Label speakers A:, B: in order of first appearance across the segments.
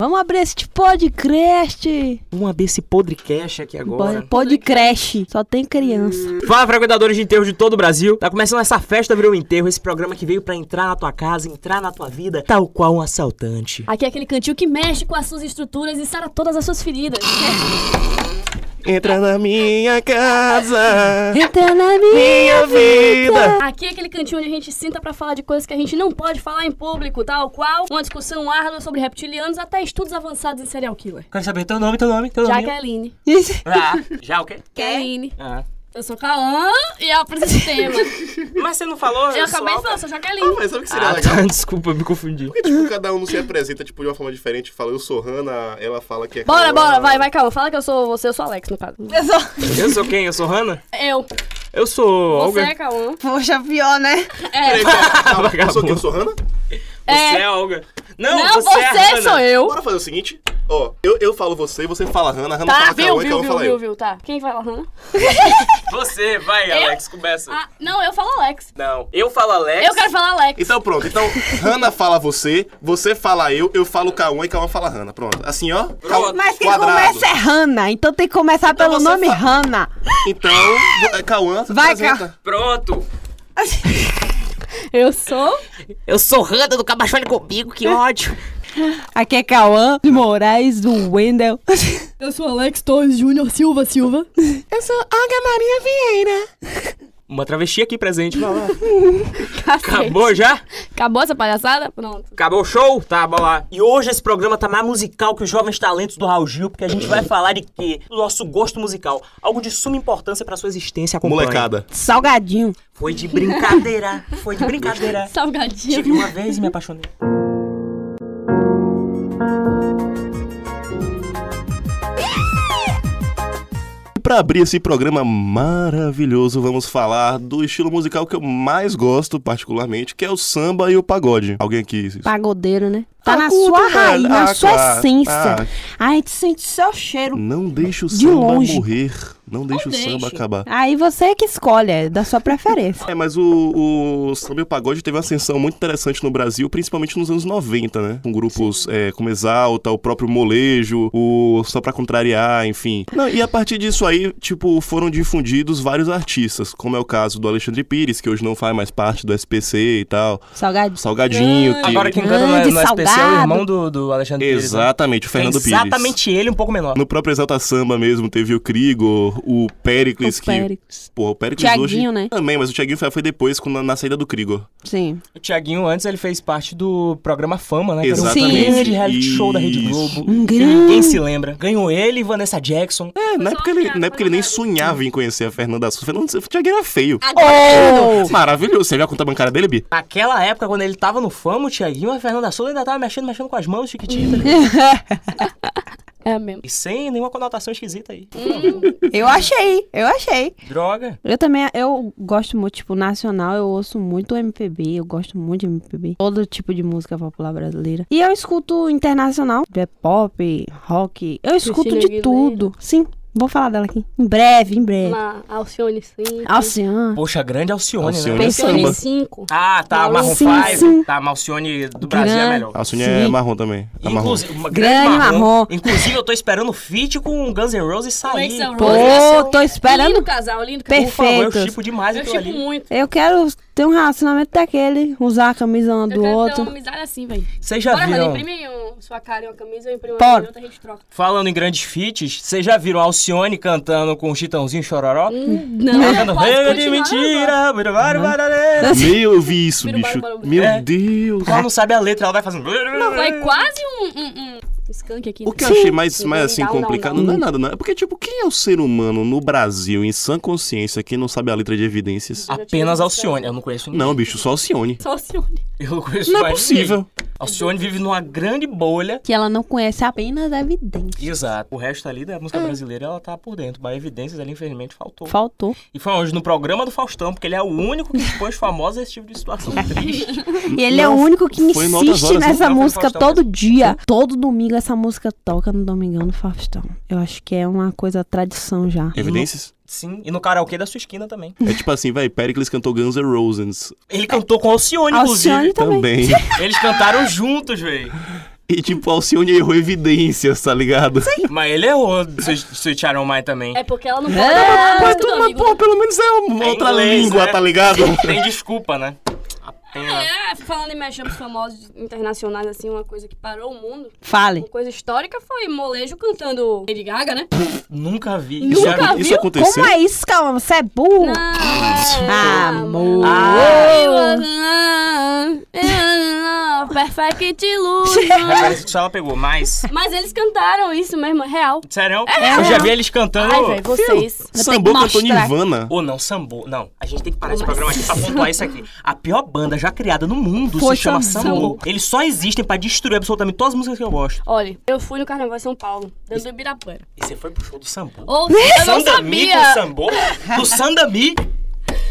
A: Vamos abrir este podcast.
B: Vamos abrir esse podcast aqui agora.
A: Podcast. Só tem criança.
B: Fala, frequentadores de enterro de todo o Brasil. Tá começando essa festa Virou Enterro, esse programa que veio pra entrar na tua casa, entrar na tua vida, tal qual um assaltante.
C: Aqui é aquele cantinho que mexe com as suas estruturas e sara todas as suas feridas.
B: Entra na minha casa,
A: Entra na minha.
B: vida.
C: Aqui é aquele cantinho onde a gente senta pra falar de coisas que a gente não pode falar em público, tal qual uma discussão árdua sobre reptilianos até estudos avançados em serial killer.
B: Quero saber teu nome, teu nome, teu nome.
C: Jaqueline.
B: Ah, já o quê?
C: Jaqueline.
B: Ah.
C: Eu sou Cauã e eu apresento o tema.
B: Mas você não falou?
C: Eu acabei de
B: sou
C: falar, eu sou Jaqueline.
D: Mas sabe o que seria
B: Ah,
D: legal?
B: tá, desculpa, me confundi.
D: Porque, tipo, cada um não se apresenta, tipo, de uma forma diferente. Fala, eu sou Hannah, ela fala que é...
C: Bora,
D: Cauã.
C: bora, vai, vai, Cauã. Fala que eu sou você, eu sou Alex, no caso.
B: Eu sou quem? Eu sou Hannah?
C: Eu.
B: Eu sou
C: Você
B: Olga.
C: é Cauã.
A: Poxa, pior, né?
D: Peraí, calma, calma. Eu sou
B: Vagabundo.
D: quem? Eu sou Hannah?
B: Você é Olga. Não,
C: Não, você,
B: você é a Hannah.
C: sou eu.
D: Bora fazer o seguinte. Ó, eu, eu falo você, você fala Hannah, Hannah
C: Tá,
D: fala
C: viu,
D: Cauã e
C: viu,
D: Cauã
C: viu,
D: fala
C: viu,
D: eu.
C: viu, tá. Quem fala, Hannah?
B: Você, vai,
C: Eu?
B: Alex, começa.
C: Ah, não, eu falo Alex.
B: Não, eu falo Alex.
C: Eu quero falar Alex.
D: Então pronto, então Hannah fala você, você fala eu, eu falo Cauã e Cauã fala Hannah. Pronto, assim ó, Cauã,
A: Mas quem
D: quadrado.
A: começa é Hanna. Então tem que começar
B: Então
A: pelo
B: você
A: nome
B: fa-
A: Hanna.
D: Então, é, Cauã, se
A: Vai,
D: apresenta.
B: Pronto.
C: Eu sou.
B: Eu sou Randa do Cabachone comigo, que ódio.
A: Aqui é Cauã de Moraes, do Wendel.
C: Eu sou Alex Torres Júnior Silva Silva.
A: Eu sou Olga Maria Vieira.
B: Uma travesti aqui presente. vai lá. Acabou já?
C: Acabou essa palhaçada? Pronto.
B: Acabou o show? Tá, bora lá. E hoje esse programa tá mais musical que os jovens talentos do Raul Gil, porque a gente vai falar de quê? Do nosso gosto musical. Algo de suma importância pra sua existência acompanha.
D: Molecada.
A: Salgadinho.
B: Foi de brincadeira. Foi de brincadeira. Tive
C: Salgadinho.
B: uma vez e me apaixonei.
D: E pra abrir esse programa maravilhoso, vamos falar do estilo musical que eu mais gosto particularmente, que é o samba e o pagode. Alguém aqui...
A: Pagodeiro, né? Tá
D: Ah,
A: na
D: culto,
A: sua
D: velho.
A: raiz, na
D: Ah,
A: sua
D: claro.
A: essência.
D: Ah.
A: Aí a gente sente seu cheiro.
D: Não deixe o
A: De
D: samba
A: longe.
D: morrer. Não deixe o
C: deixe.
D: samba acabar.
A: Aí você que escolhe, é da sua preferência.
D: É, mas o, o samba e o pagode teve uma ascensão muito interessante no Brasil, principalmente nos anos 90, né? Com grupos é, como Exalta, o próprio Molejo, o Só Pra Contrariar, enfim. Não, e a partir disso aí, tipo, foram difundidos vários artistas, como é o caso do Alexandre Pires, que hoje não faz mais parte do SPC e tal.
A: Salgadinho.
D: Salgadinho, que...
B: Ah. Agora quem canta
A: canta no-
B: no,
A: Grande no SPC é o
B: SPC é o
A: salgado. irmão
B: irmão do, Alexandre
D: Exatamente, o Fernando Pires.
B: né? Exatamente ele, um pouco menor.
D: No próprio Exalta Samba mesmo, teve o Krigor, o Péricles,
A: O
D: que
A: Péricles.
D: Porra, o Péricles
A: Thiaguinho,
D: hoje...
A: né?
D: Também, mas o Thiaguinho foi, foi depois, quando, na, na saída do Krigor.
A: Sim.
B: O Tiaguinho antes ele fez parte do programa Fama, né? Que era um
D: Exatamente.
B: grande reality show da Rede
D: Isso.
B: Globo.
A: Um
B: que
A: grande-
B: Ninguém se lembra. Ganhou ele e Vanessa Jackson.
D: É, não é porque ele, não é
A: né?
D: porque ele nem
C: Thiago,
D: sonhava em conhecer a Fernanda Souza. Fernanda Souza, o Thiaguinho era feio.
A: Oh!
D: Maravilhoso. Você viu a conta bancária dele, Bi?
B: Naquela época, quando ele tava no Fama, o Tiaguinho e a Fernanda Souza ainda tava mexendo, mexendo com as mãos chiquititas.
C: É mesmo.
B: e sem nenhuma conotação esquisita aí.
A: Eu achei, eu achei.
B: Droga.
A: Eu também, eu gosto muito, tipo, nacional, eu ouço muito MPB, eu gosto muito de MPB. Todo tipo de música popular brasileira. E eu escuto internacional, é pop, rock, eu escuto
C: Christina
A: de
C: Aguilera.
A: tudo. Sim, vou falar dela aqui. Em breve, em breve.
C: Na é. Alcione 5.
A: Alcian.
B: Poxa, grande Alcione,
D: Alcione.
B: né?
C: Alcione
D: Samba.
C: 5.
B: Ah, tá.
C: Alcione.
B: Marrom
A: Sim,
B: Five.
A: sim.
B: Tá, Malcione do Brasil é
A: Gran-
B: melhor.
D: A Sonia é
A: Sim.
D: marrom também. É marrom.
B: Inclusive, uma
A: Grande marrom.
B: Inclusive, eu tô esperando o feat com o Guns N' Roses sair.
C: Guns N'
A: Pô,
C: Roses.
A: tô esperando.
C: Lindo casal, lindo casal.
B: Por favor, eu
A: perfeitos.
B: chipo demais
C: Eu
B: aquilo
C: tipo
B: ali.
C: muito.
A: Eu quero ter um relacionamento daquele, usar a camisa uma
C: Eu
A: do
C: quero ter
A: outro.
C: uma amizade assim, velho.
B: Vocês já
C: Bora, Rana,
B: viram?
C: imprime um- sua cara e uma camisa, eu imprimo uma
A: Bora.
C: minha e outra, a gente troca.
B: Falando em grandes feats, vocês já viram Alcione cantando com o Chitãozinho Chororó?
C: Hum. Não,
B: Cantando Rei de Mentira, Birubara, Bararé.
D: Meu, eu vi isso,
C: Birubaru,
D: bicho.
C: baru, baru.
D: Meu
B: É.
D: Deus.
B: Ela não sabe a letra, ela vai fazendo.
C: Vai quase um, um, um skunk aqui.
D: O que eu
A: Sim.
D: achei mais, mais
C: Não,
D: assim
C: não,
D: complicado não,
C: não.
D: é nada, não. É porque, tipo, quem é o ser humano no Brasil, em sã consciência, que não sabe a letra de evidências?
B: Apenas Alcione. Eu não conheço ninguém.
D: Não, bicho, só Alcione.
C: Só Alcione.
B: Eu não conheço
D: Não é
B: mais
D: possível.
B: ninguém. Alcione vive numa grande bolha.
A: Que ela não conhece apenas a evidência.
B: Exato. O resto ali da música brasileira, ela tá por dentro. Mas evidências ali, infelizmente, faltou.
A: Faltou.
B: E foi hoje no programa do Faustão, porque ele é o único que expõe os famosos a esse tipo de situação triste.
A: E ele é o
D: Não,
A: único que
D: foi em outras
A: insiste
D: horas, não
A: nessa
B: foi no
A: música
B: Faustão
A: todo dia. Todo domingo essa música toca no Domingão do Faustão. Eu acho que é uma coisa tradição já.
D: É Evidências?
B: Sim, e no karaokê da sua esquina também.
D: É tipo assim, vai, Pericles cantou Guns N' Roses.
B: Ele cantou com Alcione,
A: Alcione
B: inclusive.
A: também.
D: Também.
B: Eles cantaram juntos, velho.
D: E tipo, Alcione errou evidências, tá ligado?
B: Mas ele errou, Sweet Iron Mai também.
C: É porque ela não pode. um
D: Ah, Mas
C: Mas
D: tu, mas, pô, pelo menos é uma
B: É
D: outra
B: inglês,
D: língua,
B: né?
D: tá ligado?
B: Tem desculpa, né? Apenas.
C: É, falando em mashups famosos internacionais, assim, uma coisa que parou o mundo,
A: Fale.
C: uma coisa histórica foi molejo cantando Lady Gaga, né?
B: Nunca vi.
C: Nunca
B: Já vi.
C: vi.
D: Isso
C: viu?
D: aconteceu?
A: Como é isso, calma? Você é burro?
C: Não, é.
A: Amor.
C: I was in love, in love, perfect illusion.
B: Mas parece que só ela pegou, mas.
C: Mas eles cantaram isso mesmo, é real.
B: Sério?
C: É.
B: Eu já vi eles cantando.
C: Ai, velho, vocês.
D: Sambô
A: Vou ter que
D: cantou
A: mostrar.
D: Nirvana.
B: Ou não, Sambo. Não, a gente tem que parar esse programa aqui pra pontuar isso aqui. A pior banda já criada no mundo
A: Foi
B: se chama
A: Sambo.
B: Sambo. Eles só existem pra destruir absolutamente todas as músicas que eu gosto.
C: Olha, eu fui no Carnaval de São Paulo, dentro do Ibirapuera.
B: E você foi pro show do Sambo?
C: Ou eu não
B: Sandami com
C: sabia,
B: Sambo? Do Sandami?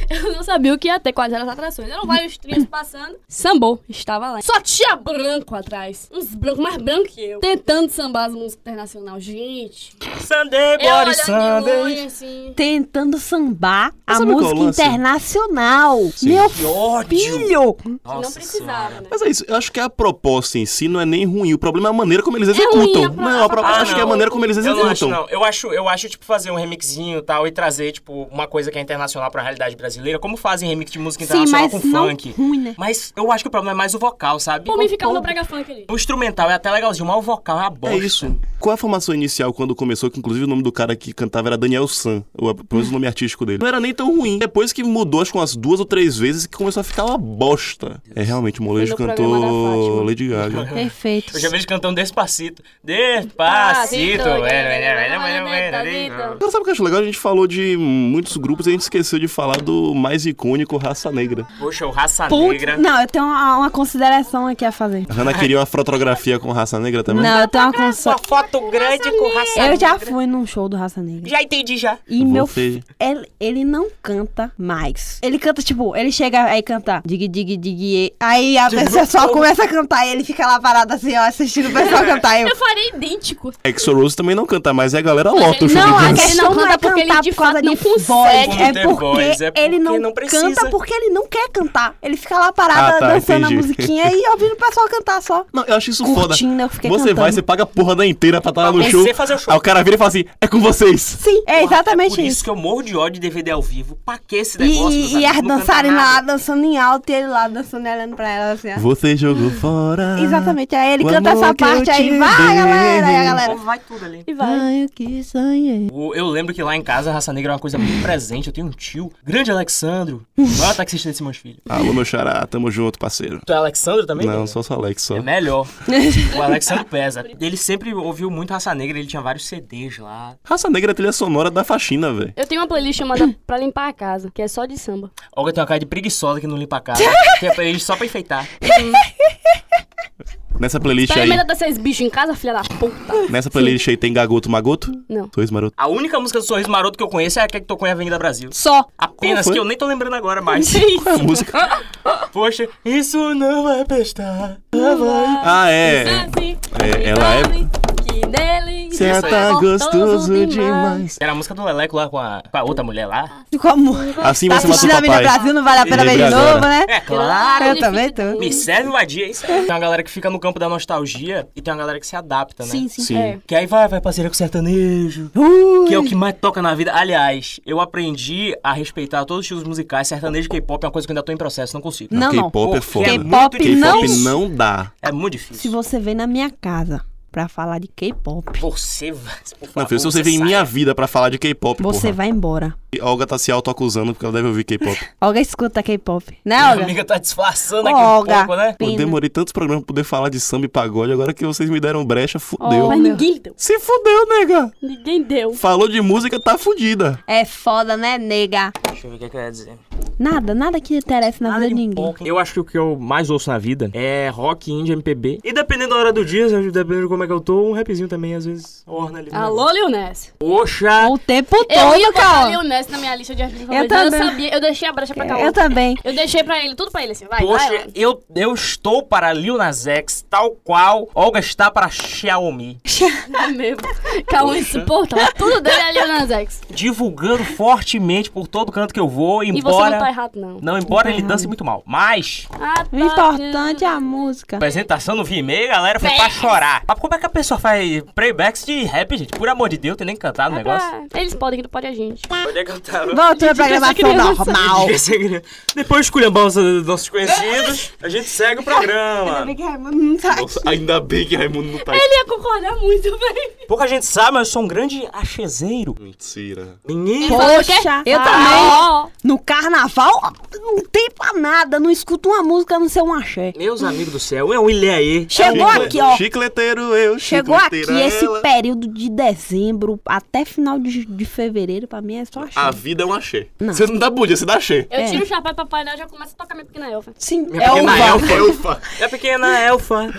C: eu não sabia o que ia ter, quais eram as atrações. Eram vários trios passando. Sambou, estava lá. Só tinha branco atrás. Uns brancos, mais brancos que eu. Tentando sambar as músicas internacionais. Gente,
B: Sunday,
C: eu
B: Boris
C: olhando de longe,
B: Sunday.
C: assim.
A: Tentando sambar a
D: sabe qual é o
A: música
D: lance?
A: internacional.
D: Sim.
A: Meu
B: Que ódio.
A: filho!
C: que
B: Nossa
C: não precisava,
B: Senhora.
C: né?
D: Mas é isso, eu acho que a proposta em si não é nem ruim, o problema é a maneira como eles
C: ruim
D: executam.
C: a pro-
D: não, a pro-
C: a
D: acho que é a
B: proposta.
D: maneira como eles
B: Eu
D: executam.
B: Ah, não acho, não. Eu acho, eu acho, tipo, fazer um remixinho e tal e trazer, tipo, uma coisa que é internacional pra realidade brasileira, como fazem remix de música
A: Sim,
B: internacional
A: mas
B: com
A: não
B: funk.
A: ruim, né?
B: Mas eu acho que o problema é mais o vocal, sabe?
C: Por mim ficava no Braga Funk ali.
B: O instrumental é até legalzinho, mas o vocal é a bosta.
D: É isso. Qual a formação inicial quando começou? Que inclusive o nome do cara que cantava era Daniel San, ou é, pelo menos o nome artístico dele. Não era nem tão ruim. Depois que mudou, acho que umas duas ou três vezes, que começou a ficar uma bosta. É realmente, o molejo
C: Foi no programa da
D: cantou
C: Fátima.
D: Lady Gaga.
A: Perfeito.
B: Eu já vejo cantando Despacito. Despacito.
D: Agora sabe o que eu acho legal? A gente falou de muitos grupos e a gente esqueceu de falar do mais icônico Raça Negra.
B: Poxa, o Raça
A: Putz,
B: Negra.
A: não, eu tenho uma, uma consideração aqui a fazer.
D: A Hannah queria uma fotografia com Raça Negra também?
A: Não, eu tenho uma consideração.
B: Uma foto grande com Raça
A: Eu já
B: Negra.
A: fui num show do Raça Negra.
B: Já entendi, já.
A: E meu
D: Você-
A: fi- ele, ele não canta mais. Ele canta, tipo, ele chega aí canta dig dig dig e- aí a
B: Tipo,
A: pessoa só
B: como?
A: começa a cantar e ele fica lá parado assim, ó, assistindo o pessoal cantar. Eu,
C: Eu faria idêntico.
D: Exo Rose também não canta, mas é a galera lota o show
A: não, a
D: de dança.
C: Ele
A: questão
C: não
A: não é
C: canta porque ele
A: cantar
C: de
A: por causa
C: fato não
A: de
C: consegue.
A: voz, é
B: Ter
A: porque,
B: voz, é
A: ele
B: porque
A: não,
B: não precisa.
A: canta porque ele não quer cantar. Ele fica lá parado
D: Ah, tá,
A: dançando a
D: entendi.
A: musiquinha e ouvindo o pessoal cantar só.
D: Não, eu acho isso
A: Curtindo, eu
D: foda.
A: fiquei
D: você vai,
A: cantando.
D: você paga a porra da inteira pra estar lá no
B: Pra
D: show.
B: você fazer o show.
D: Aí o cara vira e fala assim: é com vocês.
A: Sim, é exatamente
B: Por
A: isso.
B: isso que eu morro de ódio de DVD ao vivo. Pra que esse
A: E,
B: negócio? meus
A: e, e
B: amigos?
A: as
B: Não canta
A: dançarinas lá
B: nada.
A: dançando em alto e ele lá dançando e olhando pra ela assim, ó.
D: Você jogou fora.
A: Exatamente, aí ele
D: o
A: canta
D: amor
A: essa
D: Ah, que eu
A: parte aí,
D: te
A: vai galera, aí a
D: dei.
A: galera.
B: Vai tudo ali.
C: E vai.
A: eu que sonhei.
B: O- Eu lembro que lá em casa a raça negra é uma coisa muito presente. Eu tenho um tio, grande Alexandro. O maior taxista desse meus filhos.
D: Alô, meu xará, tamo junto, parceiro.
B: Tu é Alexandro também?
D: Não,
B: Bruno?
D: só o Alex só.
B: É melhor. o Alexandre pesa. Ele sempre ouviu muito Raça Negra, ele tinha vários CDs lá.
D: Raça Negra é trilha sonora da faxina, velho.
C: Eu tenho uma playlist chamada Pra Limpar a Casa, que é só de samba.
B: Olga tem uma cara de preguiçosa que não limpa a casa. tem pra ele só pra enfeitar.
D: Nessa playlist aí,
C: Experimenta desses bichos em casa, filha da puta.
D: nessa playlist aí tem Gagoto Magoto?
C: Não.
D: Dois maroto.
B: A única música do Sorriso Maroto que eu conheço é a que tocou em Avenida Brasil.
A: Só.
B: Apenas
D: Qual foi?
B: que eu nem tô lembrando agora mais.
D: Qual é a música?
B: Poxa, isso não vai prestar. Não vai.
D: Ah, é.
C: Assim,
D: É, ela é-
C: Que é delícia.
D: Você tá gostoso demais.
B: Era a música do Leleco lá com a, com a outra mulher lá.
A: Como?
D: Assim
A: Tá
D: você mata o
A: assistindo a Avenida
D: papai.
A: Brasil, não vale a pena ver
D: Lembrei
A: de novo,
D: agora.
A: né?
B: É
A: Claro, eu
C: Claro,
A: também
C: difícil
A: tô.
C: de-
B: Me serve uma dia, é isso aí. Tem uma galera que fica no campo da nostalgia e tem uma galera que se adapta, né?
A: Sim, sim.
D: Sim.
C: É.
B: Que aí vai, vai parceira com sertanejo.
A: Ui.
B: Que é o que mais toca na vida. Aliás, eu aprendi a respeitar todos os estilos musicais. Sertanejo e K-pop é uma coisa que eu ainda tô em processo, não consigo.
A: Não, não.
D: K-pop é
B: Porque
D: foda.
B: é muito
A: K-pop
B: difícil.
A: não.
D: K-pop não dá.
B: É muito
A: Se
B: difícil.
A: você vem na minha casa pra falar de K-pop,
B: Você vai. por
D: Não,
B: favor,
D: filho, se você vem em
B: saia.
D: minha vida pra falar de K-pop,
A: você
D: porra.
A: vai embora.
D: E A Olga tá se auto-acusando porque ela deve ouvir K-pop.
A: Olga escuta K-pop, né,
B: Minha
A: Olga?
B: amiga tá disfarçando
A: Ô,
B: aqui um
A: Olga.
B: pouco, né?
D: Eu
A: Pena.
D: demorei tantos programas pra poder falar de samba e pagode, agora que vocês me deram brecha, fudeu.
A: Oh.
C: Mas ninguém deu.
D: Se fudeu, nega!
C: Ninguém deu.
D: Falou de música, tá fudida.
A: É foda, né, nega?
B: Deixa eu ver o que, é que eu ia dizer.
A: Nada, nada que interessa na
B: um
A: vida de ninguém.
B: Eu acho que o que eu mais ouço na vida é rock, indie, MPB. E dependendo da hora do dia, dependendo de como é que eu tô, um rapzinho também, às vezes, orna ali. no
C: Alô, Leoness.
B: negócio. Poxa!
A: O tempo
C: Eu ia
A: todo,
C: botar
A: cara.
C: Leoness na minha lista de artistas
A: Eu
C: favoritos, mas eu
A: também.
C: sabia. Eu deixei a brecha pra Caô.
A: Eu também.
C: Eu deixei pra ele, tudo pra ele, assim, vai, vai.
B: Poxa,
C: Leoness.
B: eu, eu estou para Lil Nas X, tal qual Olga está para Xiaomi.
C: É mesmo. Caô insuportável. Tudo dele é Leoness X.
B: divulgando fortemente por todo canto que eu vou,
C: E você não
B: embora.
C: tá tá errado, não.
B: Não, embora ele dance muito mal. Mas,
C: Ah,
A: O
C: tá.
A: importante é a música.
B: apresentação no VMA, galera, foi pra chorar. Mas como é que a pessoa faz playbacks de rap, gente? Por amor de Deus, tem nem cantado o
C: Ah,
B: É negócio.
C: tá. Eles podem, que não pode a gente.
B: Pode cantar,
A: Voltou pra gravação normal.
B: né? Depois de escolher os nossos conhecidos, a gente segue o programa.
A: hum,
D: Nossa, ainda bem que Raimundo não tá aqui.
C: Ele ia concordar muito, velho.
B: Pouca gente sabe, mas eu sou um grande achezeiro.
D: Mentira.
B: Ninguém
A: Poxa, eu também.
C: Ó,
A: No carnaval, ó, não tem pra nada. Não escuto uma música a não ser um axé.
B: Meus amigos do céu, é um ilhaê.
A: Chegou
D: Chicle-
A: aqui, ó.
D: Chicleteiro eu,
A: Chegou aqui
D: chicleteira
A: esse
D: ela.
A: período de dezembro até final de, de fevereiro, pra mim é só axé.
D: A vida é um axê.
A: Não.
D: Você não dá budia, você dá axê.
C: Eu
A: É.
C: tiro o chapéu pra Papai Noel e já começa a tocar minha pequena elfa.
A: Sim,
B: É
A: o
B: pequena
A: Val.
B: elfa.
D: Ufa.
B: É a pequena elfa.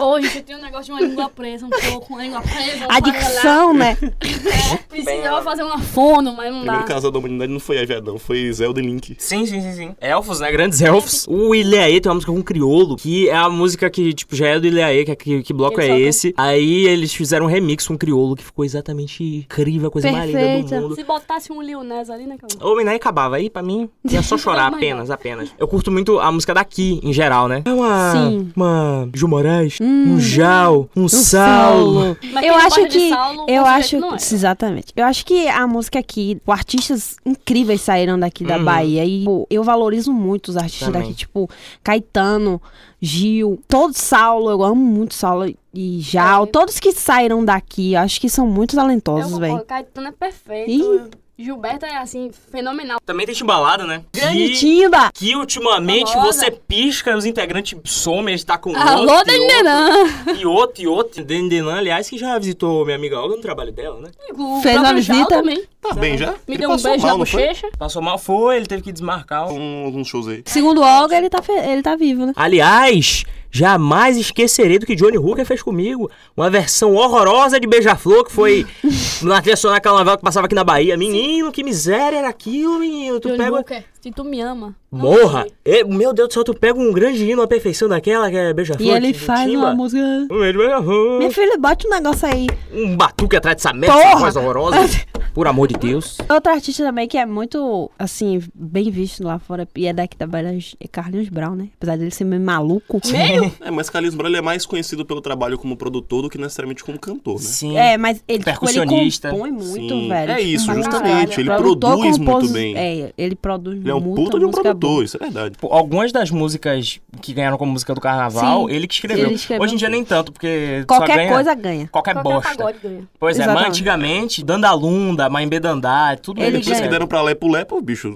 C: Ô, gente, eu tenho um negócio de uma língua presa, um pouco, uma língua presa. um
A: A dicção, né?
C: paralelo. Precisava fazer uma fono, mas não dá.
D: Primeiro casal da humanidade não foi Eve Adão, foi Zelda e Link.
B: Sim, sim, sim, sim. Elfos, né? Grandes elfos. O Ilhaê tem uma música com criolo, que é a música que, tipo, já é do Ilhaê, que, que, que bloco
C: Eles
B: é
C: soltam.
B: esse. Aí eles fizeram um remix com criolo, que ficou exatamente incrível, a coisa mais linda
A: Perfeita.
B: do mundo.
C: Se botasse um Lil Nas ali, né, cara?
B: Homem, nem é acabava aí, pra mim, ia só chorar, apenas, apenas. Eu curto muito a música daqui, em geral, né? É uma...
A: Sim.
B: Uma... Gil Moraes, um Jal, um, Saulo.
A: Eu
C: Mas quem
A: acho
C: gosta de
A: que.
C: Saulo,
A: eu
C: gosta de
A: acho.
C: jeito não é.
A: Exatamente. Eu acho que a música aqui. o Artistas incríveis saíram daqui da
B: Uhum.
A: Bahia. E pô, eu valorizo muito os artistas
B: Também.
A: daqui. Tipo, Caetano, Gil, todos Saulo. Eu amo muito Saulo e Jal.
C: É.
A: Todos que saíram daqui. eu acho que são muito talentosos,
C: Eu
A: velho.
C: concordo, Caetano é perfeito.
A: Ih.
C: Gilberto é assim, fenomenal.
B: Também tem timbalada, né?
A: Grande
B: Que-
A: Timba!
B: Que ultimamente
C: Famosa.
B: você pisca e os integrantes somem, eles tá com outro,
C: Alô,
B: e outro,
C: Dendenan!
B: E outro, e outro. Dendenan, aliás, que já visitou minha amiga Olga no trabalho dela, né?
C: O
A: Fez
C: próprio
A: uma
C: Jal
A: visita?
C: também.
D: Tá bem já?
C: Me
D: Ele
C: deu um
D: passou
C: beijo
D: mal,
C: na
D: não foi?
C: bochecha.
B: Passou mal, foi, ele teve que desmarcar.
D: Um- Alguns shows aí.
A: Segundo
C: É,
A: Olga, ele tá, fe- ele tá vivo, né?
B: Aliás, jamais esquecerei do que Johnny Hooker fez comigo. Uma versão horrorosa de Beija-Flor, que foi na trilha sonora carnaval que passava aqui na Bahia. Menino, que miséria era aquilo, menino. Tu
C: Johnny
B: pega... um-
C: Walker, se tu me ama. não
B: Morra!
C: me
B: É, meu Deus do céu, tu pega um grande hino, uma perfeição daquela, que é Beija-Flor.
A: E ele
B: que-
A: faz
B: timba.
A: uma música.
B: Um beijo, beija-flor.
A: Minha filha, bote um negócio aí.
B: Um batuque atrás dessa merda,
A: Porra!
B: essa voz horrorosa. Por amor de Deus.
A: Outro artista também que é muito, assim, bem visto lá fora e é daqui da Bahia é Carlinhos Brown, né? Apesar dele ser meio maluco.
D: É, mas Carlinhos Brown ele é mais conhecido pelo trabalho como produtor do que necessariamente como cantor, né?
B: Sim.
A: É, mas ele, tipo, ele
B: Percussionista.
A: compõe muito,
D: Sim.
A: velho. tipo,
D: É isso,
A: Pra
D: justamente.
A: caralho.
D: Ele
A: Produtor,
D: produz muito
A: compos-
D: bem.
A: É, ele produz
D: Ele é um
A: muita
D: puta de um
A: música
D: produtor,
A: boa.
D: isso é verdade.
B: Pô, Algumas das músicas que ganharam como música do carnaval,
A: Sim,
B: ele que escreveu.
A: ele escreveu.
B: Hoje em dia nem tanto, porque só
A: Qualquer
B: ganha
A: coisa ganha.
B: qualquer
C: Qualquer
B: é bosta.
C: pagode ganha.
B: Pois é, mas
A: Exatamente.
B: antigamente, Dandalunda, Mãe Bedandá, tudo
A: Ele
B: isso
D: Depois que
A: ganha.
D: deram pra Lepo Lepo, bicho,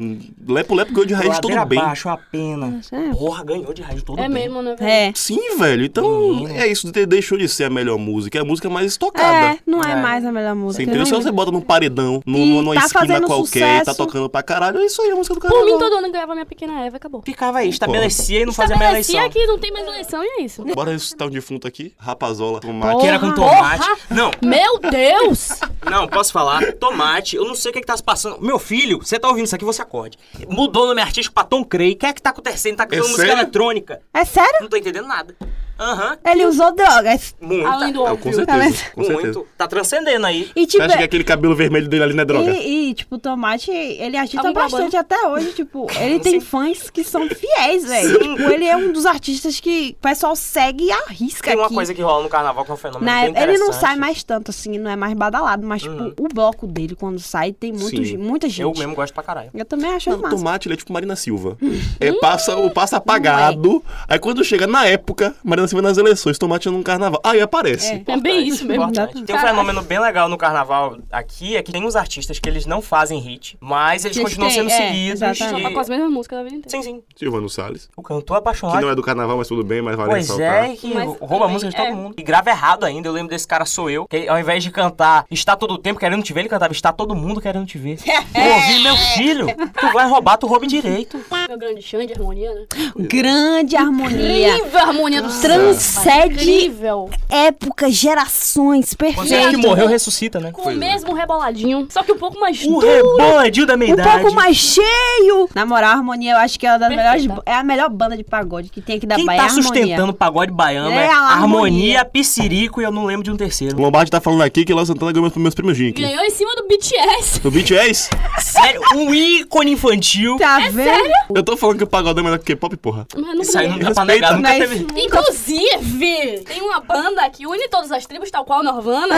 D: Lepo Lepo ganhou de raiz de todo
B: Ladeira
D: bem.
B: abaixo, a pena.
A: É.
B: Porra, ganhou de raiz de todo
C: É
B: bem.
C: mesmo, né, velho?
A: É.
D: Sim, velho. Então,
B: Menino.
D: é isso. de- Deixou de ser a melhor música. É a música mais estocada.
A: É, não é,
B: É.
A: mais a melhor música.
D: Você entendeu? Se
A: né?
D: você bota num paredão, num-
A: E
D: numa
A: tá
D: esquina
A: fazendo
D: qualquer, e tá
A: sucesso.
D: tocando pra caralho, é isso aí, a música do
C: Por mim,
D: caralho.
C: todo ano ganhava minha pequena Eva, acabou.
B: Ficava aí, estabelecia e não fazia mais
C: Estabelecia
B: eleição.
C: aqui, não tem mais eleição e é isso.
D: Bora ressuscitar um defunto aqui? Rapazola,
B: Que
D: tomate.
B: era com tomate. Não,
C: Meu Deus!
B: Não, posso falar. Tomate, eu não sei o que, é que tá se passando. Meu filho, você tá ouvindo isso aqui, você acorde. Mudou o nome artístico pra Tom Cray. O que é que tá acontecendo? Tá cantando música
D: sério?
B: eletrônica.
A: É sério?
B: Não tô entendendo nada. Aham,
A: Ele usou drogas.
C: Além
B: muita.
C: do
D: É, com
C: óbvio.
D: certeza. Com certeza.
B: Muito. Tá transcendendo aí.
A: E
D: Você
A: tipo.
D: acha que aquele cabelo vermelho dele ali não é droga?
A: E, e, tipo, Tomate, ele agita
C: Algum
A: bastante até hoje, tipo, ele tem fãs que são fiéis, velho. Tipo, ele é um dos artistas que o pessoal segue e arrisca
B: Tem uma
A: aqui.
B: coisa que rola no carnaval que é um fenômeno
A: Na
B: bem
A: época, ele não
B: interessante.
A: sai mais tanto, assim, não é mais badalado, mas,
B: Uhum.
A: tipo, o bloco dele, quando sai, tem muito,
D: Sim.
A: ge- muita gente.
B: Eu mesmo gosto pra caralho.
A: Eu Hum. também acho
D: Não,
A: massa.
D: tomate, ele é tipo Marina Silva. É, passa, o passa apagado. Aí quando chega na época, Marina Silva nas eleições, tomate é num carnaval. Aí aparece.
A: É.
C: É bem isso mesmo.
B: Importante. Tem um fenômeno bem legal no carnaval aqui, é que tem uns artistas que eles não fazem hit, mas eles
A: Eles
B: continuam
A: têm,
B: sendo
A: é,
B: seguidos.
A: exatamente.
C: Só Tá com as
B: E...
C: mesmas músicas da vida inteira.
B: Sim, sim.
D: Silvano Salles.
B: O cantor apaixonado
D: Que não é do carnaval, mas tudo bem, mas vale
B: Pois
D: ressaltar.
B: é, que
C: Mas
B: rouba a
C: também
B: música de
C: é.
B: todo mundo. E grava errado ainda. Eu lembro desse cara Sou Eu, que ao invés de cantar Está Todo Tempo Querendo Te Ver, ele cantava Está Todo Mundo Querendo Te Ver. Eu ouvi meu filho. Tu vai roubar, tu rouba em direito.
C: Meu É grande Xande, harmonia, né?
A: Grande harmonia.
C: Incrível a harmonia do
A: Transcende
C: Incrível.
A: época, gerações,
B: Você que
A: perfeito.
B: morreu, ressuscita, né?
D: é.
C: Com o mesmo reboladinho, só que um pouco mais
B: O reboladinho é da meia
A: um
B: idade.
A: pouco mais cheio. Na moral, a Harmonia, eu acho que é, uma das melhores,
C: Perfeita.
A: é a melhor banda de pagode que tem aqui da
B: Quem
A: Bahia. é
B: tá
A: a Harmonia.
B: sustentando o pagode baiano
A: É
B: é,
A: a
B: harmonia.
A: Harmonia,
B: Pissirico e eu não lembro de um
D: O
B: terceiro.
D: Lombardi tá falando aqui que Léo Santana ganhou meus primeiros Jink.
C: Ganhou em cima do BTS.
D: O é BTS?
B: Sério, um ícone infantil.
A: Tá vendo?
D: Eu tô falando que o pagodão é melhor que K-pop, porra.
C: Mas não
B: Isso aí não dá pra negar,
D: Respeita,
B: nunca
A: mas-
B: teve.
C: Inclusive, tem uma banda que une todas as tribos, tal qual Norvana,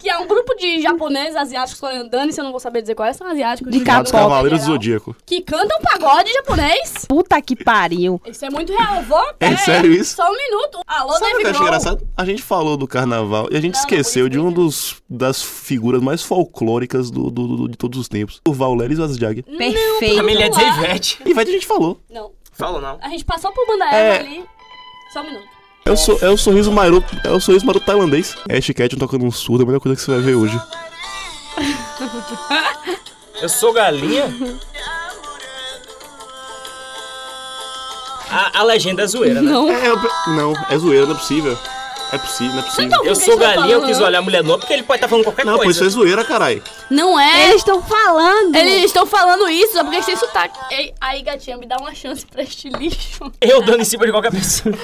C: que é um grupo de japoneses, asiáticos, coreanos, dane-se, eu não vou saber dizer quais são asiáticos.
A: De
C: não
A: K-pop.
C: jogo
D: Os
A: Pop,
D: Cavaleiros do
C: geral,
D: Zodíaco.
C: Que cantam pagode japonês.
A: Puta que pariu.
C: Isso é muito real, eu vou...
D: É
C: pera-
D: sério isso?
C: Só um minuto. Alô,
D: Sabe o que eu
C: David
D: acho
C: Grohl.
D: engraçado? A gente falou do carnaval e a gente
C: Não, não,
D: esqueceu
C: por isso
D: de
C: que-
D: um dos das figuras mais folclóricas do, do- do- de todos os tempos. O Vauleris Vasjag.
A: Perfeito.
B: A mulher é
C: Vamos lá.
B: Ivete.
D: E vai que a gente falou.
C: Não,
B: Fala não.
C: a gente passou por banda
D: É.
C: é. ali. Só um minuto.
D: É o, so- é o sorriso maroto, é o sorriso maroto tailandês. Ash Ketchum tocando um surdo, é a melhor coisa que você vai ver hoje.
B: Eu sou galinha. A, a legenda é zoeira, né?
C: Não.
D: É, eu pe- não, é zoeira, não é possível. É possível, não é possível.
B: Eu
C: Então- Por que
B: sou
C: eles tão
B: galinha, eu quis
C: falando?
B: olhar a mulher nova porque ele pode estar falando qualquer
D: Não, pô,
B: coisa.
D: isso é zoeira, caralho.
C: Não é.
A: Eles estão falando.
C: Eles estão falando isso só
A: Ah.
C: porque eles têm sotaque. Ei, aí, gatinha, me dá uma chance pra este lixo.
B: Eu dando em cima de qualquer pessoa.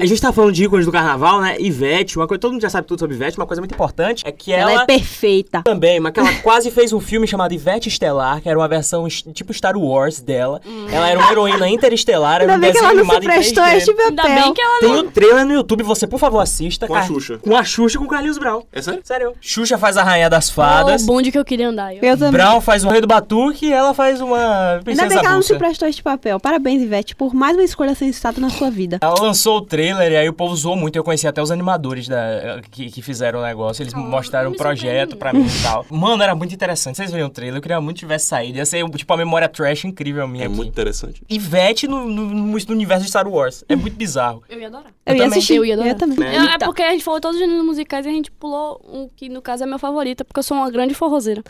B: A gente tá falando de ícones do carnaval, né? Ivete, uma coisa, todo mundo já sabe tudo sobre Ivete, uma coisa muito importante é que
A: Ela
B: ela.
A: é perfeita.
B: também, mas que ela quase fez um filme chamado Ivete Estelar, que era uma versão es- tipo Star Wars dela. Ela era uma heroína interestelar, era
A: Hum. Ainda
B: um
C: é
A: bem que
B: desenho
A: ela não se
B: animado em
A: prestou é tipo- a
B: 3D.
A: este papel.
C: né? Ainda bem que ela
B: Tem o trailer no YouTube, você por favor assista.
D: Com a
B: Car-
D: Xuxa.
B: Com a Xuxa e com o Carlinhos Brown.
D: É sério?
B: Sério. Xuxa faz a Rainha das
C: não.
B: Fadas.
C: O bonde que eu queria andar. Eu.
A: Eu também.
B: Brown faz o Rei do Batuque e ela faz uma
A: Ainda
B: princesa
A: bem que ela não se
B: russa.
A: prestou a este papel. Parabéns, Ivete, por mais uma escolha sensata na sua vida.
B: Ela lançou o trailer e aí o povo zoou muito. Eu conheci até os animadores da, que, que fizeram o negócio. Eles mostraram
C: não
B: o
C: Ah, me
B: projeto pra mim e tal. Mano, era muito interessante. Vocês viram o trailer? Eu queria muito que tivesse saído. Ia ser tipo a memória trash incrível minha.
D: É
B: aqui.
D: muito interessante.
B: Ivete no, no, no- no universo de Star Wars. É muito bizarro.
C: Eu ia adorar.
A: Eu, ia
B: também.
A: assistir.
C: Eu ia adorar.
A: também.
C: É,
A: Então,
C: porque a gente falou todos os gêneros musicais e a gente pulou um que, no caso, é meu favorito, porque eu sou uma grande forrozeira.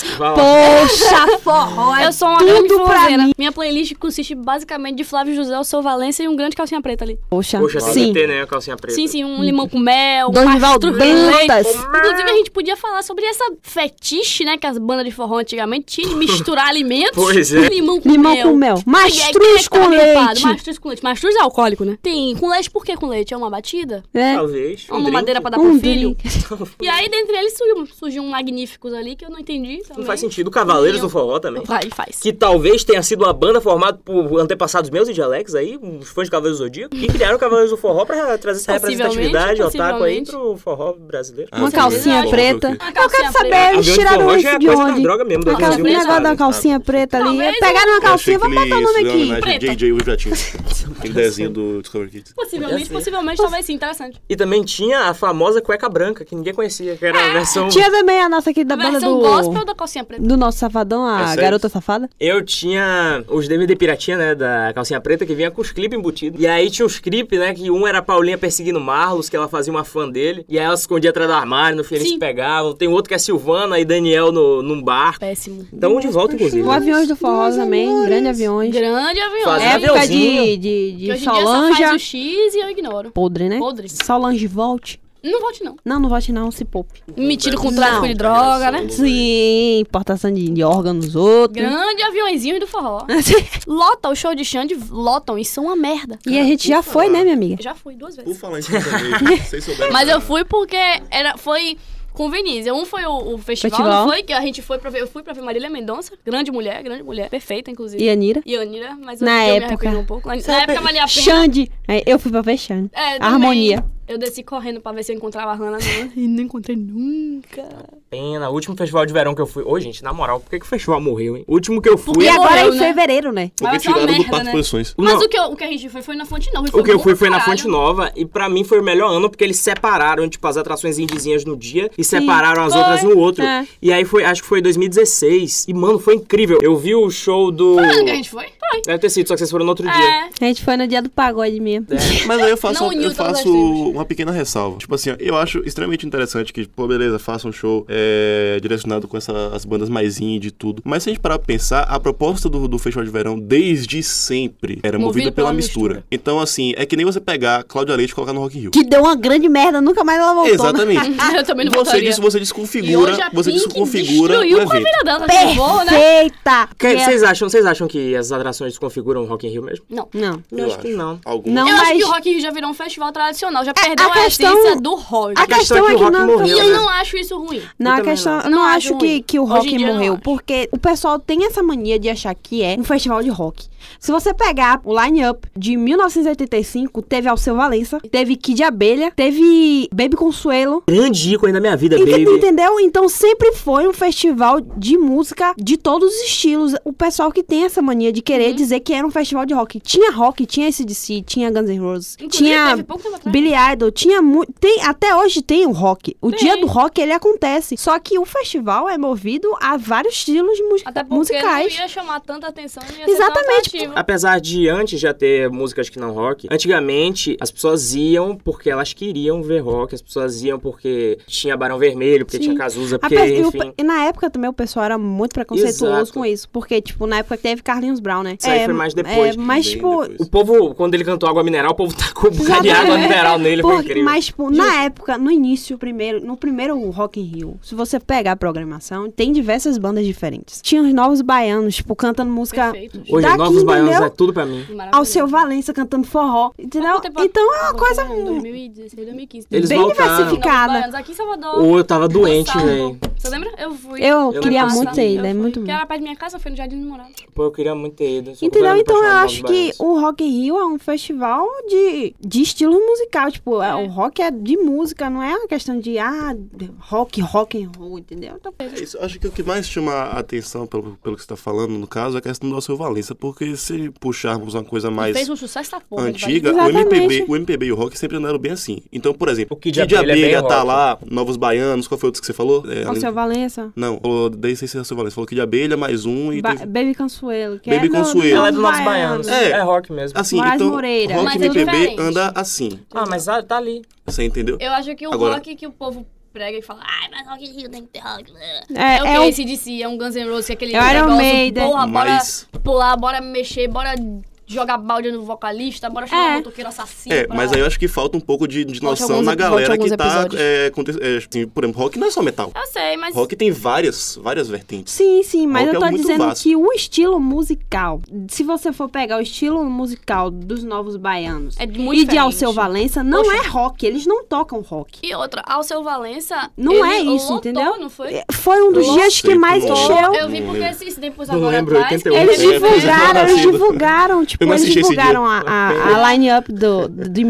A: Poxa, forró. é
C: eu sou uma
A: tudo
C: grande
A: pra
C: forrozeira.
A: mim.
C: Minha playlist consiste basicamente de Flávio José, o Sou Valença e um grande calcinha preta ali.
A: Poxa, sim.
B: né? Calcinha preta.
C: Sim, sim, um limão com mel, um
A: Donival
C: mastruz com leite.
A: Dantas.
C: Inclusive, a gente podia falar sobre essa fetiche, né, que as bandas de forró antigamente tinham de misturar alimentos.
B: Pois é.
C: Limão com
A: Limão
C: mel.
A: com mel.
C: Quem é- quem é
A: Mastruz
C: que tá
A: com
C: limpado?
A: leite.
C: Mastruz com leite. Mastruz é alcoólico, né? Tem. Com leite, por que com leite? É uma batida?
A: né?
B: Talvez.
C: É uma madeira pra dar pro
A: Um
C: filho?
A: drink.
C: E aí, dentre eles, surgiu, surgiu um Magníficos ali que eu não entendi. Também.
B: sentido.
C: Cavaleiros do
B: Forró também.
C: Vai, faz.
B: que talvez tenha sido uma banda formada por antepassados meus e de Alex aí, uns fãs de Cavaleiros do Zodíaco, e criaram Cavaleiros do Forró pra trazer essa
C: Possivelmente,
B: representatividade, otaku aí
C: possivelmente.
B: pro forró brasileiro.
C: Ah,
D: Ah,
A: Uma calcinha
C: acho
A: preta.
D: ok.
A: Eu quero
C: Calcinha
A: saber,
C: preta.
A: eles
B: Avião de
A: tiraram
B: forró já
A: isso
B: é
A: de
B: coisa da
A: onde?
B: droga mesmo, da
A: Aquela
B: Brasil,
A: negócio
B: sabe?
A: da calcinha preta ali.
C: Talvez
A: Pegaram uma
D: Eu achei
A: calcinha,
D: que
A: vamos
D: ele
A: botar o nome
D: fez uma
A: aqui.
D: homenagem a
C: Preta.
D: J.J. e o Jatinho. Aquele desenho do Discovery Kids.
C: Possivelmente, possivelmente, talvez sim, interessante.
B: E também tinha a famosa cueca branca, que ninguém conhecia, que era a versão...
A: Ah, Tinha também a nossa aqui da
C: A
A: banda
C: versão
A: do...
C: gospel da calcinha preta.
A: Do nosso safadão,
D: É
A: a
D: sério?
A: garota safada.
B: Eu tinha os DVD piratinha, né, da calcinha preta, que vinha com os clipes embutidos. E aí tinha os clipes, né, que um era a Paulinha perseguindo o Marlos, que ela fazia uma fã dele. E aí ela se escondia atrás do armário, no fim eles
C: Sim.
B: se pegavam. Tem outro que é Silvana e Daniel no, num barco.
C: Péssimo.
B: Então, um de volta, inclusive.
A: O Aviões do Forró também, grande aviões.
C: Grande avião.
B: Fazendo
C: É,
B: avião.
A: Época de, de,
B: aviãozinho.
A: de
C: que hoje em dia só
A: Solange.
C: faz o X e eu ignoro.
A: Podre, né?
C: Podre.
A: Solange, volte.
C: Não volte, não.
A: Não, não volte não, se poupe.
C: Mentira com tráfico
A: Não.
C: de droga, né?
A: Sim, importação de, de órgãos outros.
C: Grande aviãozinho do forró.
A: Né?
C: Lota o show de Xande, lotam e são uma merda.
A: e a gente já foi, né, minha amiga?
C: Eu já fui duas vezes.
D: Por falar em sertanejo, vocês souberam.
C: Mas eu fui porque era, foi com Vinícius. Um foi o, o festival,
A: Festival.
C: não foi? Que a gente foi pra ver. Eu fui pra ver Marília Mendonça. Grande mulher, grande mulher. Perfeita, inclusive.
A: E a Nira?
C: E Anira, mas eu,
A: Na
C: eu me
A: época.
C: arrependi um pouco. Na época valia a pena.
A: Xande. É, Eu fui pra ver Xande.
C: É, também.
A: Harmonia.
C: Eu desci correndo pra ver se eu encontrava a Hannah né? e não encontrei nunca.
B: Pena, o último festival de verão que eu fui. Ô, gente, na moral, por que, que o festival morreu, hein? O último que eu fui.
A: E
C: Porque
A: agora é
C: morreu,
A: em
C: né?
A: fevereiro, né?
D: Porque
C: Mas é uma
D: tiraram do
C: merda,
D: Parque
C: né?
D: Posições.
B: Não,
C: Mas o que, eu- o que a gente foi foi na Fonte Nova. e foi
B: o que eu
C: bom
B: fui
C: pra
B: foi na
C: caralho.
B: Fonte Nova e pra mim foi o melhor ano porque eles separaram, tipo, as atrações indizinhas no dia e separaram as
C: Foi.
B: outras no outro.
A: É.
B: E aí foi, acho que foi 2016. E, mano, foi incrível. Eu vi o show do.
C: Foi o ano que a gente foi? Foi
B: Deve ter sido, só que vocês foram no outro dia. É.
C: É.
A: A gente foi no dia do pagode mesmo.
D: Mas aí eu faço,
C: Não
D: uma,
C: uniu
D: eu
C: todas as
D: faço
C: tribos.
D: uma pequena ressalva. Tipo assim, ó, eu acho extremamente interessante que, pô, beleza, faça um show é, direcionado com essa- as bandas mais indie e tudo. Mas se a gente parar pra pensar, a proposta do, do Festival de Verão, desde sempre, era
C: Movido
D: movida, pela,
C: pela
D: mistura.
C: mistura.
D: Então, assim, é que nem você pegar Cláudia Leite e colocar no Rock in Rio.
A: Que deu uma grande merda, nunca mais ela voltou. né?
D: Exatamente.
C: Eu também não
D: Você,
C: voltaria.
D: des, você desconfigura,
C: E hoje a
D: você
C: Pink
D: desconfigura o
C: destruiu com a
D: evento.
C: vida dela. ela voou, né?
A: Perfeita!
B: Que-
A: Que-
B: Vocês acham, vocês acham que essas atrações desconfiguram o Rock in Rio mesmo?
C: Não.
A: Não.
B: Eu acho que não.
D: Alguns.
A: Não.
C: Eu acho
A: Mas- É,
C: que o Rock in Rio já virou um festival tradicional. Já perdeu a,
A: questão-
C: essência do rock.
A: A
B: questão é
A: questão
B: que
A: é
B: o
A: que
B: rock
A: não.
B: morreu.
C: E eu
B: né?
C: não acho isso ruim.
A: Não,
B: Eu
A: a
B: também
A: questão.
B: não.
A: Eu não
C: Não
A: acho
C: acho
A: que,
C: ruim.
A: que o
C: Hoje em
A: rock
C: dia eu não
A: morreu.
C: acho.
A: Porque o pessoal tem essa mania de achar que é um festival de rock. Se você pegar o line-up de 1985, teve Alceu Valença, teve Kid Abelha, teve Baby Consuelo.
B: Grande ícone da minha vida,
A: Ent-
B: baby.
A: Entendeu? Então sempre foi um festival de música de todos os estilos. O pessoal que tem essa mania de
C: Uhum.
A: querer dizer que era um festival de rock. Tinha rock, tinha ACDC, tinha Guns N' Roses,
C: Inclusive,
A: tinha
C: teve pouco tempo atrás.
A: Billy Idol, tinha muito. Tem, até hoje tem o rock. O
C: Tem.
A: dia do rock ele acontece. Só que o festival é movido a vários estilos de música,
C: Até porque
A: musicais.
C: não ia chamar tanta atenção. Não ia
A: Exatamente.
C: Ser tão atrativo.
B: Apesar de antes já ter músicas que não rock, antigamente as pessoas iam porque elas queriam ver rock, as pessoas iam porque tinha Barão Vermelho, porque
A: Sim.
B: tinha Cazuza, porque
A: Ape- e, o-
B: enfim.
A: e na época também o pessoal era muito preconceituoso
B: Exato.
A: com isso. Porque, tipo, na época teve Carlinhos Brown, né?
B: Isso aí foi mais depois,
A: É, mas,
D: bem
A: tipo,
D: depois.
B: O povo, quando ele cantou Água Mineral, o povo tacou um bocado de água
A: Exatamente.
B: mineral nele, foi
A: Por-
B: incrível.
A: Mas, tipo, na época, no início, primeiro, no primeiro Rock in Rio, se você pegar a programação, tem diversas bandas diferentes. Tinha os novos baianos, tipo, cantando música.
C: Perfeito.
B: Hoje,
A: daqui,
B: Novos Baianos
A: entendeu?
B: é tudo pra mim.
A: Ao
C: Maravilhoso.
A: seu Valença cantando forró, entendeu?
C: Pouco tempo
A: Então é uma
C: atrás,
A: coisa.
C: em 2016, 2015.
B: Eles
A: Bem
B: voltaram.
A: diversificada.
C: Novos Baianos, Aqui em Salvador.
B: Ou eu tava doente,
C: Gonçalo.
B: velho.
C: Você lembra? Eu fui.
A: Eu
C: Foi
B: queria
C: massa.
B: muito
A: ir,
C: Eu
A: né?
C: fui,
A: Muito
C: Que era perto da minha casa, foi no Jardim do Morado.
B: Pô, eu queria muito ter ido. sou
A: Entendeu?
B: completamente
A: Então eu
B: apaixonado
A: acho
B: por Novos
A: que o Rock in Rio é um festival de, de estilo musical. Tipo, é,
C: É.
A: o rock é de música, não é uma questão de ah, rock, rock and roll, entendeu? Então,
D: É isso. Acho que o que mais chama a atenção, pelo, pelo que você está falando, no caso, é a questão do Alceu Valença, porque se puxarmos uma coisa mais
C: Fez um sucesso da porra.
D: antiga, o
A: Exatamente.
D: MPB, o MPB e o rock sempre andaram bem assim. Então, por exemplo,
B: O Kid
D: Kid
B: Abelha é bem
D: Abelha tá
B: rock.
D: lá, Novos Baianos, qual foi outro que você falou? É,
A: ao
D: além-
A: seu Valença.
D: Não, o daí sei se é Alceu Valença. Falou Kid Abelha, mais um e
A: Ba-
D: teve...
A: Baby Consuelo. Que
D: Baby
A: é do-
D: Consuelo.
B: Ela é
A: dos
B: do Novos Baianos.
D: É.
B: É rock mesmo.
D: Assim,
A: Moraes
D: então,
A: Moreira.
D: rock
C: Mas
D: e
C: é
D: MPB
C: diferente.
D: anda assim,
B: Ah, mas ah, tá ali.
D: você entendeu?
C: Eu acho que o
D: Agora-
C: rock que o povo prega e fala, ai, mas Rock in Rio tem que ter rock. né?"
A: É,
C: É o
A: é o-
C: que esse DC, é um Guns N' Roses, que é aquele
A: É o Iron
C: negócio,
A: Maiden.
C: porra, bora
D: Mas-
C: pular, bora mexer, bora jogar balde no vocalista, bora chamar
A: É.
C: o motoqueiro assassino.
D: É,
C: pra-
D: mas aí eu acho que falta um pouco de, de noção
C: alguns-
D: na
C: volte
D: galera
C: alguns
D: que tá...
C: episódios.
D: É, aconte- é, assim, por exemplo, rock não é só metal.
C: Eu sei, mas...
D: Rock tem várias, várias vertentes.
A: Sim, sim, mas
D: Rock é
A: eu tô
D: muito
A: dizendo
D: vasto.
A: que o estilo musical, se você for pegar o estilo musical dos novos baianos
C: É
A: e
C: muito
A: de
C: diferente.
A: Alceu Valença, não
C: Poxa.
A: é rock, eles não tocam rock.
C: E outra, Alceu Valença...
A: Não
C: ele
A: é isso,
C: lotou,
A: entendeu?
C: Não foi?
A: É, Foi um dos
D: Eu
A: dias
D: sei
A: que mais
D: como é.
A: encheu.
C: Eu vi
D: Não
C: porque
D: lembro.
C: esses tempos
B: Não
C: agora
B: lembro,
C: atrás...
B: 81.
A: Eles
D: sei, né?
A: divulgaram, eles
D: Nascido.
A: divulgaram, tipo,
D: Eu não
A: eles
D: assisti esse dia.
A: divulgaram a, a, a line-up do, do- de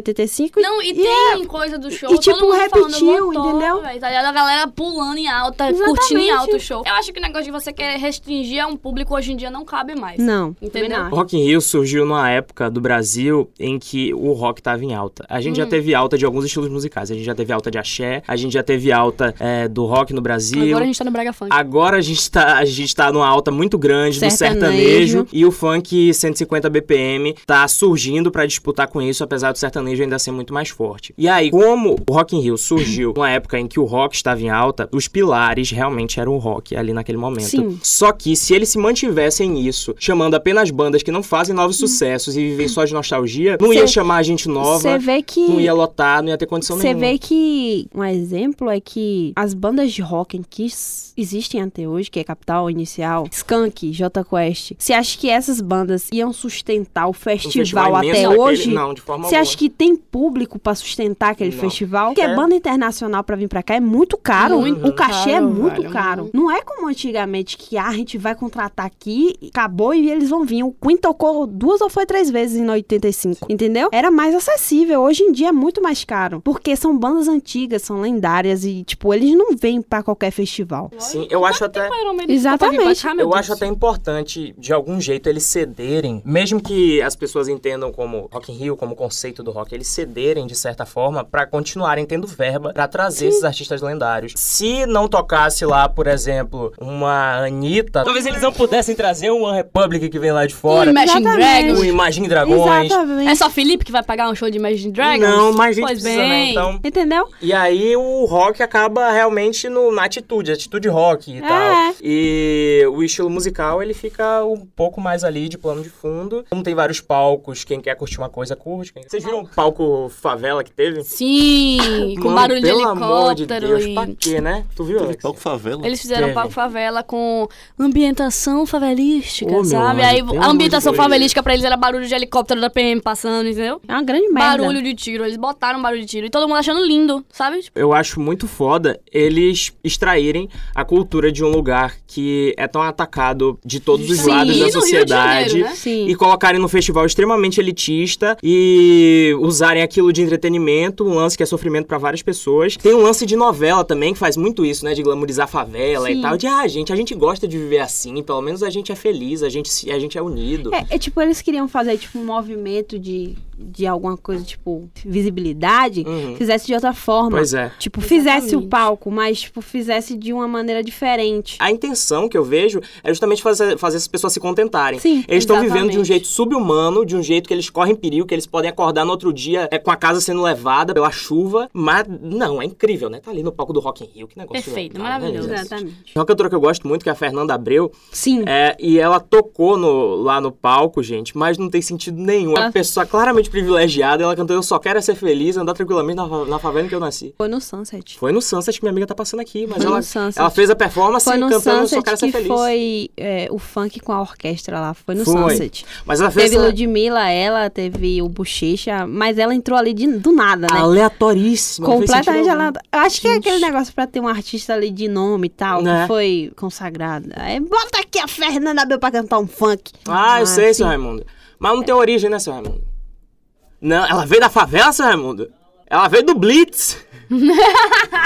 A: 1985 e
C: Não, e tem coisa do show.
A: e, tipo,
C: todo mundo
A: repetiu,
C: falando, lotou,
A: entendeu?
C: véi, tá ligado? A galera pulando em alta, curtindo em
A: Exatamente.
C: alta o show. Eu acho que o negócio de você querer restringir a um público hoje em dia não cabe mais.
A: Não,
C: Entendeu?
A: também não acho.
B: O Rock in Rio surgiu numa época do Brasil em que o rock tava em alta. A
C: Hum.
B: gente já teve alta de alguns estilos musicais. A gente já teve alta de axé, a gente já teve alta é, do rock no Brasil.
C: Agora a gente tá no Braga Funk.
B: Agora a gente tá, a gente tá numa alta muito grande do
A: Sertanejo.
B: sertanejo e o funk 150 BPM tá surgindo pra disputar com isso, apesar do sertanejo ainda ser muito mais forte. E aí, como o Rock in Rio surgiu numa época em que o rock estava em alta, os pilares realmente eram o rock ali naquele momento.
A: Sim.
B: Só que se eles se mantivessem nisso, chamando apenas bandas que não fazem novos sucessos e vivem só de nostalgia, não ia
A: Hum. Cê-
B: chamar a gente
A: Você
B: nova,
A: vê que
B: não ia lotar, não ia ter condição
A: Você
B: nenhuma.
A: vê que um exemplo é que as bandas de rock que s- existem até hoje, que é Capital Inicial, Skank, J Quest, você acha que essas bandas iam sustentar o
B: Um
A: festival,
B: festival imenso
A: até
B: daquele-
A: hoje?
B: Não, de forma
A: Você
B: alguma.
A: acha que tem público pra sustentar aquele
B: Não.
A: festival? Porque
B: É.
A: banda internacional pra vir pra cá é muito caro.
C: Muito
A: o cachê é
C: caro,
A: muito
C: velho.
A: caro. Não é como antigamente que ah, a gente vai contratar aqui, e acabou e eles vão vir. O Queen tocou duas ou foi três vezes em 85, entendeu? Era mais acessível. Hoje em dia é muito mais caro. Porque são bandas antigas, são lendárias e, tipo, eles não vêm pra qualquer festival.
B: Sim, eu acho até...
C: Iron Maiden
A: Exatamente.
C: tocava em Guatá, meu
B: Eu
C: Deus.
B: acho até importante, de algum jeito, eles cederem, mesmo que as pessoas entendam como Rock in Rio, como conceito do rock, eles cederem de certa forma pra continuarem tendo verba pra trazer esses artistas lendários. Se não tocasse lá, por exemplo, uma Anitta, talvez eles não pudessem trazer um One Republic que vem lá de fora.
C: Um Imagine
A: Exatamente.
B: O
C: Dragons.
B: Imagine Dragons.
A: Exatamente.
C: É só Felipe que vai pagar um show de Imagine Dragons?
B: Não, mas a gente
C: pois
B: precisa,
C: bem.
B: né? Então,
A: Entendeu?
B: e aí o rock acaba realmente no- na atitude, atitude rock e
A: É.
B: tal. E o estilo musical, ele fica um pouco mais ali de plano de fundo. Como tem vários palcos, quem quer curtir uma coisa, curte. Quem- Vocês viram o palco favela que teve?
C: Sim, com
B: Mano,
C: barulho de
B: pelo amor de
C: helicóptero
B: Deus,
C: e-
B: pra quê, né? Tu viu, Alex?
D: Palco favela.
C: Eles fizeram
B: Teve.
C: palco favela com ambientação favelística,
B: Ô, meu
C: sabe?
B: anjo,
C: Aí
B: pelo
C: a
B: amor
C: ambientação
B: de Deus.
C: favelística pra eles era barulho de helicóptero da PM passando, entendeu?
A: É uma grande merda.
C: Barulho de tiro, eles botaram barulho de tiro e todo mundo achando lindo, sabe? Tipo,
B: Eu acho muito foda eles extraírem a cultura de um lugar que é tão atacado de todos os
A: Sim,
B: lados
A: e
B: da
A: no Rio de
B: sociedade.
C: Janeiro, né?
A: Sim.
B: e colocarem num festival extremamente elitista e usarem aquilo de entretenimento, um lance que é sofrimento pra várias pessoas. Tem um lance de novela também que faz muito isso, né, de glamourizar a favela
A: Sim.
B: e tal. De ah, gente, a gente gosta de viver assim, pelo menos a gente é feliz, a gente se- a gente é unido.
A: É, é tipo, eles queriam fazer tipo um movimento de, de alguma coisa, tipo, visibilidade,
B: Uhum.
A: fizesse de outra forma.
B: Pois é.
A: Tipo, fizesse
C: Exatamente.
A: o palco, mas tipo, fizesse de uma maneira diferente.
B: A intenção que eu vejo é justamente fazer, fazer essas pessoas se contentarem.
A: Sim,
B: Eles estão
C: Exatamente.
B: vivendo de um jeito subhumano, de um jeito que eles correm perigo, que eles podem acordar no outro dia é, com a casa sendo levada pela chuva. Mas não, é incrível, né? Tá ali no palco do Rock in Rio, que negócio
C: Perfeito,
B: legal, né?
C: maravilhoso.
B: Jesus.
A: Exatamente.
B: Tem uma cantora que eu gosto muito, que é a Fernanda Abreu,
A: Sim.
B: é, e ela tocou no- lá no palco, gente, mas não tem sentido nenhum. É uma
A: Ah.
B: pessoa claramente privilegiada, ela cantou Eu Só Quero É Ser Feliz, andar tranquilamente na, fa- na favela em que eu nasci.
A: Foi no Sunset.
B: Foi no Sunset que minha amiga tá passando aqui, mas
A: Foi
B: ela,
A: no Sunset.
B: ela fez a performance
A: Foi no
B: cantando Eu Só
A: Sunset
B: Quero Ser
A: que
B: Feliz.
A: foi é, o funk com a orquestra lá. Foi no
B: Foi.
A: Sunset.
B: Mas ela fez
A: Teve
B: essa-
A: Ludmilla, ela, teve o Bochecha, mas ela entrou ali de- do nada,
B: Ah,
A: né?
B: aleatoríssima. não fez
A: Completamente
B: sentido
A: gelada. Eu acho que é
B: Gente.
A: aquele negócio pra ter um artista ali de nome e tal,
B: Né?
A: que foi consagrada. É, bota aqui a Fernanda Bel pra cantar um funk.
B: algum. Ah, eu sei,
A: sim.
B: seu Raimundo. Mas não tem origem, né, seu Raimundo? Não, ela veio da favela, seu Raimundo? Ela veio do Blitz.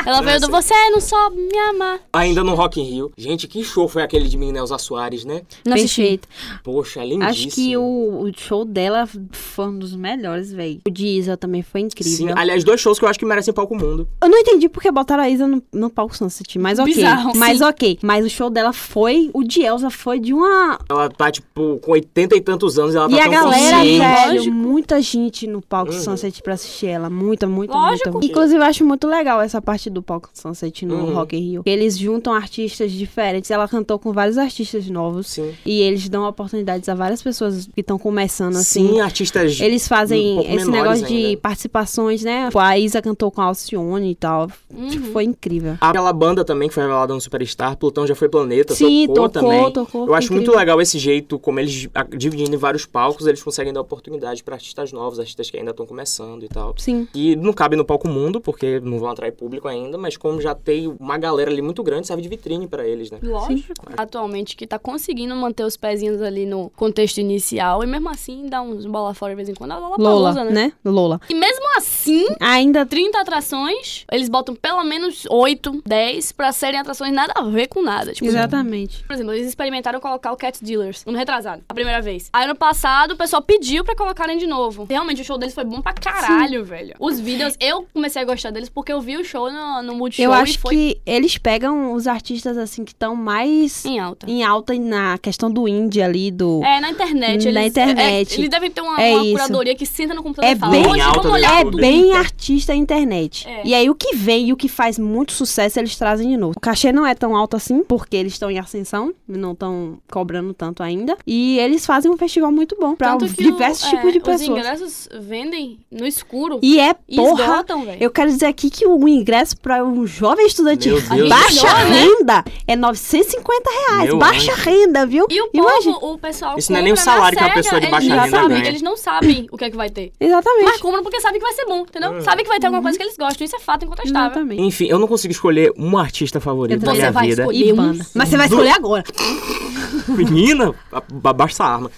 C: ela veio do você não soube me amar.
B: Ainda no Rock in Rio. Gente, que show foi aquele de Minelza Soares, né?
C: Não assisti.
A: Perfeito.
B: Poxa, lindíssimo.
A: Acho que o, o show dela foi um dos melhores, velho. O de Isa também foi
B: Sim,
A: incrível.
B: aliás, dois shows que eu acho que merecem palco mundo.
A: Eu não entendi porque botaram a Isa no, no palco Sunset, mas ok.
C: Bizarro,
A: mas
C: sim.
A: ok. Mas o show dela foi. O de Elsa foi de uma.
B: Ela tá, tipo, com 80 e tantos anos e ela
A: e
B: tá
A: a
B: tão
A: galera, é
B: consciente.
A: velho,
C: Lógico.
A: muita gente no palco
B: Uhum.
A: Sunset pra assistir ela. Muita, muita,
C: Lógico.
A: muita. Inclusive, eu acho muito legal essa parte do palco Sunset no
B: Uhum.
A: Rock in Rio. Eles juntam artistas diferentes. Ela cantou com vários artistas novos.
B: Sim.
A: E eles dão oportunidades a várias pessoas que estão começando, assim.
B: Sim, artistas...
A: Eles
B: um
A: fazem
B: pouco
A: esse
B: menores
A: negócio de
B: ainda.
A: participações, né? A Isa cantou com a Alcione e tal. Tipo, Foi incrível.
B: Aquela banda também que foi revelada no Superstar, Plutão Já Foi Planeta,
A: Sim,
B: tocou,
A: tocou,
B: também.
A: tocou,
B: eu
A: foi
B: acho muito
A: incrível.
B: legal esse jeito, como eles, a- dividindo em vários palcos, eles conseguem dar oportunidade pra artistas novos, artistas que ainda estão começando e tal.
A: Sim.
B: E não cabe no palco mundo, porque não vão atrair público ainda, mas como já tem uma galera ali muito grande, serve de vitrine pra eles, né?
C: Lógico. Atualmente, que tá conseguindo manter os pezinhos ali no contexto inicial e mesmo assim dá uns bola fora de vez em quando. A Lola,
A: Lola,
C: né?
A: né? Lola.
C: E mesmo assim,
A: Ainda
C: 30 atrações, eles botam pelo menos 8, 10 pra serem atrações nada a ver com nada. Tipo,
A: Exatamente.
C: Por exemplo, eles experimentaram colocar o Cat Dealers ano retrasado, a primeira vez. Aí ano passado o pessoal pediu pra colocarem de novo. Realmente o show deles foi bom pra caralho, velho. Os vídeos, eu comecei a gostar deles porque eu vi o show no, no Multishow
A: Eu
C: e
A: acho
C: foi
A: que eles pegam os artistas assim que estão mais
C: em alta.
A: em alta e na questão do indie ali, do.
C: É, na internet.
A: Na
C: eles,
A: internet.
C: é, eles devem ter uma,
A: É
C: uma
A: isso.
C: curadoria que senta no computador
A: É
C: e fala,
A: bem-
C: hoje
B: Em alta
C: vamos
B: no
C: olhar
A: É
B: YouTube.
C: tudo.
A: bem artista internet.
C: É.
A: E aí o que vem e o que faz muito sucesso, eles trazem de novo. O cachê não é tão alto assim, porque eles estão em ascensão, não estão cobrando tanto ainda. E eles fazem um festival muito bom pra
C: Tanto que o-
A: diversos
C: é,
A: tipos de
C: Os
A: pessoas.
C: ingressos vendem no escuro
A: E é
C: e
A: porra.
C: esgotam, velho.
A: Eu quero dizer aqui que o ingresso pra um jovem estudante
B: Meu Deus
A: de
B: do
A: baixa
C: céu.
A: renda é 950 reais.
B: Meu
A: baixa
B: anjo.
A: renda, viu?
C: E o povo,
A: Imagina.
C: o pessoal.
B: Isso não é nem o
C: compra na
B: salário que uma
C: cega,
B: pessoa de
C: eles
B: baixa
C: não
A: renda
C: sabem,
A: ganha.
C: Eles não sabem o que é que vai ter.
A: Exatamente. Uhum.
C: Mas compram porque sabem que vai ser bom, entendeu?
B: Hum.
C: Sabe que vai ter alguma coisa que eles gostam. Isso é fato incontestável.
A: Exatamente.
B: Enfim, eu não consigo escolher um artista favorito
A: Eu
B: da
A: também.
B: minha
C: Você vai
B: vida.
C: escolher.
A: E banda. Mas você vai escolher agora.
B: Menina, a- abaixa essa arma.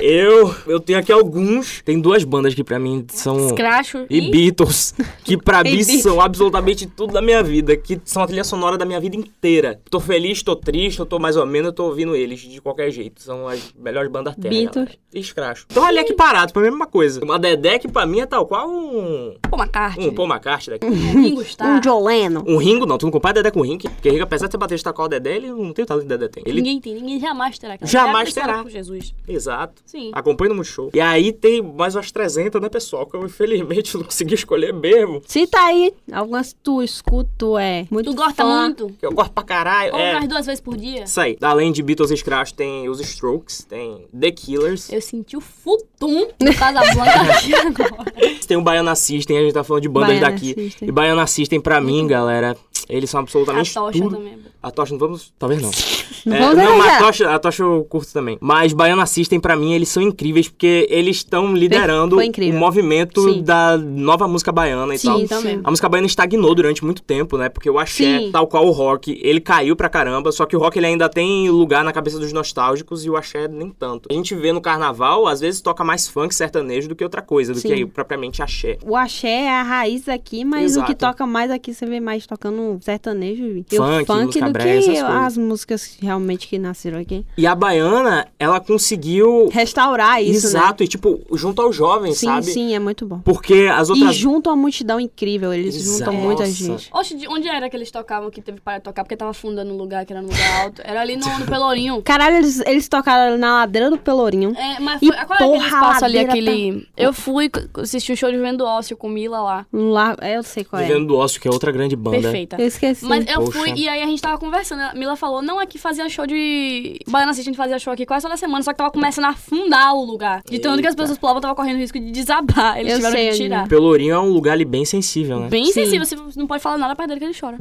B: Eu, eu tenho aqui alguns. Tem duas bandas que pra mim são.
C: Escracho
B: E Beatles, que pra
A: E
B: mim
A: Beatles.
B: são absolutamente tudo da minha vida, que são a trilha sonora da minha vida inteira. Tô feliz, tô triste, eu tô mais ou menos, eu tô ouvindo eles de qualquer jeito. São as melhores bandas da terra.
A: Beatles.
B: galera. E Escracho. Então ali aqui parado, pra mim é a mesma coisa. Uma Dedé que pra mim é tal qual um.
C: Pô, uma carta.
B: Um Paul McCartney daqui.
C: Ringo Starr.
A: Um Joleno.
B: Um Ringo não, tu não compara Dedé com o Ringo, porque Ringo, apesar de você bater estacar o Dedé, ele não tem o talento que o Dedé tem. Ele
C: Ninguém tem, ninguém jamais terá. aquela-
B: Jamais
C: Será que
B: terá. Ah,
C: Com Jesus.
B: Exato.
C: Sim.
B: Acompanha no Multishow. E aí tem mais umas 300, né, pessoal? Que eu infelizmente não consegui escolher mesmo.
A: Cita aí algumas que tu escuta, tu é muito
C: Tu gosta
A: fã.
C: muito?
B: Que eu gosto pra caralho.
C: Ou
B: é.
C: mais duas vezes por dia?
B: Isso aí. Além de Beatles e Scratch, tem os Strokes, tem The Killers,
C: Eu senti o futum do Casablanca aqui agora.
B: tem o Baiana System, a gente tá falando de bandas
A: Baiana
B: daqui.
A: System. Uhum.
B: E Baiana System, pra mim, galera, eles são
C: A
B: absolutamente
C: tocha
B: tudo.
C: também.
B: A Tocha, não vamos... Talvez não. É,
A: Vamos
B: não, mas a
A: analisar.
B: tocha, a tocha eu curto também. Mas Baiana System, pra mim, eles são incríveis, porque eles estão liderando
A: foi incrível.
B: o movimento
A: Sim.
B: da nova música baiana e tal.
A: Sim,
C: também.
A: sim.
B: A música baiana estagnou durante muito tempo, né? Porque o axé,
A: Sim.
B: tal qual o rock, ele caiu pra caramba. Só que o rock ele ainda tem lugar na cabeça dos nostálgicos e o axé é nem tanto. A gente vê no carnaval, às vezes toca mais funk sertanejo do que outra coisa, do
A: Sim.
B: que propriamente axé.
A: O axé é a raiz aqui, mas o que
B: Exato.
A: toca mais aqui, você vê mais tocando sertanejo e
B: Funk,
A: o funk
B: música
A: do
B: brega,
A: que
B: essas coisas.
A: as músicas realmente que nasceram aqui.
B: E a baiana, ela conseguiu.
A: Restaurar isso, né?
B: Exato, e tipo, junto aos jovens,
A: Sim,
B: sabe?
A: sim, é muito bom.
B: Porque as
A: E
B: outras.
A: juntam a multidão incrível, eles
B: Exato.
A: juntam muita
B: Nossa.
A: gente.
C: Oxe, de onde era que eles tocavam que teve para tocar? Porque tava afundando um lugar que era no lugar alto. Era ali no, no Pelourinho.
A: Caralho, eles, eles tocaram na ladeira do Pelourinho.
C: É, mas
A: E
C: foi, qual era aquele
A: porra,
C: espaço ali,
A: ladeira
C: aquele... Eu fui assistir um show de Vendo Ócio com Mila lá.
A: Lá, é, eu sei qual é.
B: Vivendo do Ócio, que é outra grande banda.
C: Perfeita.
A: Eu esqueci.
C: Tá. Mas eu
B: Poxa.
C: fui e aí a gente tava conversando. A Mila falou: não, é que fazia show de. Baiana City, a gente fazia show aqui quase toda semana, só que tava começando a afundar o lugar. De tanto que as
B: Eita.
C: pessoas pulavam, tava correndo risco de desabar. Eles
A: Eu
C: tiveram
A: sei
C: que
A: onde
C: tirar.
B: Pelourinho é um lugar ali bem sensível, né?
C: Bem
A: Sim.
C: sensível, você não pode falar nada perto dele que ele chora.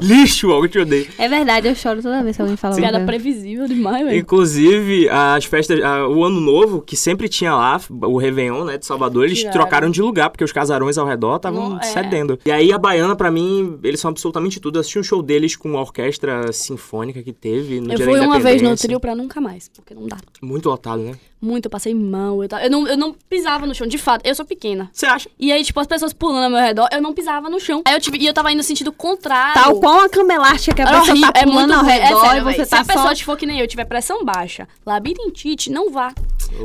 B: Lixo, algo que te odeio.
A: É verdade, eu choro toda vez que alguém fala
C: Piada
A: alguma coisa.
C: previsível demais, velho.
B: Inclusive, as festas, ah, o Ano Novo, que sempre tinha lá, o Réveillon, né, de Salvador, eles
C: Tiraram.
B: trocaram de lugar, porque os casarões ao redor estavam
C: Não, é.
B: cedendo. E aí, a Baiana, pra mim, eles são absolutamente tudo. Eu assisti um show deles com uma orquestra sinfônica que teve no
C: Eu
B: dia
C: fui
B: da
C: uma vez no
B: Independência.
C: trio pra nunca mais, porque não dá.
B: Muito lotado, né?
C: Muito, eu passei mal. Eu, tava- eu, não, eu não pisava no chão, de fato. Eu sou pequena.
B: Você acha?
C: E aí, tipo, as pessoas pulando ao meu redor, eu não pisava no chão. Aí eu tive, e eu tava indo no sentido contrário.
A: Tal qual a cama elástica que a
C: Era
A: pessoa
C: horrível,
A: tá
C: é muito
A: pulando ao
C: ruim.
A: redor
C: é sério,
A: e você
C: véi.
A: tá
C: Se a pessoa
A: só...
C: te for que nem eu, tiver pressão baixa, labirintite, não vá.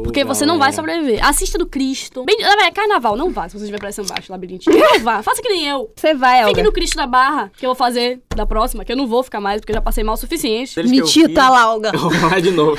C: Porque
B: Ô,
C: você não vai
B: galera.
C: sobreviver. Assista do Cristo. Bem, ah, véi, carnaval, não vá se você tiver pressão baixa, labirintite. Não vá, faça que nem eu.
A: Você vai,
C: Fique
A: Olga.
C: no Cristo da Barra, que eu vou fazer da próxima, que eu não vou ficar mais, porque eu já passei mal o suficiente.
B: Eles que eu
A: Mentira,
B: vi-
A: tá lá, Olga.
B: Vamos lá de novo.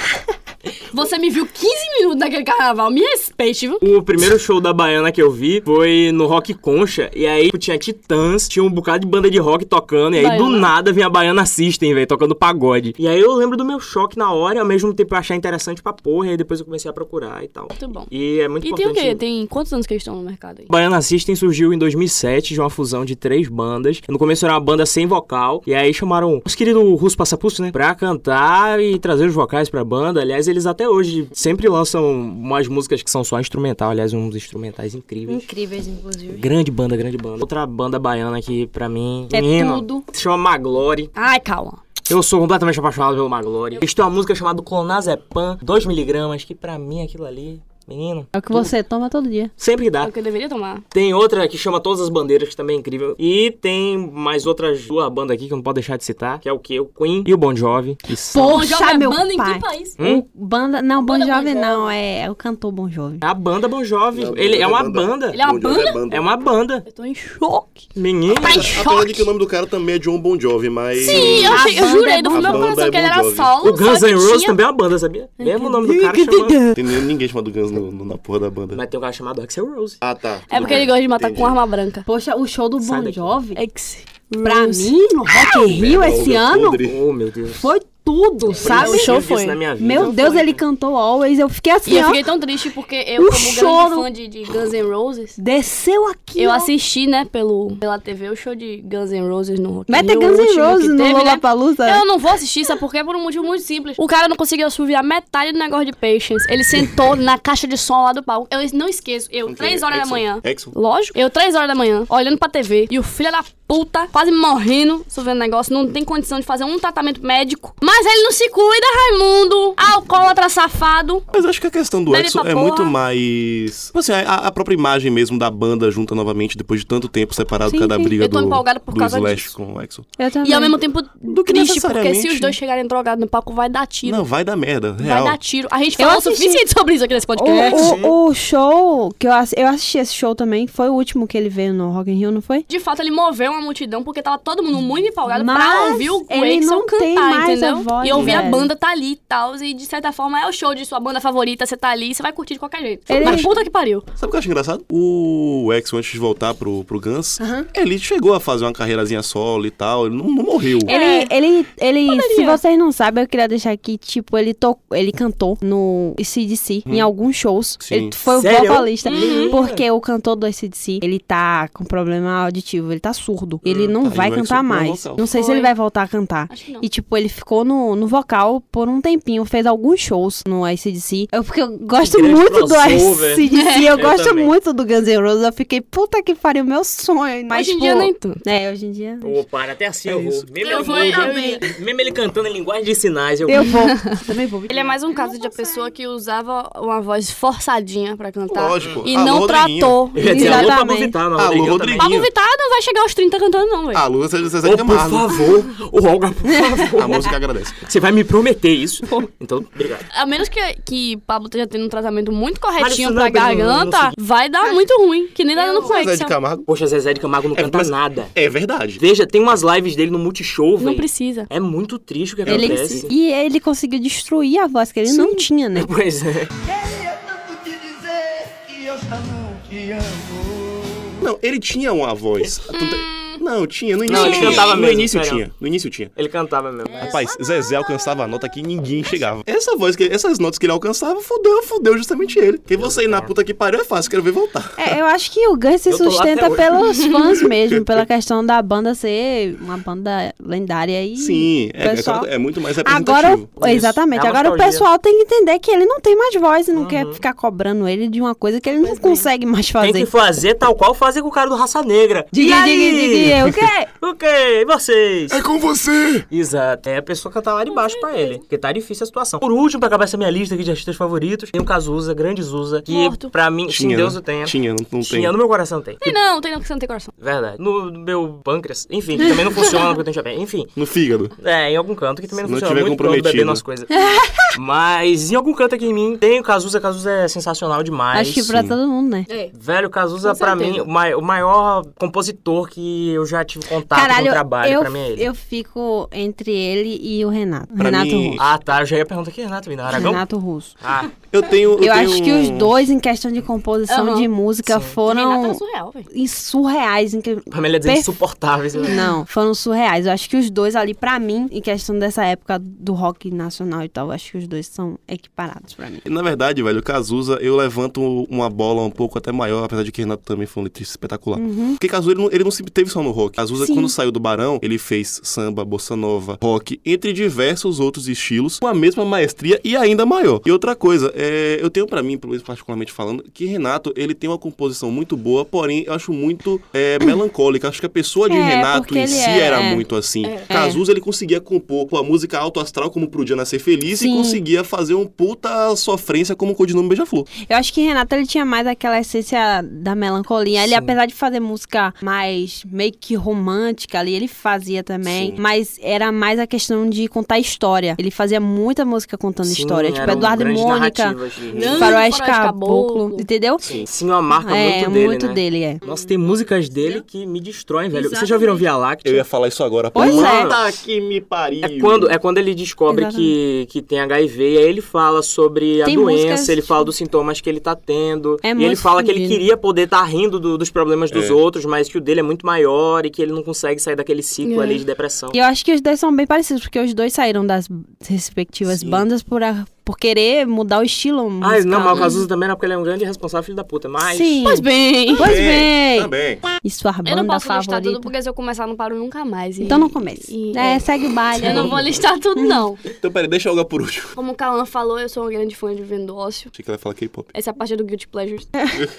C: Você me viu 15 minutos naquele carnaval, me respeite, viu?
B: O primeiro show da Baiana que eu vi foi no Rock Concha. E aí tipo, tinha Titãs, tinha um bocado de banda de rock tocando. E aí do
C: Baiana.
B: nada vinha a Baiana System, velho, tocando pagode. E aí eu lembro do meu choque na hora e ao mesmo tempo eu achar interessante pra porra. E aí depois eu comecei a procurar e tal.
C: Muito bom.
B: E é muito
C: E tem o
B: importante.
C: quê? Tem quantos anos que eles estão no mercado aí?
B: Baiana System surgiu em 2007 de uma fusão de três bandas. No começo era uma banda sem vocal, e aí chamaram os queridos Russo Passapulso, né? Pra cantar e trazer os vocais pra banda. Aliás, eles até hoje sempre lançam umas músicas que são só instrumental. Aliás, uns instrumentais incríveis.
A: Incríveis, inclusive.
B: Grande banda, grande banda. Outra banda baiana que, pra mim,
A: É
B: menino,
A: tudo.
B: se chama Maglore.
C: Ai, calma.
B: Eu sou completamente apaixonado pelo Maglore. Eles têm uma música chamada Clonazepam, 2mg, que pra mim aquilo ali, menino,
A: É o que você toma todo dia.
B: sempre
C: É
B: dá.
C: o que eu deveria tomar.
B: Tem outra que chama Todas as Bandeiras, que também é incrível. E tem mais outras duas bandas aqui que eu não posso deixar de citar, que é o que? O Queen e o Bon Jovi. que são
C: Bom Jovem
A: Poxa,
C: é
A: meu
C: banda em
A: pai.
C: que país?
B: Hum?
A: O banda... Não, Bon
C: Banda Bon
A: Jovi
C: Jovi.
A: não. É, é o cantor Bon Jovi.
B: A banda Bon Jovi. Ele é uma banda.
C: Ele é uma
D: Bon Jovi
C: banda?
B: É uma banda.
C: Eu tô em choque.
B: Menino.
C: Tá em
D: Apesar de que
C: choque.
D: o nome do cara também é John Bon Jovi, mas...
C: Sim, eu,
A: A
C: achei, eu
A: banda
C: jurei
A: é
C: do
A: Bon
C: meu
D: Jovi.
C: coração que ele
D: A
C: era
D: banda é Bon
C: solo.
B: O Guns
C: só que
B: N' Roses
C: tinha-
B: também é uma banda, sabia? Mesmo o nome do cara chamando.
D: Tem nem- ninguém chamado Guns no- no- na porra da banda.
B: Mas tem um cara chamado Axel Rose.
D: Ah, tá.
C: É porque ele gosta de matar com
D: arma.
C: arma branca.
A: Poxa, o show do
B: Sai
A: Bon
B: daqui.
A: Jovi,
C: Ex.
A: pra mim, no Rock in Rio esse ano,
B: Oh, meu Deus.
A: foi tudo, sabe?
C: O show foi.
B: Na minha vida.
A: Meu Deus,
B: Foi.
A: ele cantou Always. Eu fiquei
C: E
A: assim,
C: eu
A: ó.
C: fiquei tão triste porque eu,
A: O
C: como grande
A: choro.
C: fã de, de Guns N' Roses,
A: Desceu aqui,
C: eu
A: ó.
C: assisti, né, pelo, pela TV o show de Guns N' Roses no Rock in
A: Mete
C: Rio, o
A: Guns N'
C: último que
A: Roses no
C: teve, né?
A: Lollapalooza.
C: Eu não vou assistir, sabe por quê? Por um motivo muito simples. O cara não conseguiu assoviar metade do negócio de Patience. Ele sentou na caixa de som lá do palco. Eu não esqueço, eu, três horas da manhã,
D: Exxon.
C: Lógico. Eu, três horas da manhã, olhando pra TV, e o filho da puta quase morrendo, sofrendo negócio, não tem condição de fazer um tratamento médico. Mais Mas ele não se cuida, Raimundo. Alcoólatra safado.
D: Mas acho que a questão do
C: Bebe
D: Edson
C: pra
D: é
C: porra.
D: muito mais. Tipo Assim, a, a própria imagem mesmo da banda junta novamente depois de tanto tempo separado
A: Sim,
D: por causa da
A: sim.
D: briga
C: Eu tô
D: do,
C: empolgada por
D: do
C: causa
D: Slash
C: disso.
D: com o Exo.
A: Eu também.
C: E ao mesmo tempo
D: Do que
C: triste, porque se
D: necessariamente.
C: os dois chegarem drogados no palco, vai dar tiro.
D: Não, vai dar merda. Real.
C: Vai dar tiro. A gente
A: Eu
C: falou o
A: assisti.
C: suficiente sobre isso aqui nesse podcast.
A: O, o- o show que eu, ass- eu assisti esse show também, foi o último que ele veio no Rock in Rio, não foi?
C: De fato, ele moveu uma multidão porque tava todo mundo muito empolgado pra
A: Mas
C: ouvir o
A: ele
C: Quakeson
A: não
C: cantar,
A: tem mais a
C: entendeu?
A: voz,
C: e ouvir a
A: velho.
C: banda tá ali e tal. E de certa forma é o show de sua banda favorita, você tá ali, você vai curtir de qualquer jeito.
A: Ele-
C: Mas puta que pariu.
D: Sabe o que eu acho engraçado? O Exo, antes de voltar pro, pro Guns, ele chegou a fazer uma carreirazinha solo e tal. Ele não, não morreu.
A: Ele, ele, ele, se
C: Poderia.
A: vocês não sabem, eu queria deixar aqui, tipo, ele, to, ele cantou no CDC, em alguns shows.
D: Sim.
A: Ele foi o
B: Sério?
A: vocalista, porque o cantor do CDC, ele tá com problema auditivo, ele tá surdo. Ele não
D: tá,
A: vai
D: ele vai
A: cantar
D: supor o
A: mais.
D: vocal.
A: Não sei se
C: Foi.
A: ele vai voltar a cantar.
C: Acho que não.
A: E, tipo, ele ficou no, no vocal por um tempinho, fez alguns shows no ICDC. Eu, porque eu gosto
B: grande
A: muito do
B: crossover.
A: ICDC, eu,
B: Eu
A: gosto
B: também.
A: muito do Guns N' Roses. Eu fiquei, puta que pariu, meu sonho. Mas,
C: Hoje em
A: tipo,
C: dia nem tanto.
A: É, hoje em dia...
B: Ô, para, até assim
D: É
B: eu vou.
D: isso.
B: Mesmo
C: Eu
B: ele,
C: vou,
B: mesmo-
C: eu
B: mesmo ele cantando em linguagem de sinais, eu,
A: Eu vou. Também vou.
C: Ele é mais um caso de a pessoa que usava uma voz forçadinha pra cantar.
D: Lógico.
C: E
D: Alô,
C: não
D: Rodriguinho.
C: tratou.
B: Eu ia dizer, alô,
A: Exatamente.
B: Pablo Vittar, não,
D: Alô,
B: Rodriguinho também.
D: Rodriguinho.
C: Pablo Vittar não vai chegar aos 30 cantando, não, velho.
D: A Lua Zezé Zezé de
B: Ô, por
D: Camargo.
B: favor, ô, Olga, por
D: A
B: favor.
D: música agradece.
B: Você vai me prometer isso? Então, obrigado.
C: A menos que, que Pablo esteja tendo um tratamento muito corretinho
B: isso não,
C: pra
B: Bruno, não
C: garganta,
B: sei.
C: vai dar muito ruim. Que nem dá dando
D: Zezé de
C: Quakeson.
D: Camargo.
B: Poxa, Zezé de Camargo não
D: É,
B: canta
D: mas-
B: nada.
D: É verdade.
B: Veja, tem umas lives dele no Multishow,
C: Não
B: velho.
C: precisa.
B: É muito triste o que
A: Ele-
B: acontece.
A: e ele conseguiu destruir a voz que ele não tinha, né?
B: Pois é.
E: Queria tanto te dizer que eu tanto te amo.
D: Não, ele tinha uma voz. Tanto- Não, tinha. No início
B: ele
D: tinha.
B: cantava
D: no
B: mesmo,
D: início
B: cara.
D: tinha. No início tinha.
B: Ele cantava mesmo.
D: Rapaz, Zezé alcançava a nota que ninguém chegava. Essa voz, que, essas notas que ele alcançava, fudeu, fudeu justamente ele. Porque você ir na puta que pariu é fácil, quero ver voltar.
A: É, eu acho que o Guns se
B: Eu tô lá
A: sustenta
B: até
A: pelos fãs mesmo, pela questão da banda ser uma banda lendária e.
D: Sim, é, é
A: pessoal-
D: claro, é muito mais
A: Agora,
D: representativo.
B: Isso.
A: exatamente.
B: É a
A: agora o
B: nostalgia.
A: pessoal tem que entender que ele não tem mais voz e não quer ficar cobrando ele de uma coisa que ele não consegue mais
B: Uhum. Tem
A: fazer.
B: que fazer tal qual fazer com o cara do Raça Negra. E
A: Diga,
B: aí?
A: diga, diga, o quê?
B: O quê? E vocês?
D: É com você!
B: Exato. É a pessoa cantar lá de baixo pra ele. Porque tá difícil a situação. Por último, pra acabar essa minha lista aqui de artistas favoritos, tem o Cazuza, grande Zuza, que
C: Morto.
B: pra mim, sim,
D: Tinha,
B: Deus
D: né?
B: o tenha.
D: Tinha, não, não
B: Tinha,
D: tem.
B: no meu coração tem.
C: Tem não, tem não, que você não tem coração.
B: Verdade. No meu pâncreas. Enfim, que também não funciona porque eu tenho diabetes. Enfim.
D: No fígado.
B: É, em algum canto que também não,
D: Se não
B: funciona
D: tiver
B: muito porque eu ando
D: comprometido.
B: bebendo as coisas. Mas em algum canto aqui em mim tem o Cazuza. Cazuza é sensacional demais.
A: Acho que pra todo mundo, né?
C: É.
B: Velho, Cazuza,
C: Com
B: pra mim,
C: certeza.
B: o mai- o maior compositor que eu já tive contato
A: Caralho,
B: no Tá, trabalho,
A: eu,
B: pra mim é ele.
A: eu fico entre ele e o Renato.
D: Pra
A: Renato
D: mim-
A: Russo.
B: Ah, tá. Eu já ia perguntar aqui, Renato Vinar Aragão. um-
A: Renato Russo.
B: Ah,
D: Eu tenho.
A: Eu,
D: tenho- um-
A: acho que os dois, em questão de composição
C: Aham.
A: de música,
C: Renata é
A: foram
C: surreal, velho.
A: e surreais. Em que...
B: pra mim ele é dizer
A: Perfe-
B: insuportável. sei lá.
A: Não, foram surreais. Eu acho que os dois ali, pra mim, em questão dessa época do rock nacional e tal, eu acho que os dois são equiparados pra mim.
D: Na verdade, velho, o Cazuza, eu levanto uma bola um pouco até maior, apesar de que Renato também foi um letrista espetacular. Porque Cazuza, ele não, ele não se teve só no rock. Cazuza,
A: Uhum. Sim.
D: quando saiu do Barão, ele fez samba, bossa nova, rock, entre diversos outros estilos, com a mesma maestria e ainda maior. E outra coisa, é, eu tenho pra mim, pelo menos particularmente falando, que Renato, ele tem uma composição muito boa, porém, eu acho muito é, melancólica. Acho que a pessoa de
A: É,
D: Renato
A: porque
D: em
A: ele
D: si
A: é-
D: era
A: é.
D: muito assim.
C: É.
D: Cazuza, ele conseguia compor com a música alto astral, como Pro Dia Nascer Feliz, e
A: Sim.
D: conseguia conseguia fazer um puta sofrência como o codinome Beija-Flor.
A: Eu acho que Renato ele tinha mais aquela essência da melancolia. Ele,
B: Sim.
A: apesar de fazer música mais meio que romântica ali, ele fazia também.
D: Sim.
A: Mas era mais a questão de contar história. Ele fazia muita música contando
B: Sim, um
A: história. Tipo,
B: eram
A: Eduardo e
B: grandes
A: Mônica,
B: narrativas de-
C: Não. Faroeste
A: Faroeste Caboclo,
C: Caboclo.
A: entendeu?
B: Sim, sim, é uma marca
A: é,
B: muito dele, né?
A: dele, é.
B: Nossa, tem músicas dele que me destroem, velho. Vocês já
C: Exatamente.
B: viram Via Láctea?
D: Eu ia falar isso agora.
A: Pois é.
D: Puta que me pariu.
B: É quando, é quando ele descobre que, que tem HIV, e aí ele fala sobre a
A: Tem
B: doença,
A: músicas,
B: ele fala
A: tipo-
B: dos sintomas que ele tá tendo.
A: É
B: e ele
A: muito
B: fala que ele
A: fodido.
B: queria poder estar rindo do- dos problemas dos
D: É.
B: outros, mas que o dele é muito maior e que ele não consegue sair daquele ciclo
C: É.
B: ali de depressão.
A: E eu acho que os dois são bem parecidos, porque os dois saíram das respectivas
D: Sim.
A: bandas por, a- por querer mudar o estilo musical. né?
B: Ah, não, mas o Cazuza também não, porque ele é um grande responsável, filho da puta. Mas.
A: Sim.
C: Pois bem.
A: Pois bem.
D: Também.
A: E sua
C: Eu não
A: banda
C: posso listar tudo
A: favorita?
C: porque se eu começar não paro nunca mais. e-
A: Então não comece.
C: e-
A: É, segue o baile.
C: Eu não vou listar tudo, não.
D: Então, peraí, deixa a Olga por último.
C: Como o Kalan falou, eu sou uma grande fã de Vendócio.
D: Achei que ela ia falar K-pop.
C: Essa é a parte do Guilty Pleasures.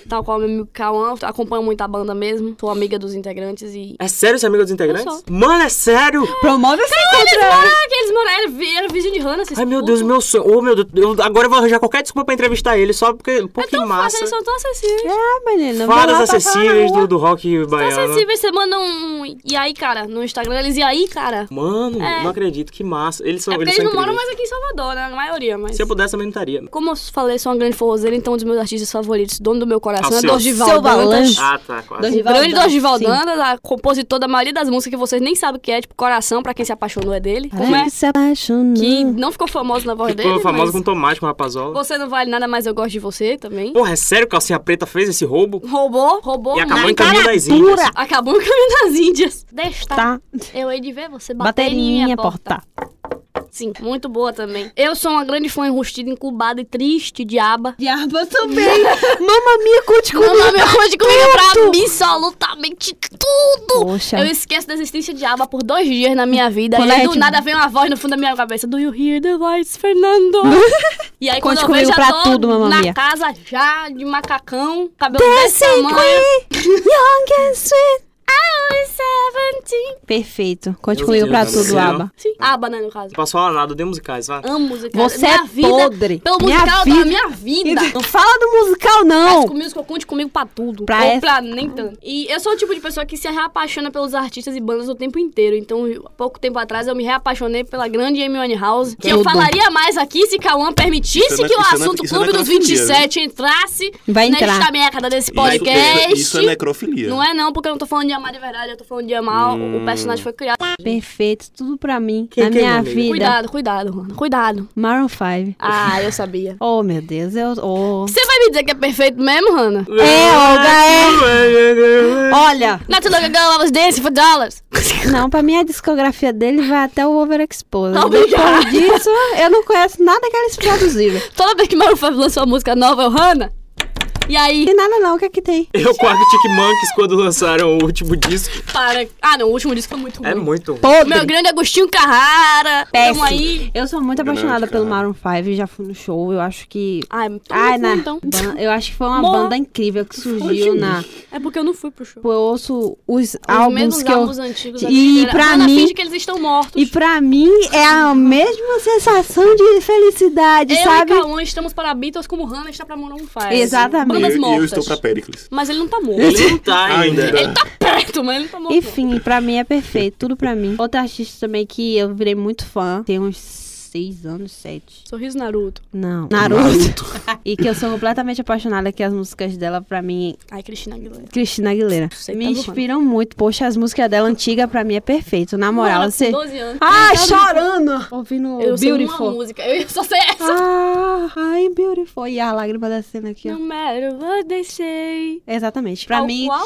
C: Tal qual meu amigo Kawan, acompanho muito a banda mesmo. Sou amiga dos integrantes e.
B: É sério esse amigo dos
C: Eu
B: integrantes?
C: sou.
B: Mano, é sério?
A: Promove esse encontro.
C: Ah, que eles moraram, ele vi- era vizinho de Hannah, vocês
B: Ai, meu
C: putos.
B: Deus, meu sonho. Ô, meu Deus, eu- agora eu vou arranjar qualquer desculpa pra entrevistar ele, só porque. Pô,
C: É
B: que
C: tão fácil,
B: massa.
C: eles são tão acessíveis.
A: É, menina. vai
B: Fadas
A: lá passar
B: acessíveis
A: na rua.
B: do, do rock
C: Tão
B: baiano.
C: acessíveis, você manda um. E aí, cara, no Instagram, eles e aí, cara.
B: Mano,
C: É.
B: não acredito, que massa. Eles são,
C: É porque
B: eles
C: eles
B: são
C: não moram
B: incríveis.
C: mais aqui em Salvador, né? A maioria, mas.
B: Se eu pudesse, também não estaria.
C: Como eu falei, sou uma grande forrozeira, então um dos meus artistas favoritos, dono do meu coração,
B: Ah,
C: é
B: seu-
C: Dorgival
A: seu
C: Dantas.
A: balanço.
B: Ah, tá,
A: Dois-
B: quase.
C: O
A: Dorgival
C: grande
A: Dantas,
C: Dorgival
A: sim.
C: Dantas, a compositor da maioria das músicas que vocês nem sabem o que é, tipo Coração, pra quem se apaixonou é dele. Como é? Hum.
A: Ai, se apaixonou.
C: Que não ficou famoso na voz
B: Ficou
C: dele,
B: Tipo, famoso com
C: mas
B: tomate, com rapazola.
C: Você não vale nada, mas eu gosto de você também.
B: Porra, é sério que a Calcinha Preta fez esse roubo?
C: Roubou, roubou.
B: E
C: um-
B: acabou
C: na
B: em caminho
C: cara-
B: das índias.
C: Acabou o caminho das Índias. Desta.
A: Tá.
C: Eu hei de ver você bater em
A: Baterinha,
C: minha porta.
A: porta.
C: Sim, muito boa também. Eu sou uma grande fã enrustida, incubada e triste, diaba.
A: Diaba também. Mamma mia, conte
C: Manda
A: comigo.
C: meu arroz de comida pra mim, absolutamente tudo!
A: Poxa.
C: Eu esqueço da existência de aba por dois dias na minha vida.
A: Quando
C: e
A: a
C: aí, do
A: gente-
C: nada vem uma voz no fundo da minha cabeça. Do you hear the voice, Fernando? e aí quando
A: Conte
C: eu
A: comigo
C: vejo, já
A: pra
C: tô
A: tudo, mamãe
C: na
A: mia.
C: casa já, de macacão, cabelo desse tamanho.
A: Young and sweet.
C: I was 17.
A: Perfeito. Conte
B: Meu
A: comigo
B: Deus
A: pra
B: do
A: tudo,
B: céu.
A: Aba.
C: Sim, aba, né, no caso.
B: Não posso falar nada, de musicais, vai.
C: Amo música.
A: Você
C: minha
A: é
C: vida,
A: podre.
C: Pelo
A: Minha
C: musical
A: vida.
C: da minha vida.
A: Não fala do musical, não.
C: Faz com musical, conte comigo pra tudo.
A: Pra
C: Ou
A: essa-
C: pra nem tanto. E eu sou o tipo de pessoa que se reapaixona pelos artistas e bandas o tempo inteiro. Então, eu- há pouco tempo atrás, eu me reapaixonei pela grande Amy House. Que eu
A: Tudo.
C: falaria mais aqui se Cauã permitisse
D: Isso é na-
C: que o
D: isso é na-
C: assunto
D: isso é
C: Clube dos
D: necrofilia,
C: 27 entrasse
A: Vai entrar.
C: nesta merda desse
D: Isso,
C: podcast.
D: isso é necrofilia.
C: Não é não, porque eu não tô falando de amar de verdade, eu tô falando de amar o-
D: Hum.
C: o personagem que foi criado.
A: Perfeito. Tudo pra mim.
B: Quem- é,
A: na
B: quem
A: minha
B: não liga?
A: vida.
C: Cuidado, cuidado, mano. Cuidado.
A: Maroon 5.
C: Ah, eu sabia.
A: Oh, meu Deus. Eu... Oh.
C: Você vai me dizer que é perfeito mesmo, Hannah?
B: É, Olga,
A: Olha,
C: Not too long ago, I was dancing for dollars.
A: não, pra mim a discografia dele vai até o Overexposed.
C: Obrigada.
A: Depois disso, eu não conheço nada que eles produziram.
C: Toda vez que Maroon 5 lançou uma música nova, eu, Hannah. E aí,
A: E nada não, o que é que tem?
B: Eu com a Arctic Monkeys quando lançaram o último disco.
C: para. Ah, não, o último disco foi muito ruim.
B: É muito ruim.
A: Podre.
C: Meu grande Agostinho Carrara. Tamo
A: Péssimo.
C: aí.
A: Eu sou muito
D: Grande,
A: apaixonada pelo
D: cara.
A: Maroon 5, já fui no show, eu acho que...
C: Ai, então
A: Ai, né?
C: não
A: na...
C: fui, então.
A: ban- Eu acho que foi uma
C: Morra.
A: banda incrível que surgiu na... Tipo,
C: É porque eu não fui pro show.
A: Eu ouço os,
C: Os
A: álbuns
C: mesmos
A: que eu...
C: álbuns antigos.
A: E
C: da primeira.
A: pra
C: Hannah
A: mim-
C: finge que eles estão mortos.
A: E pra mim é a mesma sensação de felicidade,
C: eu
A: sabe?
C: e Cauã estamos para Beatles como Hannah está pra Maroon 5.
A: Exatamente.
D: E eu,
C: Bandas
D: e eu
C: mortas.
D: estou pra Pericles.
C: Mas ele não tá morto.
B: Ele não tá ainda.
D: Ainda.
C: Ele tá perto, mas ele não tá morto. não.
A: Enfim, pra mim é perfeito, tudo pra mim. Outra artista também que eu virei muito fã, tem uns seis anos, sete.
C: Sorriso Naruto.
A: Não, Naruto. e que eu sou completamente apaixonada que as músicas dela pra mim,
C: Ai, Cristina Aguilera.
A: Cristina Aguilera,
C: Você
A: me
C: tá
A: inspiram muito. Poxa, as músicas dela antiga pra mim é perfeito, na moral,
C: Ela com
A: você
C: 12 anos.
A: Ah,
C: Então,
A: chorando. Ouvindo
C: Eu sei uma
A: Beautiful.
C: música. Eu só sei essa.
A: Ah, ai, beautiful. E a lágrima descendo aqui, ó.
C: No matter what they say.
A: Exatamente. Pra
C: Qual-
A: mim,
C: qual?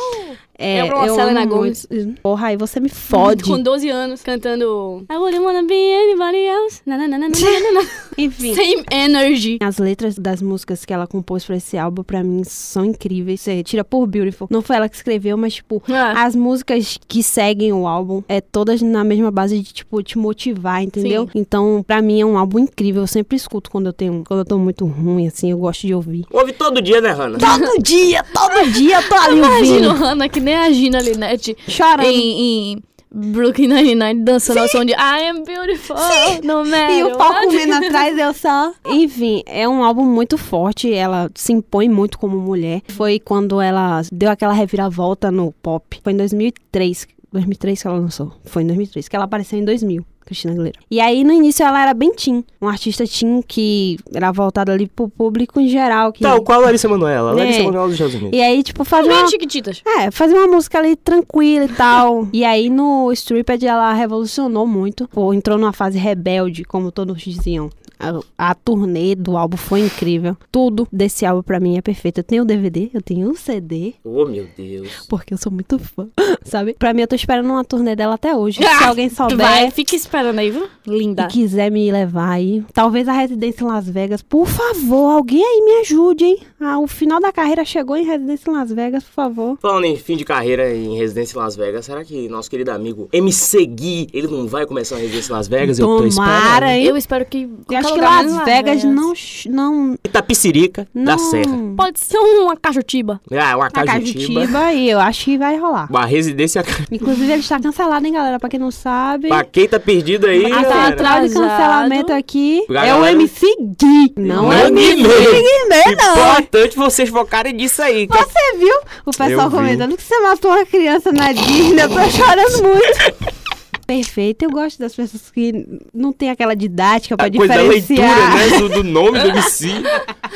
A: é,
C: Lembra uma
A: eu
C: Selena
A: amo
C: Gomez?
A: muito. Porra, aí você me fode.
C: Com 12 anos, cantando I wouldn't wanna be anybody else. Na, na, na, na, na, na, na, na.
A: Enfim.
C: Same energy.
A: As letras das músicas que ela compôs pra esse álbum, pra mim, são incríveis. Você tira por Beautiful. Não foi ela que escreveu, mas, tipo,
C: Ah,
A: as músicas que seguem o álbum é todas na mesma base de, tipo, te motivar, entendeu?
C: Sim.
A: Então, pra mim, é um álbum incrível. Eu sempre escuto quando eu tenho. Quando eu tô muito ruim, assim, eu gosto de ouvir.
B: Ouve todo dia, né, Hannah?
A: Todo dia, todo dia eu tô ali
C: imagina
A: ouvindo.
C: o Hannah que nem a Gina Linette
A: Chorando.
C: em, em Brooklyn Nine-Nine dançando ao som de I am beautiful, no matter
A: E o pau
C: what.
A: comendo atrás, eu só. Enfim, é um álbum muito forte. Ela se impõe muito como mulher. Foi quando ela deu aquela reviravolta no pop. Foi em 2003. 2003 que ela lançou. Foi em 2003 que ela apareceu em 2000. Cristina Aguilera. E aí, no início, ela era bem teen. Um artista teen que era voltado ali pro público em geral. Que...
B: Tal qual Larissa Manoela. Larissa
C: Né.
A: É.
B: Manoela dos Estados Unidos.
A: E aí, tipo, fazer
C: Tá Bem
A: uma...
C: Chiquititas.
A: É, fazer uma música ali tranquila e tal. e aí no Stripped ela revolucionou muito. Pô, entrou numa fase rebelde, como todos diziam. A, a turnê do álbum foi incrível. Tudo desse álbum pra mim é perfeito. Eu tenho o DVD, eu tenho o CD,
B: Oh, meu Deus.
A: porque eu sou muito fã, sabe? Pra mim, eu tô esperando uma turnê dela até hoje. Se alguém
C: Tu vai,
A: souber
C: fica esperando aí, viu?
A: e
C: Linda.
A: quiser me levar aí, talvez a residência em Las Vegas, por favor, alguém aí me ajude, hein? Ah, o final da carreira chegou em residência em Las Vegas, por favor.
B: Falando em fim de carreira em Residência em Las Vegas, será que nosso querido amigo MC Gui, ele não vai começar a Residência em Las Vegas? Eu tô
A: Tomara,
B: esperando.
A: hein?
C: Eu espero que.
A: Eu
C: qualquer
A: acho que
C: lugar, é
A: Las
C: menos
A: Vegas não, ch- não,
B: Itapicirica
A: não.
B: da Serra.
C: Pode ser uma cajutiba.
B: Ah, uma
A: Na
B: Cajutiba.
A: Cajutiba e eu acho que vai rolar.
B: Uma residência...
A: Inclusive, ele está cancelado, hein, galera? Pra quem não sabe.
B: Pra quem tá perdido aí,
A: Ah, tá
B: galera,
A: atrás de
C: Atrasado.
A: cancelamento aqui.
B: A
A: É o
B: galera-
A: MC Gui. Não é o
B: Não é
A: MC
B: Guimê.
A: Guimê, não.
B: importante vocês focarem nisso aí. que é
A: Você viu o pessoal
F: Eu vi.
A: comentando que você matou uma criança na Disney? Eu tô chorando muito. Perfeito, eu gosto das pessoas que não tem aquela didática pra
F: A coisa da
A: diferenciar.
F: leitura, né? Do, do nome do MC.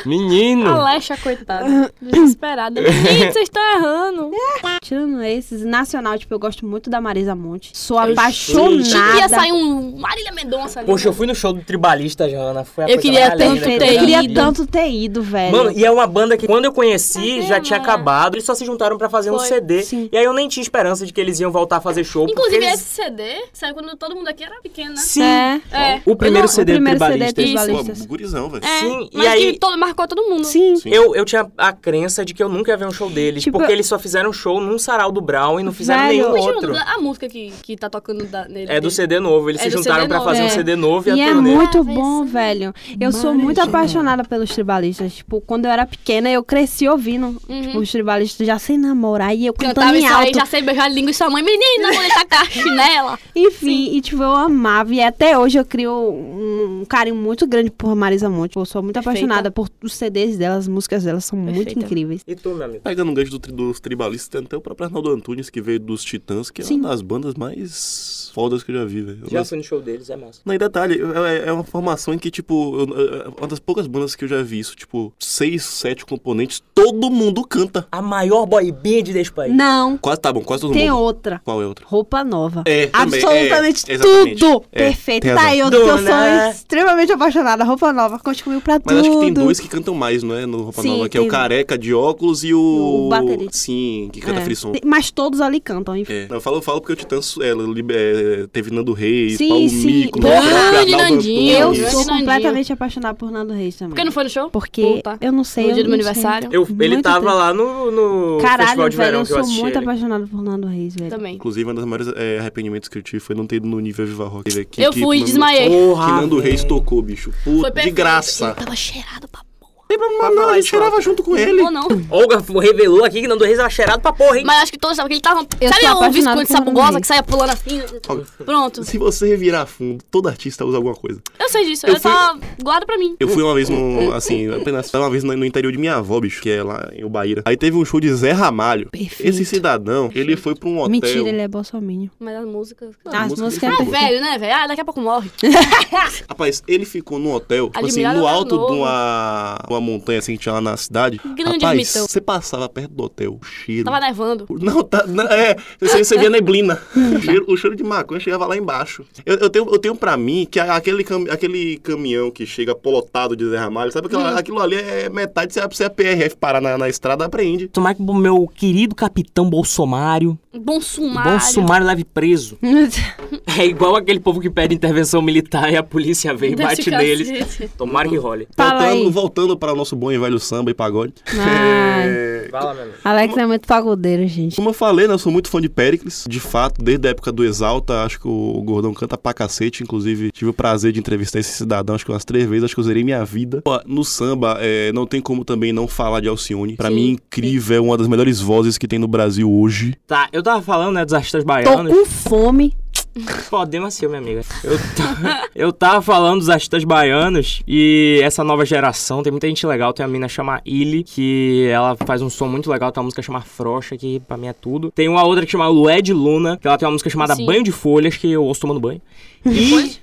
F: Menino.
C: Alexa, coitada. Desesperada. Gente, vocês estão errando.
A: Tirando esses, nacional, tipo, eu gosto muito da Marisa Monte. Sou
C: Achei
A: apaixonada.
C: que ia sair um Marília Mendonça ali.
B: Poxa, eu fui no show do Tribalista, Joana. Foi a
C: Eu
B: coisa
C: queria
B: mais
C: tanto
B: linda que
C: ter
B: eu já
A: Eu
C: ido.
B: vi.
A: queria tanto ter ido, velho.
B: Mano, e é uma banda que quando eu conheci
C: Mas é,
B: já tinha
A: né?
C: mano.
B: acabado. Eles só se juntaram pra fazer um
C: Foi.
B: CD.
A: Sim.
B: E aí eu nem tinha esperança de que eles iam voltar a fazer show. porque
C: Inclusive,
B: eles...
C: esse CD saiu quando todo mundo aqui era pequeno, né?
B: Sim.
A: É.
C: É.
B: assim, O primeiro
A: O
B: CD do
A: primeiro CD
B: Tribalista.
A: dos
C: Isso.
A: balistas.
D: Pô, gurizão, velho.
C: É,
B: Sim, e
C: mas
B: aí-
C: que todo, marcou todo mundo.
A: Sim.
D: Sim.
B: Eu, eu tinha a crença de que eu nunca ia ver um show deles,
A: Tipo-
B: porque eles só fizeram show num sarau do Brown e não fizeram
A: Velho.
B: nenhum
C: Mas de
B: um outro.
C: novo, A música que, que tá tocando da, nele.
B: É do
C: dele.
B: CD novo, eles
C: É
B: se
C: do
B: juntaram
C: CD
B: pra
C: novo.
B: fazer um
A: É.
B: CD novo e,
A: E
B: a
A: é
B: turnê.
A: muito
C: Maravilha.
A: bom, velho. Eu sou muito apaixonada pelos tribalistas. Tipo, quando eu era pequena, eu cresci ouvindo
C: Uhum.
A: tipo, os tribalistas já sem namorar e eu cantando
C: Cantava
A: em
C: isso aí,
A: alto.
C: já sei beijar a língua e sua mãe, menina, vou deixar a chinela.
A: Enfim, e tipo, eu amava. E até hoje eu crio um, um carinho muito grande por Marisa Monte. Eu sou muito
C: Perfeita.
A: apaixonada por os CDs dela, as músicas dela são muito
C: Perfeita.
A: incríveis.
B: E tu, meu amigo?
D: Pegando um gancho do tri- dos tribalistas, tem até o próprio Arnaldo Antunes, que veio dos Titãs, que é
A: Sim.
D: uma das bandas mais fodas que eu já vi, velho.
B: Já fui no show deles, é massa.
D: Não, e detalhe, é, é uma formação em que, tipo, eu- é uma das poucas bandas que eu já vi isso, tipo, seis, sete componentes, todo mundo canta.
B: A maior boy band desse país.
A: Não,
D: Quase, tá bom, quase todo
A: tem
D: mundo.
A: outra.
D: Qual é outra?
A: Roupa nova.
D: É, também,
A: Absolutamente
D: é, exatamente.
A: tudo.
D: É,
A: Perfeito.
D: tem
A: Tá
D: razão.
A: aí, eu, eu
B: Dona-
A: sou extremamente apaixonada. Roupa nova, conte comigo pra
D: Mas
A: tudo.
D: acho que tem dois que cantam mais, não é? No Roupa
A: Sim,
D: Nova, que é o
A: tem-
D: Careca de óculos e o.
A: O baterista.
D: Sim, que canta
A: É.
D: frisson.
A: Tem- Mas todos ali cantam, enfim.
D: É. Não, eu falo, eu falo porque o Titãs é, liber- é, teve Nando Reis,
A: Sim,
D: Paulo
A: sim.
D: Mico,
A: Grande
D: Arnaldo
C: Nandinho.
A: Eu
D: Antunes.
C: Grande
A: sou
C: Nandinho.
A: completamente apaixonada por Nando Reis também.
C: Por que não foi no show?
A: Porque
C: Puta.
A: eu não sei.
C: No
A: eu
C: dia do
A: não
C: meu
A: sei.
C: aniversário?
B: Eu, ele
A: Muito
B: tava
A: triste.
B: lá no, no Festival
A: Caralho,
B: de
A: velho,
B: Verão
A: eu
B: que eu
A: sou
B: assisti.
A: muito
B: ele.
A: apaixonada por Nando Reis, velho.
C: Também.
D: Inclusive, um dos maiores é, arrependimentos que eu tive foi não ter ido no nível Viva Rock. Que, que,
C: Eu
D: que
C: fui,
D: Nando-
C: desmaiei.
D: Que
B: Porra,
D: Nando
B: velho.
D: Reis tocou, bicho.
C: Foi
D: Puta, de
C: perfeito.
D: graça.
C: Ele
A: Tá
C: tava cheirado pra porra.
D: Mas não, a gente cheirava junto com ele.
C: Ou não.
B: Olga revelou aqui que Nando Reis era cheirado pra porra, hein?
C: Mas acho que todos sabe que ele tava.
A: Eu
C: sabe
A: sou
C: um
A: apaixonada
C: biscoito
A: por Nando
C: sabugosa
A: Reis.
C: que saia pulando assim? Pronto.
D: Se você revirar fundo, todo artista usa alguma coisa.
C: Eu sei disso.
D: Eu
C: Eu,
D: fui-
C: só guardo pra mim.
D: Eu fui uma vez no. Assim, apenas uma vez no no interior de minha avó, bicho, que é lá em Ubaíra. Aí teve um show de Zé Ramalho.
A: Perfeito.
D: Esse cidadão, ele foi pra um hotel.
A: Mentira, ele é bolsominion.
C: Mas as músicas.
A: As
D: música
A: músicas
D: dele
A: é
D: foi boa.
A: perfeita.
C: Ah, Velho, né, velho? Ah, daqui a pouco morre.
D: Rapaz, ele ficou num hotel, tipo assim,
C: Admirável
D: no
C: era
D: alto
C: novo.
D: de uma, uma montanha assim que tinha lá na cidade.
C: Grande
D: Rapaz,
C: ermitão.
D: você passava perto do hotel, o cheiro.
C: Tava nevando.
D: Não, tá. não, é, você, você via neblina. O cheiro, o cheiro de maconha chegava lá embaixo. Eu, eu tenho, eu tenho pra mim que a- aquele, cam- aquele caminhão que chega polotado de Zé Ramalho, sabe? Aquela, Aquilo ali é metade se a, se a PRF parar na, na estrada, apreende.
B: Tomar que o meu querido capitão Bolsomário,
C: Bom
B: Bolsonaro
C: sumário.
B: Bolsomário leve preso.
A: Hum.
B: É igual aquele povo que pede intervenção militar e a polícia vem e
C: Desse
B: bate
C: cacete.
B: neles. Tomara que role.
A: Fala aí.
D: Voltando, voltando para o nosso bom e velho samba e pagode.
A: Ai,
D: É,
B: Fala, meu amigo.
A: Alex é muito pagodeiro, gente.
D: Como eu falei, né, eu sou muito fã de Péricles, de fato, desde a época do Exalta, acho que o Gordão canta pra cacete, inclusive tive o prazer de entrevistar esse cidadão, acho que umas três vezes, acho que eu zerei minha vida. Pô, no samba, é, não tem como também não falar de Alcione, pra
C: Sim,
D: mim incrível, é uma das melhores vozes que tem no Brasil hoje.
B: Tá, eu tava falando, né, dos artistas
A: Tô
B: baianos.
A: com fome.
B: Podemos ser, minha amiga. Eu, ta- eu tava falando dos artistas baianos e essa nova geração, tem muita gente legal. Tem a mina chama Illy, que ela faz um som muito legal. Tem uma música chamada Frocha, que pra mim é tudo. Tem uma outra que chama Led Luna, que ela tem uma música chamada
C: Sim.
B: Banho de Folhas, que eu ouço tomando banho. E...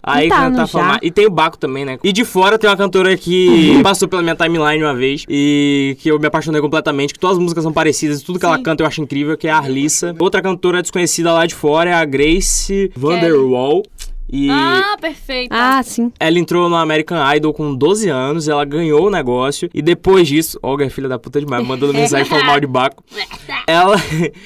B: Aí
A: Tá
B: quando
A: no
B: tá falando-
A: já.
B: E tem o Baco também, né? E de fora tem uma cantora
A: Uhum.
B: que passou pela minha timeline uma vez e que eu me apaixonei completamente, que todas as músicas são parecidas, tudo que ela canta eu acho incrível, que é a Arlissa. Outra cantora desconhecida lá de fora é a Grace Vanderwall. E
C: Ah, perfeito.
A: Ah, sim.
B: ela entrou no American Idol com 12 anos, ela ganhou o negócio. E depois disso, Olga é filha da puta demais, mandando mensagem falando mal de Baco. Ela,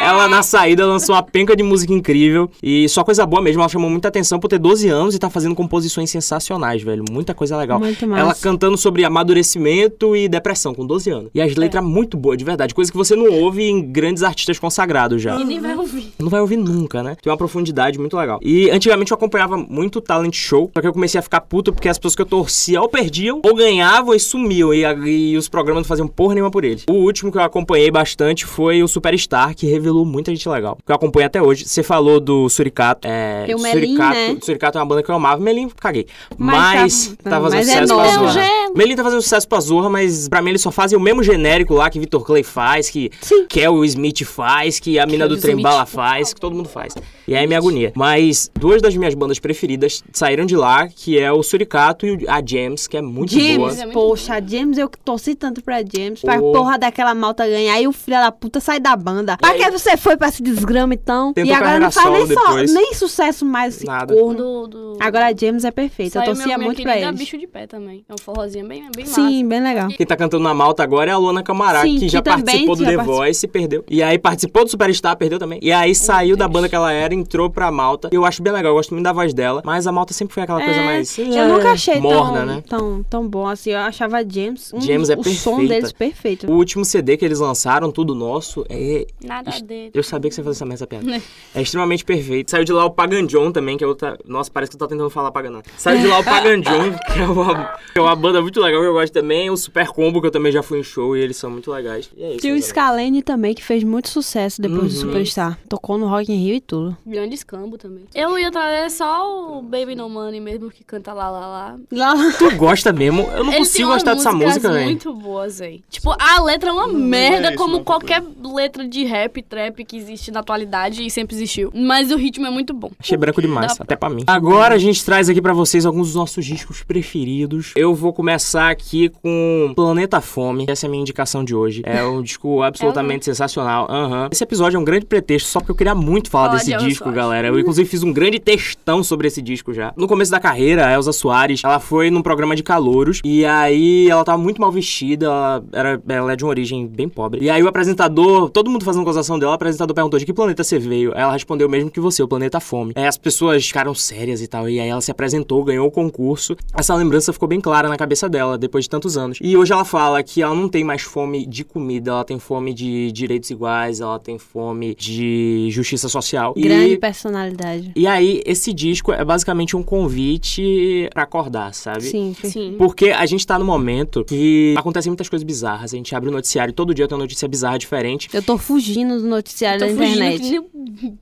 B: ela, na saída, lançou uma penca de música incrível. E só coisa boa mesmo, ela chamou muita atenção por ter 12 anos e tá fazendo composições sensacionais, velho. Muita coisa legal.
A: Muito massa.
B: Ela cantando sobre amadurecimento e depressão com 12 anos. E
A: É.
B: as letras muito boas, de verdade. Coisa que você não ouve em grandes artistas consagrados já.
C: E nem vai ouvir.
B: Não vai ouvir nunca, né? Tem uma profundidade muito legal. E antigamente eu acompanhava muito talent show, só que eu comecei a ficar puto porque as pessoas que eu torcia ou perdiam, ou ganhavam e sumiam. E, a- e os programas não faziam porra nenhuma por eles. O último que eu acompanhei bastante foi o Superstar, que revelou muita gente legal. Que eu acompanho até hoje. Você falou do Suricato. É,
A: Tem o Melim,
B: Suricato,
A: né?
B: Suricato é uma banda que eu amava. Melim, caguei.
A: Mas
B: Mas,
A: tá-
B: tá fazendo
A: mas é
B: sucesso com a
C: um
A: novo.
B: Zorra.
A: É
B: Melim tá fazendo sucesso pra Zorra, mas pra mim eles só fazem o mesmo genérico lá que Vitor Clay faz, que
A: Sim.
B: Kel Smith faz, que a
A: é
B: mina do
C: Smith.
B: Trembala faz, que todo mundo faz. E aí é minha agonia. Mas duas das minhas bandas preferidas saíram de lá, que é o Suricato e o- a James, que é muito boa.
A: James,
C: É muito
A: poxa, James, eu que torci tanto pra James, pra
B: Ô.
A: porra daquela malta ganhar, e o filho da puta sai da banda. Pra que você foi pra esse desgrama, então?
B: Tentou
A: e agora não
B: carregar
A: faz nem,
B: solo
A: só-
B: depois.
A: nem sucesso mais esse
B: Nada.
A: corno.
C: Do, do...
A: Agora a James é perfeita, eu
C: Saiu
A: torcia
C: meu, minha
A: muito pra
C: querida
A: eles.
C: bicho de pé também. É um forrozinho bem, bem
A: Sim, bem legal.
B: Quem tá cantando na malta agora é a Lona Camará,
A: Sim,
B: que,
A: que
B: já
A: também
B: participou do
A: já
B: The
A: participou.
B: Voice e perdeu. E aí participou do Superstar, perdeu também. E aí saiu da banda que ela era, entrou pra malta. Eu acho bem legal, eu gosto muito da voz dela. Mas a malta sempre foi aquela coisa
A: É,
B: mais.
A: Eu nunca achei
B: morna,
A: tão,
B: né?
A: tão, tão bom assim. Eu achava James. um-
B: James é
A: o som
B: perfeita.
A: deles perfeito.
B: O último CD que eles lançaram, tudo nosso, é
C: massa. Nada dele.
B: Eu sabia que você ia fazer essa merda, essa piada. É extremamente perfeito. Saiu de lá o Paganjon também, que é outra. Nossa, parece que eu tô tentando falar Paganá. Saiu de lá o Paganjon, que é, uma... que é uma banda muito legal que eu gosto também. O Super Combo, que eu também já fui em show e eles são muito legais. E é isso.
A: Tinha o
B: galera.
A: Scalene também, que fez muito sucesso depois do
B: Uhum.
A: Superstar. Tocou no Rock in Rio e tudo.
C: Grande escambo também. Eu ia trazer só o Baby No Money mesmo, que canta lá, lá, lá.
A: Lá,
B: Tu gosta mesmo? Eu não
C: Ele tem
B: consigo
C: umas
B: gostar dessa
C: músicas
B: música, velho.
C: muito boas, velho. Tipo, a letra é uma merda,
D: isso,
C: como
D: não,
C: qualquer letra de rap, trap que existe na atualidade e sempre existiu. Mas o ritmo é muito bom.
B: Achei branco demais,
C: Dá pra-
B: até pra mim. Agora a gente traz aqui pra vocês alguns dos nossos discos preferidos. Eu vou começar aqui com Planeta Fome. Essa é a minha indicação de hoje. É um disco absolutamente sensacional. Aham. Esse episódio é um grande pretexto, só porque eu queria muito falar
C: Falar de
B: desse
C: Elza
B: disco,
C: Soares.
B: galera. Eu inclusive fiz um grande textão sobre esse disco já. No começo da carreira, a Elza Soares, ela foi num programa de calouros e aí ela tava muito mal vestida, ela, era, ela é de uma origem bem pobre. E aí o apresentador, todo mundo fazendo gozação dela, o apresentador perguntou de que planeta você veio. Ela respondeu o mesmo que você, o planeta Fome. Aí as pessoas ficaram sérias e tal, e aí ela se apresentou, ganhou o concurso. Essa lembrança ficou bem clara na cabeça dela depois de tantos anos. E hoje ela fala que ela não tem mais fome de comida, ela tem fome de direitos iguais, ela tem fome de justiça social. E-
A: grande personalidade.
B: e aí, esse disco é basicamente um convite pra acordar, sabe?
A: Sim,
C: Sim.
B: Porque a gente tá num momento que acontecem muitas coisas bizarras. A gente abre o noticiário, todo dia tem uma notícia bizarra diferente.
A: eu tô fugindo do noticiário
C: Tô
A: da
C: fugindo
A: internet.
C: que nem-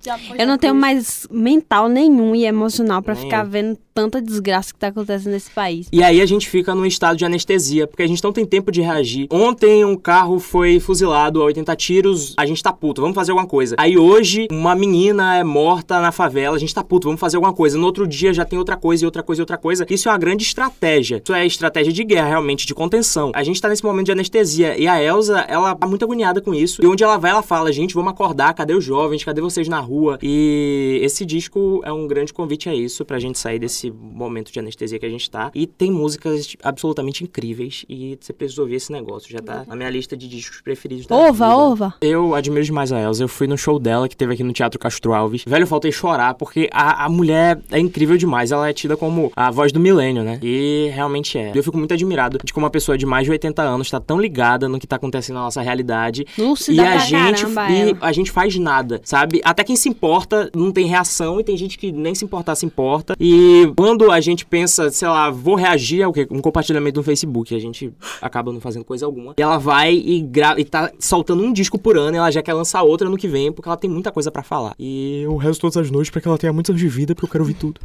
C: Já foi
A: Eu não
C: já
A: tenho
C: foi.
A: mais mental nenhum e emocional pra
D: Hum.
B: Nem
A: ficar
B: eu.
A: vendo tanta desgraça que tá acontecendo nesse país.
B: E aí a gente fica num estado de anestesia, porque a gente não tem tempo de reagir. Ontem um carro foi fuzilado a 80 tiros, a gente tá puto, vamos fazer alguma coisa. Aí hoje uma menina é morta na favela, a gente tá puto, vamos fazer alguma coisa. No outro dia já tem outra coisa e outra coisa e outra coisa. Isso é uma grande estratégia. Isso é estratégia de guerra, realmente, de contenção. A gente tá nesse momento de anestesia e a Elsa, ela tá muito agoniada com isso. E onde ela vai, ela fala, gente, vamos acordar, cadê os jovens, cadê vocês na rua? E esse disco é um grande convite a isso, pra gente sair desse momento de anestesia que a gente tá. E tem músicas absolutamente incríveis e você precisa ouvir esse negócio, já tá na minha lista de discos preferidos
D: Tá,
B: da
A: Ova,
B: vida.
A: ova.
B: Eu admiro demais a Elsa. Eu fui no show dela que teve aqui no Teatro Castro Alves. Velho, eu faltei chorar, porque a, a mulher é incrível demais. Ela é tida como a voz do milênio, né? E realmente é. Eu fico muito admirado de como uma pessoa de mais de 80 anos tá tão ligada no que tá acontecendo na nossa realidade.
A: Lúcida
B: E a
A: pra
B: gente,
A: caramba
B: e
A: ela.
B: a gente faz nada, sabe? Até quem se importa não tem reação e tem gente que nem se importar se importa. E quando a gente pensa, sei lá, vou reagir ao quê? Um compartilhamento no Facebook, a gente acaba não fazendo coisa alguma. E ela vai e, gra e tá soltando um disco por ano, e ela já quer lançar outra ano que vem, porque ela tem muita coisa pra falar. E eu rezo todas as noites pra que ela tenha muitos anos de vida, porque eu quero ouvir tudo.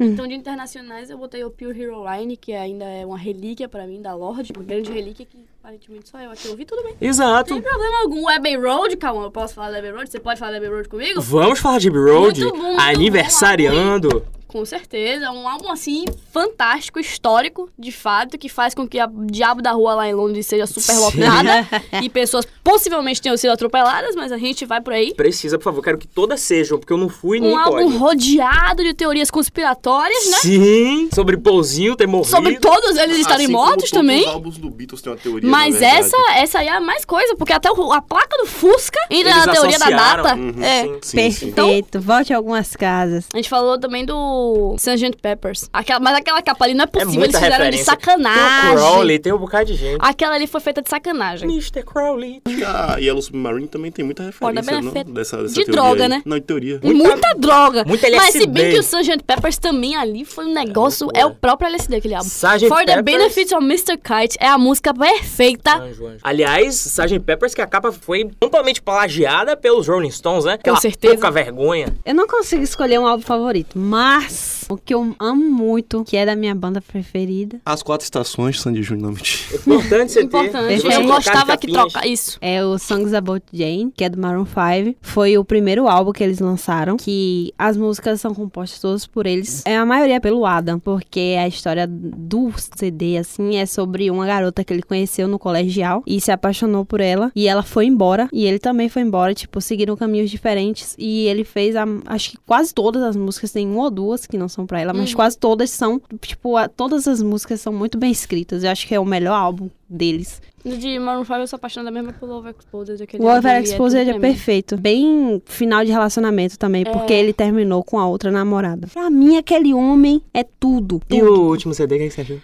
C: Então, de internacionais, eu botei o Pure Hero Line, que ainda é uma relíquia pra mim, da Lorde. Uma grande relíquia que aparentemente só eu aqui ouvi, tudo bem.
B: Exato.
C: Sem problema algum. Abbey Road, calma, Uhum. eu posso falar da Abbey Road? Você pode falar da Abbey Road comigo?
B: Vamos falar de Road,
C: Muito bom, muito bom.
B: aniversariando.
C: Com certeza, um álbum assim fantástico, histórico, de fato, que faz com que a Diabo da Rua lá em Londres seja super lotada e pessoas possivelmente tenham sido atropeladas, mas a gente vai por aí.
B: Precisa, por favor, quero que todas sejam, porque eu não fui nem
C: Um
B: pode.
C: álbum rodeado de teorias conspiratórias, né?
B: Sim, sobre Pouzinho ter morrido.
C: Sobre todos
B: Ah,
C: eles estarem
D: Assim como
C: mortos
D: todos
C: também.
D: Os álbuns do Beatles têm uma teoria. na
C: Mas
D: verdade.
C: essa, essa aí é a mais coisa, porque até o- a placa do Fusca entra
B: Eles
C: na teoria da
B: associaram,
C: data.
B: uhum,
C: é.
B: sim.
D: Sim, sim.
A: Perfeito, volte a algumas casas.
C: A gente falou também do Sgt. Peppers. Aquela- mas aquela capa ali não é
B: É
C: possível, eles
B: muita
C: fizeram
B: referência.
C: de
B: Tem o
C: sacanagem.
B: Crowley, tem um bocado de gente.
C: Aquela ali foi feita de sacanagem.
B: Mr. Crowley.
D: E a Yellow Submarine também tem muita
C: Olha,
D: referência, não?
C: benefício.
D: Dessa, dessa
C: De
D: teoria
C: droga,
D: aí.
C: né?
D: Não, de teoria.
C: Muita, droga.
B: muita
C: Mas se
B: LSD.
C: bem que o Sgt. Peppers também ali foi um negócio.
B: loucura.
C: É, o próprio LSD aquele álbum.
B: Sgt.
C: For the
B: Peppers.
C: Benefit of Mr. Kite é a música perfeita.
B: Anjo, anjo. Aliás, Sgt. Peppers, que a capa foi amplamente plagiada pelos Rolling Stones, né? Aquela
C: certeza.
B: pouca vergonha.
A: Eu não consigo escolher um álbum favorito, mas o que eu amo muito, que é da minha banda preferida,
D: As quatro estações, Sandy Júnior, não mentira.
B: Importante você ter.
C: Importante.
B: se
A: você
C: Eu
B: trocar de
C: gostava que
B: capinhas.
C: troca. Isso.
A: é o Songs About Jane, que é do Maroon 5. Foi o primeiro álbum que eles lançaram, que as músicas são compostas todas por eles. É a maioria pelo Adam, porque a história do CD, assim, é sobre uma garota que ele conheceu no colegial e se apaixonou por ela. E ela foi embora, e ele também foi embora, tipo, seguiram caminhos diferentes. E ele fez, a- acho que quase todas as músicas, tem uma ou duas que não são pra ela, mas quase todas são, tipo, a- todas as músicas são muito bem escritas. Eu acho que é o melhor álbum deles.
C: De Maroon 5 eu sou apaixonada mesmo é pelo Overexposed. aquele
A: O
C: álbum ali, é
A: Overexposed
C: tudo
A: é
C: pra mim.
A: perfeito. Bem final de relacionamento também, porque ele terminou com a outra namorada. Pra mim, aquele homem é tudo.
B: E
A: tudo.
B: o último CD, o que você achou?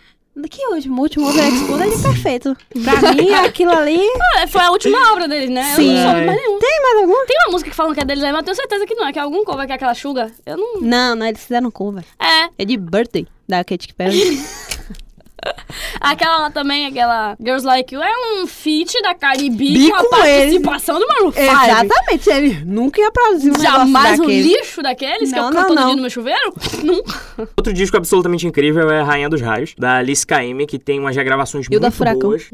A: Que último, o último Overexposed é perfeito. Pra mim, aquilo ali...
C: É, Foi a última obra deles, né? Eu
A: Sim.
C: não soube mais nenhum.
A: Tem mais algum?
C: Tem uma música que falam que é deles aí, mas eu tenho certeza que não. É que é algum cover, que é aquela Sugar. Eu não...
A: Não, não, eles fizeram cover.
C: É.
A: É de Birthday, da Katy Perry.
C: Aquela lá também, aquela Girls Like You, é um feat da Cardi B
A: Bi
C: com a
A: com ele.
C: participação do Maroon 5.
A: É, Exatamente, ele nunca ia produzir um
C: Jamais um
A: negócio daquele.
C: lixo daqueles que eu
A: Não,
C: canto
A: não,
C: todo
A: não.
C: dia no meu chuveiro? Nunca.
B: Outro disco absolutamente incrível é Rainha dos Raios, da Alice KM, que tem umas regravações
A: E o da
B: muito
A: Furacão. Uhum.
B: boas.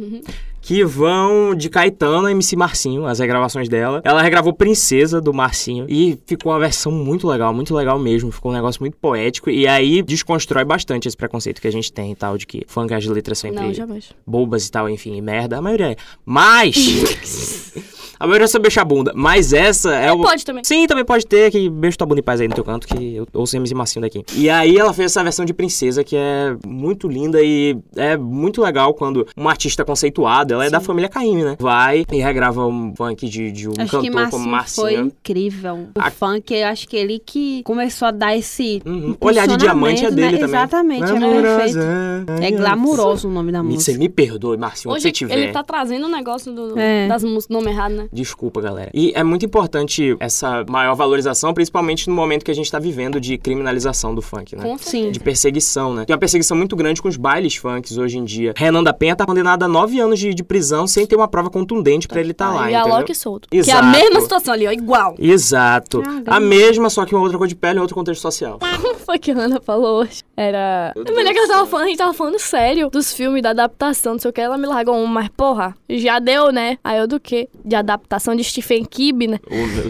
B: Que vão de Caetano a MC Marcinho, as regravações dela. Ela regravou Princesa do Marcinho e ficou uma versão muito legal, muito legal mesmo. Ficou um negócio muito poético. E aí desconstrói bastante esse preconceito que a gente tem e tal, de que funk as letras sempre
C: Não, jamais.
B: bobas e tal, enfim, e merda. A maioria é. Mas. a maioria é sobre beijar a bunda. Mas essa é o.
C: Pode também.
B: Sim, também pode ter, que beijo tua bunda e paz aí no teu canto, que eu ouço MC Marcinho daqui. E aí ela fez essa versão de Princesa, que é muito linda e é muito legal quando uma artista conceituada, ela é da família Caymmi, né? Vai e regrava um funk de, de um
A: Acho
B: cantor
A: que Marcinho,
B: como
A: foi
B: Marcinho.
A: incrível. O
B: A-
A: funk, eu acho que ele que começou a dar esse...
B: Uhum. Olhar de diamante é dele
A: né?
B: também.
A: Exatamente, é perfeito. É glamuroso o nome da
B: Me- Você
A: música.
B: me perdoe, Marcinho, onde
C: Hoje
B: você tiver.
C: ele tá trazendo o negócio do,
A: É.
C: das músicas, nome errado, né?
B: Desculpa, galera. E é muito importante essa maior valorização, principalmente no momento que a gente tá vivendo de criminalização do funk, né?
C: Com
A: Sim.
C: certeza.
B: De perseguição, né? Tem uma perseguição muito grande com os bailes funks hoje em dia. Renan da Penha tá condenado a nove anos de, de prisão sem ter uma prova contundente pra ele tá lá,
C: e a
B: entendeu?
C: Loki solto. Que é a
B: Exato.
C: mesma situação ali, ó, igual.
B: Exato.
A: Ah,
B: a
A: grande.
B: mesma, só que uma outra cor de pele e outro contexto social.
C: Como foi que a Ana falou hoje? Era. É melhor que ela tava falando, a gente tava falando sério dos filmes, da adaptação, não sei o que. Ela me largou um, mas porra, já deu, né? Aí eu do quê? De adaptação de Stephen King, né?
D: Ou, né,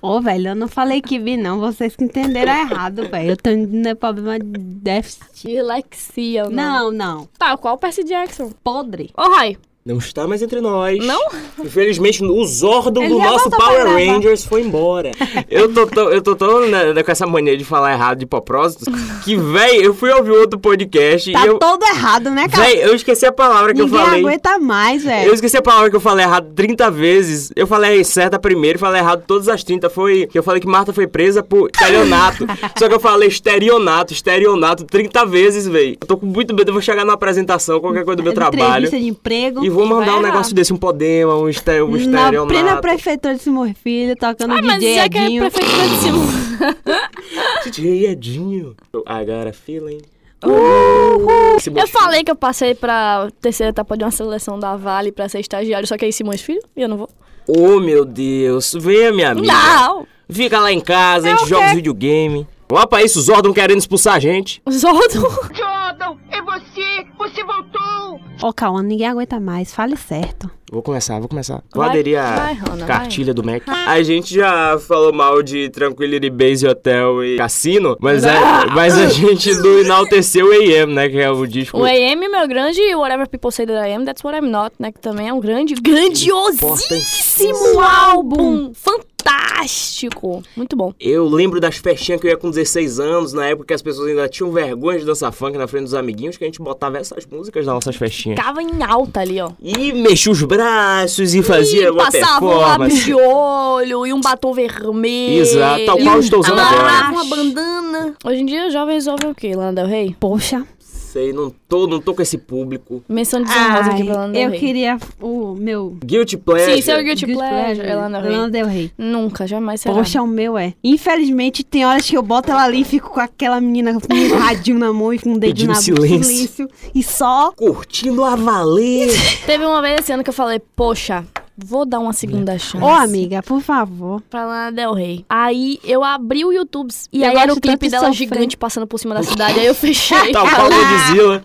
A: Ô, velho, eu não falei que vi, não. Vocês que entenderam errado, velho. Eu tenho né, problema de déficit.
C: Dilexia, né?
A: Não, não.
C: Tá, qual Percy Jackson?
A: Podre.
C: Ô, Rai.
B: Não está mais entre nós.
C: Não?
B: Infelizmente, o Zordon
A: Ele
B: do
A: já tá
B: nosso
A: voltou
B: Power
A: pra gravar.
B: Rangers foi embora. Eu tô tão, eu tô tão na- na- com essa mania de falar errado de propósito que, véi, eu fui ouvir outro podcast
A: Tá
B: e eu.
A: todo errado, né, cara?
B: Véi, eu esqueci a palavra que
A: Ninguém
B: eu falei.
A: aguenta mais,
B: Eu
C: É.
A: velho.
B: esqueci a palavra que eu falei errado 30 vezes. Eu falei certa primeiro, falei errado todas as 30. Foi que eu falei que Marta foi presa por estelionato. Só que eu falei esterionato, esterionato 30 vezes, véi. Eu tô com muito medo, eu vou chegar numa apresentação, qualquer coisa do meu trabalho.
A: Entrevista de emprego.
B: E vou mandar
C: Vai
B: um
C: lá.
B: negócio desse, um podema, um estéreo, um
A: Na
B: estéreo,
A: plena
B: nada.
A: prefeitura de Simor Filho, tocando
C: Ah, mas
A: DJ
C: já que é
A: Edinho.
C: prefeito de cima.
B: DJ Edinho. I got a feeling. Esse
C: Eu
B: bochecho.
C: falei que eu passei pra terceira etapa de uma seleção da Vale pra ser estagiário, só que aí Simões Filho, e eu não vou.
B: Oh, meu Deus. Vem, minha amiga.
C: Não! É
B: Fica lá em casa, a gente joga os videogame. Lá pra isso, os Zordon querendo expulsar a gente.
C: Zordo!
E: Jordan, é você! Você voltou!
A: Ô, Cauã, ninguém aguenta mais. Fale certo.
B: Vou começar, vou começar. Vou
C: Vai-
B: aderir a
C: vai, Rana,
B: cartilha do Mac. A gente já falou mal de Tranquility Base Hotel e Cassino, mas, é, mas a gente do enalteceu o AM, né? Que é o disco.
C: O AM, meu grande, e Whatever People Say That I Am, That's What I'm Not, né? Que também é um grande, grandiosíssimo álbum! Fantástico! Muito bom.
B: Eu lembro das festinhas que eu ia com 16 anos, na época que as pessoas ainda tinham vergonha de dançar funk na frente dos amiguinhos, que a gente botava essas músicas nas nossas festinhas.
C: Ficava em alta ali, ó.
B: E mexia os braços e fazia
C: e
B: uma
C: passava um
B: performance.
C: lápis de olho e um batom vermelho.
B: Exato, tal qual
C: E um-
B: estou usando
C: amarrava
A: agora.
C: uma bandana. Hoje em dia, jovem resolve o quê, Lana Del Rey?
A: Poxa.
B: Sei, não tô, não tô com esse público.
C: Menção desonrosa aqui pra Lana Del
A: eu
C: Rey.
A: queria o meu...
B: Guilty Pleasure.
C: Sim, seu Guilty
A: Good
C: Pleasure, é Lana Del Rey.
A: Lana Del Rey.
C: Nunca, jamais será.
A: Poxa, o meu é. Infelizmente, tem horas que eu boto ela ali e fico com aquela menina com um radinho na mão e com um dedo
B: Pedindo
A: na um
B: silêncio.
A: silêncio. E só.
B: Curtindo a valer.
C: Teve uma vez esse ano que eu falei, poxa, vou dar uma segunda chance.
A: Ô, amiga, por favor.
C: Pra Lana Del Rey. Aí eu abri o YouTube. E
A: Eu
C: aí era o
A: gosto tanto
C: clipe
A: de
C: dela
A: sofrer.
C: gigante passando por cima da cidade. aí eu fechei.
B: Tal qual
C: é.
B: Godzilla.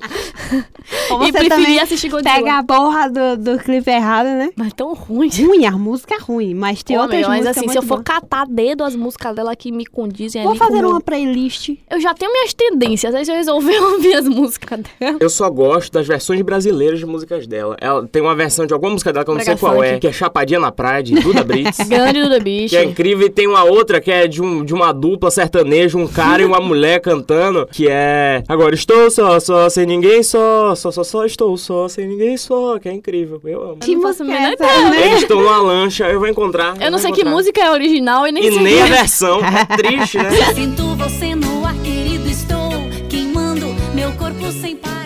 A: Ou
C: e
A: Você
C: preferi
A: também
C: assistir Godzilla.
A: pega a borra do, do clipe errado, né?
C: Mas tão ruim.
A: Ruim, a música é ruim, mas tem
C: Pô,
A: outras
C: meu, mas
A: músicas
C: assim, se
A: muito
C: eu for
A: boas.
C: catar dedo as músicas dela que me condizem
A: Vou
C: ali com o
A: fazer
C: meu-
A: uma playlist.
C: Eu já tenho minhas tendências, aí se eu resolver ouvir as músicas dela.
B: Eu só gosto das versões brasileiras de músicas dela. Ela tem uma versão de alguma música dela que eu não
C: Brega
B: sei qual é,
C: funk.
B: que é Chapadinha na Praia, de Duda Brits.
C: Grande do The
B: Que é incrível, e tem uma outra que é de, um, de uma dupla sertaneja, um cara e uma mulher cantando, que é. Agora estou só, só, sem ninguém só, só, só, só, estou só, sem ninguém só, que é incrível, eu amo.
A: Que
C: não faço
A: música
C: a menor
A: é essa, né?
B: Eles estão numa lancha, eu vou encontrar.
C: Eu não
B: vou
C: sei que
B: encontrar.
C: música é original e nem
B: E
C: sei.
B: nem a versão, é triste, né?
G: Sinto você no ar, querido, estou queimando meu corpo sem parar.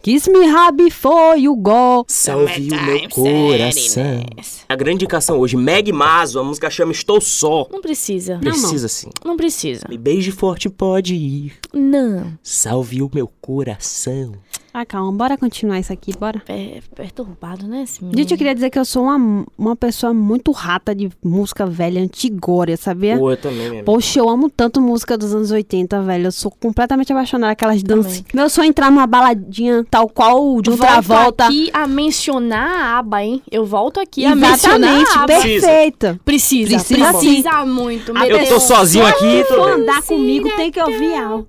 A: Kiss Me Rabi foi o gol.
B: Salve o meu coração. A grande indicação hoje, Meg Mazo, a música chama Estou Só.
C: Não precisa.
B: Precisa sim.
C: Não precisa.
B: Me beije forte, pode ir.
C: Não.
B: Salve o meu coração.
A: Ah, calma, bora continuar isso aqui, bora.
C: É perturbado, né, esse menino?
A: Gente, eu queria dizer que eu sou uma, uma pessoa muito rata de música velha, antigória, sabia?
B: É. Pô, eu também, minha amiga.
A: Poxa, eu amo tanto música dos anos 80, velho. Eu sou completamente apaixonada aquelas danças. Meu sonho é entrar numa baladinha tal qual o de outra
C: Volto
A: volta.
C: aqui é a mencionar a aba, hein? Eu volto aqui a
A: Exatamente,
C: mencionar a aba.
B: Precisa.
A: perfeita.
C: Precisa,
A: Precisa
C: precisa,
A: sim.
C: muito.
A: Ah,
C: meu
B: Eu tô
C: Deus.
B: sozinho aqui,
A: Pra
B: tô bem.
A: andar comigo tem que ouvir
C: então.
A: algo.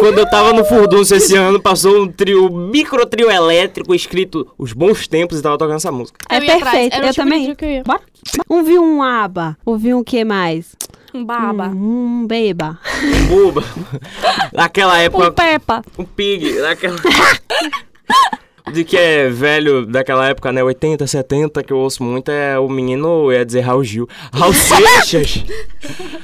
B: Quando eu tava no Furdunço esse ano, passou um trio, micro trio elétrico, escrito Os Bons Tempos, e tava tocando essa música.
C: Eu
A: É
C: ia atrás,
A: perfeito,
C: era o
A: eu
C: tipo de
A: também.
C: trio que eu ia.
A: Bora. Ouvi um aba, ouvi um que mais?
C: Um baba.
A: Um beba.
B: Buba. Naquela época,
C: Um Peppa.
B: um pig, naquela... De que é velho daquela época, né? 80, 70, que eu ouço muito, é o menino, eu ia dizer Raul Gil. Raul Seixas!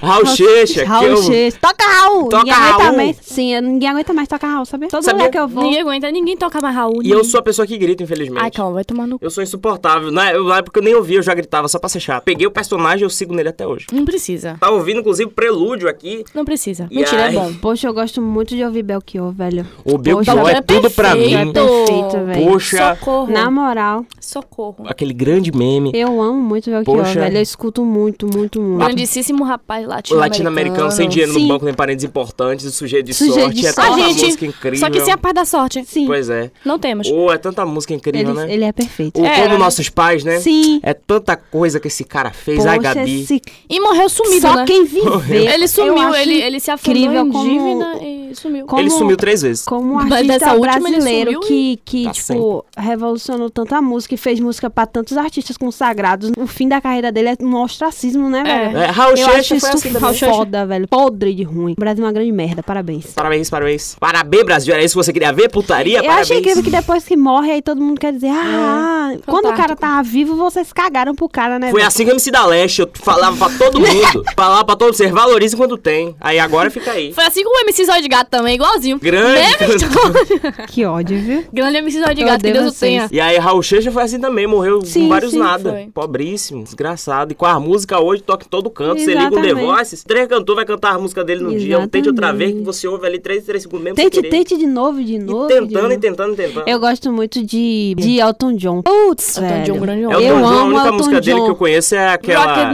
B: Raul Seixas, que
A: Raul
B: eu...
A: Seixas. Toca Raul!
B: Toca
A: ninguém aguenta
B: Raul.
A: mais. Sim, eu- ninguém aguenta mais tocar Raul, sabia? Todo
B: Sabia?
A: lugar que eu vou.
C: Ninguém aguenta, ninguém toca mais Raul.
B: E eu sou a pessoa que grita, infelizmente.
C: Ai, calma, vai tomar no cu.
B: Eu sou insuportável. Na na época eu nem ouvia, eu já gritava só pra ser chato. Peguei o personagem e eu sigo nele até hoje.
C: Não precisa.
B: Tá ouvindo, inclusive, prelúdio aqui.
C: Não precisa.
B: E
C: Mentira,
B: aí?
C: é bom.
A: Poxa, eu gosto muito de ouvir Belchior, velho.
B: O
A: Poxa,
B: Belchior é
C: Belchior é
B: tudo pra mim.
C: perfeito.
A: Perfeito, velho.
B: Poxa,
C: Socorro.
A: Na moral,
C: Socorro.
B: aquele grande meme.
A: eu amo muito Belchior,
B: Poxa.
A: velho. Eu escuto muito, muito, muito.
C: Grandíssimo rapaz
B: O
C: latino-americano.
B: latino-americano sem dinheiro
A: Sim.
B: no banco, nem parentes importantes, o sujeito de
A: Sujeito
B: sorte.
A: de
B: é
A: sorte.
B: tanta
C: Ah, gente,
B: música incrível.
C: Só que sem a paz da sorte.
A: Sim,
B: Pois é.
C: Não temos.
B: Ou é tanta música incrível,
A: ele,
B: né?
A: ele é perfeito.
B: Ou
C: É,
B: como
C: né?
B: nossos pais, né?
A: Sim.
B: É tanta coisa que esse cara fez. Ai,
A: Poxa,
B: Gabi.
A: esse...
C: E morreu sumido,
A: só
C: né?
A: quem viveu.
C: Ele
A: Eu
C: sumiu,
A: acho
C: ele, ele se afundou
A: incrível
C: em
A: como-
C: dívida e sumiu.
A: como-
B: Ele sumiu três vezes.
A: Como um
C: Mas dessa
A: artista
C: última ele
A: brasileiro
C: sumiu
A: que, que
B: Tá
A: tipo,
B: sempre.
A: revolucionou tanta música e fez música pra tantos artistas consagrados. O fim da carreira dele é um ostracismo, né, velho?
B: É, Raul
A: Eu
B: Seixas
A: acho
B: foi
A: isso
B: assim também.
A: foda, velho. Podre de ruim. O Brasil é uma grande merda, parabéns.
B: Parabéns, parabéns. Parabéns, Brasil. Era isso que você queria ver? Putaria?
A: Eu
B: é parabéns.
A: achei incrível que depois que morre, aí todo mundo quer dizer, ah, quando o cara
C: É, fantástico.
A: tava vivo, vocês cagaram pro cara, né?
B: Foi
A: velho?"
B: assim que eu me se da leste, eu falava pra todo mundo. falava pra todos vocês, valorize quando tem. Aí agora fica aí.
C: Foi assim com o MC Zóio de Gato também, igualzinho.
B: Grande
C: Mesma história.
A: Que ódio, viu?
C: Grande MC Zóio de
A: Eu
C: Gato, que
A: odeio
C: Deus o
A: vocês.
C: tenha.
B: E aí Raul Seixas foi assim também, morreu
A: Sim,
B: com vários
A: sim,
B: nada.
C: foi.
B: Pobríssimo, desgraçado. E com a música hoje, toca em todo canto. Você liga um
A: Exatamente.
B: The Voices, três cantor vai cantar a música dele no dia. Um tente outra vez, que você ouve ali três, três segundos mesmo sem
A: Tente,
B: querer.
A: tente de novo, de novo.
B: E
A: de
B: tentando,
A: novo.
B: e tentando, e tentando.
A: Eu gosto muito de, de Elton John. Putz,
C: Elton
A: velho.
C: John, um grande
B: É o
C: homem.
A: Eu
B: Don John,
A: amo
B: a única
A: Elton
B: música dele
A: John.
B: que eu conheço é aquela...
C: Rocketman.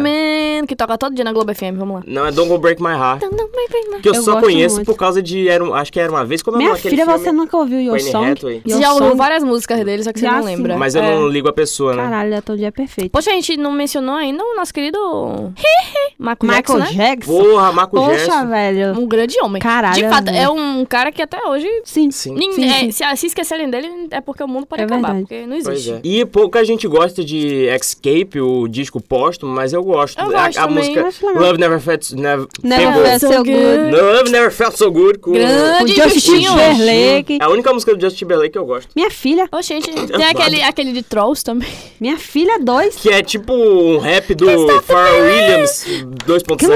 C: Man, que toca todo dia na Globo FM. Vamos lá.
B: Não, é Don't Go Break My Heart. Que eu,
A: Eu
B: só
A: gosto
B: conheço
A: muito.
B: por causa de. Era, um- acho que era uma vez. Como é o
A: Minha
B: nome daquele
A: filha,
B: filme?
A: você nunca ouviu Your
B: Wayne
A: Song?
B: Hathaway.
A: Your
C: Você já ouviu
A: Song?
C: várias músicas dele, só que você
A: Já
C: não
A: sim.
C: lembra.
B: Mas eu
C: É.
B: não ligo a pessoa, né?
A: Caralho, é todo dia perfeito.
C: Poxa, a gente não mencionou ainda o nosso querido Michael,
A: Michael
C: Jackson, né?
A: Jackson?
B: Porra, Marco
A: Poxa,
B: Gerson.
A: velho.
C: Um grande homem.
A: Caralho,
C: De fato,
A: velho.
C: é um cara que até hoje...
A: Sim.
B: Sim.
C: nin-
A: Sim,
C: é,
A: sim.
C: Se, se esquecerem dele, é porque o mundo pode
A: É
C: acabar,
A: verdade.
C: porque não
B: Pois
C: existe.
B: é. E pouca gente gosta de Escape, o disco póstumo, mas eu gosto.
C: Eu
B: a,
C: gosto
B: a
C: também,
B: música
A: eu acho legal.
B: Love Never Felt Never,
A: Never
B: Pegou.
A: felt so good.
B: Love Never Felt So Good com
C: Grande
A: O Justin
C: Justinho.
A: Timberlake.
B: É a única música do Justin Timberlake que eu gosto.
A: Minha filha.
C: Ô, gente, tem
B: É
C: aquele, aquele de Trolls também.
A: Minha filha 2.
B: Que é tipo um rap do Pharrell Williams 2.0.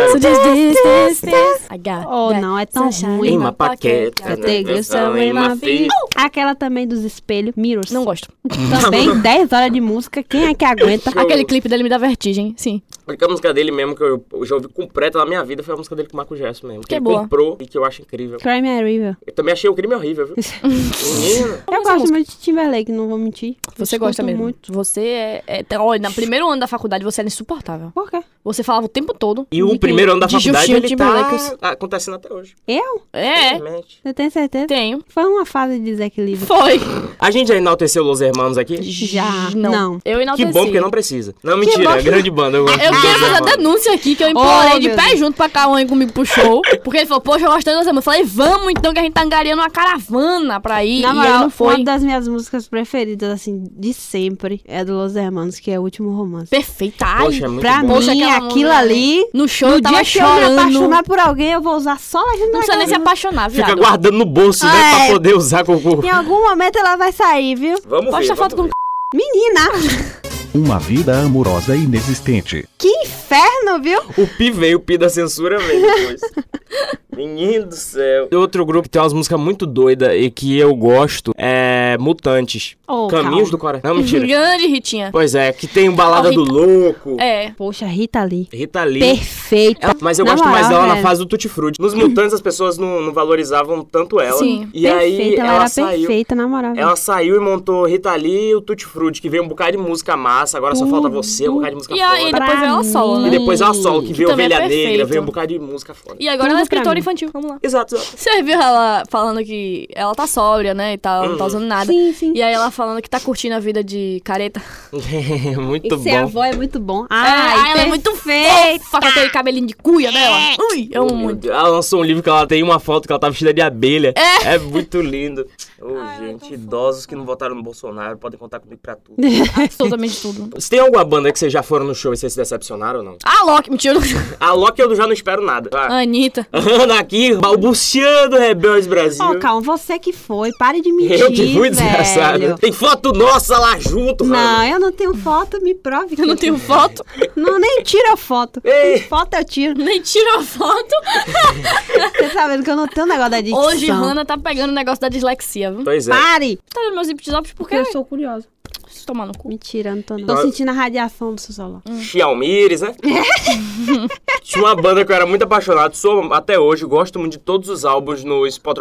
C: I got
A: Oh,
C: that
A: não, é tão
C: sunshine
A: ruim.
C: in
B: Em
C: my
B: uma paqueta. né?
C: pocket.
A: Tem que ser
B: em uma fi-
A: Aquela também dos espelhos. Mirrors.
C: Não gosto.
A: Também 10 horas de música. Quem é que aguenta?
B: Eu-
C: Aquele clipe dele me dá vertigem, sim.
B: A única música dele mesmo que eu eu já ouvi completa na minha vida foi a música dele com o Marco Gerson mesmo. Que,
C: Que
B: ele
C: boa.
B: comprou e que eu acho incrível.
A: Crime é River.
B: Eu também achei o crime horrível, viu? Menino.
A: Eu gosto muito de Timberlake, não vou mentir.
C: Você
A: Escuto
C: gosta mesmo.
A: Muito.
C: Você é. é tá- olha, no primeiro ano da faculdade você era insuportável.
A: Por quê?
C: Você falava o tempo todo.
B: E o
A: De
B: primeiro ano da
C: De
B: faculdade
C: Justinho
B: ele tá
C: Timberlake.
B: acontecendo até hoje.
A: Eu?
C: É,
B: Infelizmente.
A: Você tem certeza?
C: tenho.
A: Foi uma fase de desequilíbrio.
C: Foi.
B: A gente já enalteceu Los Hermanos aqui?
A: Já.
C: Não.
A: Não.
C: Eu
B: Que
C: enalteci.
B: bom, porque não precisa. Não,
A: bom
B: mentira,
A: que-
B: grande banda. Eu, gosto
C: Eu
B: de
C: quero
B: Los
C: fazer
B: Hermanos.
C: a denúncia aqui, que eu implorei
A: Oh,
C: de
A: meu
C: pé
A: Deus.
C: junto pra Cauã ir comigo pro show. Porque ele falou, poxa, eu gosto de música. Eu falei, vamos então, que a gente tá angariando uma caravana pra ir.
A: Na
C: e ele
A: moral,
C: não foi.
A: uma das minhas músicas preferidas, assim, de sempre, é do Los Hermanos, que é o último romance.
C: Perfeita. Ai,
B: Poxa, é muito
A: pra
B: bom.
C: Poxa,
A: mim,
C: aquela
A: aquilo
C: música,
A: ali.
C: No show
A: no
C: eu tava
A: dia que eu me né?
C: chorando.
A: apaixonar por alguém, eu vou usar só legenda
C: Não precisa nem se apaixonar, viado.
B: Fica guardando no bolso, né?
A: Ah,
B: Pra
A: é.
B: poder usar com o...
A: Em algum momento ela vai sair, viu?
B: Vamos
C: Posta
B: ver,
C: foto com um
B: vamos
A: Menina,
E: Uma vida amorosa inexistente.
A: que inferno, viu?
B: ver. O Pi veio, o Pi da censura veio depois. Menino do céu. Outro grupo que tem umas músicas muito doidas e que eu gosto é Mutantes.
A: Oh, calma.
B: Caminhos do Coração. Não, mentira.
C: Grande Ritinha.
B: pois é, que tem o Balada
C: Oh, Rita-
B: do Louco.
C: É.
A: Poxa, Rita ali.
B: Rita Lee.
A: Perfeita.
B: Ela- mas eu
A: Na
B: gosto mais
A: moral,
B: dela na
A: velho.
B: fase do Tutti Frutti. Nos Mutantes as pessoas não, não valorizavam tanto ela.
C: Sim.
B: E aí
A: perfeita,
B: ela,
A: ela, era
B: saiu.
A: perfeita, na moral. velho.
B: Ela saiu e montou Rita Lee e o Tutti Frutti, que veio um bocado de música massa, agora só falta você, um bocado de música
C: E
B: foda.
C: aí
A: Pra
C: depois veio ela solo,
A: mim.
C: né?
B: E depois ela solo, que veio
C: também é
B: Ovelha Negra,
C: perfeito.
B: veio um bocado de música foda.
C: E agora ela é
A: Tudo pra
C: escritora
A: mim.
C: infantil. Vamos lá.
B: Exato, exato.
C: Você viu ela falando que ela tá sóbria, né? E tal,
B: Uhum.
C: não tá usando nada.
A: Sim, sim.
C: E aí ela falando que tá curtindo a vida de careta.
B: Muito
A: E ser
B: bom.
A: avó é muito bom.
C: Ah,
A: Ai,
C: ela é muito
A: perfeita.
C: fofa com aquele cabelinho de cuia dela.
A: É.
C: Ui, eu amo muito.
B: Ela lançou um livro que ela tem uma foto que ela tá vestida de abelha. É, muito lindo. Ô, gente, idosos que não votaram no Bolsonaro podem contar comigo pra tudo.
C: Absolutamente tudo.
B: Você tem alguma banda que vocês já foram no show e vocês se decepcionaram ou não?
C: Ah, Loki, mentira.
B: A Loki eu já não espero nada. Ah.
C: Anitta.
B: Ana aqui, balbuciando Rebeldes Brasil.
A: Ô, calma, você que foi, pare de mentir,
B: Eu que
A: velho.
B: fui desgraçado. Tem foto nossa lá junto,
A: Não,
B: Hannah.
A: eu não tenho foto, me prove que
C: Eu não tenho foto.
A: Não, nem tira foto.
B: Ei.
A: Foto eu tiro.
C: Nem tirou foto.
A: Você sabendo que eu não tenho um negócio da dicção.
C: Hoje, Hannah tá pegando o negócio da dislexia. viu?
B: Pois é.
A: Pare!
C: Tá vendo meus hipnotisópolis porque...
A: eu sou curiosa.
C: Deixa eu tomar no cu.
A: Mentira, eu não tô não.
B: Ah.
A: Tô sentindo a radiação do seu celular.
B: Xiaomires, né? Tinha uma banda que eu era muito apaixonado, sou até hoje, gosto muito de todos os álbuns no Spotify.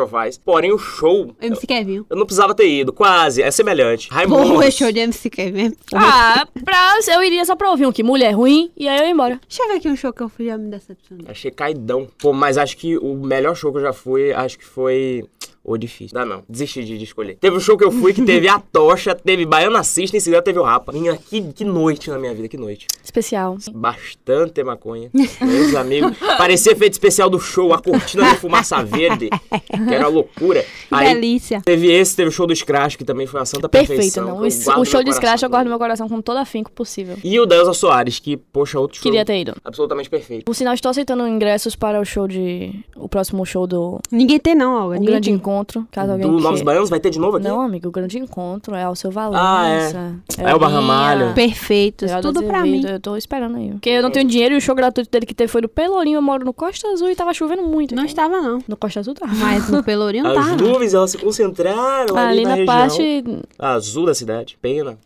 B: Porém, o show,
A: MC Kevin.
B: eu não precisava ter ido, quase, é semelhante. Raimundo.
A: Porra, show de MC Kevin.
C: Ah, pra, eu iria só pra ouvir um que mulher ruim e aí eu ia embora.
A: Deixa eu ver aqui um show que eu fui já me decepcionei.
B: Achei caidão. Pô, mas acho que o melhor show que eu já fui, acho que foi. O difícil. Dá não. Desisti de de escolher. Teve um show que eu fui que teve a Tocha, teve Baiana Cista, em seguida teve o Rapa. Menina, que, que noite na minha vida, que noite.
C: Especial.
B: Bastante maconha. Meus amigos. Parecia efeito especial do show, a cortina de fumaça verde. Que era uma loucura.
A: Que
B: Aí
A: delícia.
B: teve esse, teve o show do Scratch, que também foi uma santa
C: Perfeito,
B: perfeição.
C: não.
B: que eu
C: Esse-
B: guardo
C: o
B: no
C: show de
B: coração.
C: Scratch eu guardo no meu coração com todo afinco possível.
B: E o Delza Soares, que, poxa, outro show.
C: Queria ter ido.
B: Absolutamente perfeito.
C: Por sinal, estou aceitando ingressos para o show de. O próximo show do
A: Ninguém tem não, Olga.
C: o
A: Ninguém
C: Um Grande
A: tem.
C: Encontro. Caso alguém
B: Do Novos
C: queira.
B: Baianos, vai ter de novo aqui?
C: Não, amigo, o Grande Encontro é o seu Valença.
B: Ah, é. Elba Ramalho.
A: Perfeitos. Tudo pra mim.
C: Eu tô esperando aí. Porque eu não tenho dinheiro e o show gratuito dele que teve foi do Pelourinho. Eu moro no Costa Azul e tava chovendo muito.
A: Não
C: aqui.
A: estava não.
C: No Costa Azul tá.
A: Mas no Pelourinho não
B: As
A: tava.
B: nuvens, elas se concentraram tá. ali,
C: Ah, Ali
B: na,
C: na
B: região
C: parte.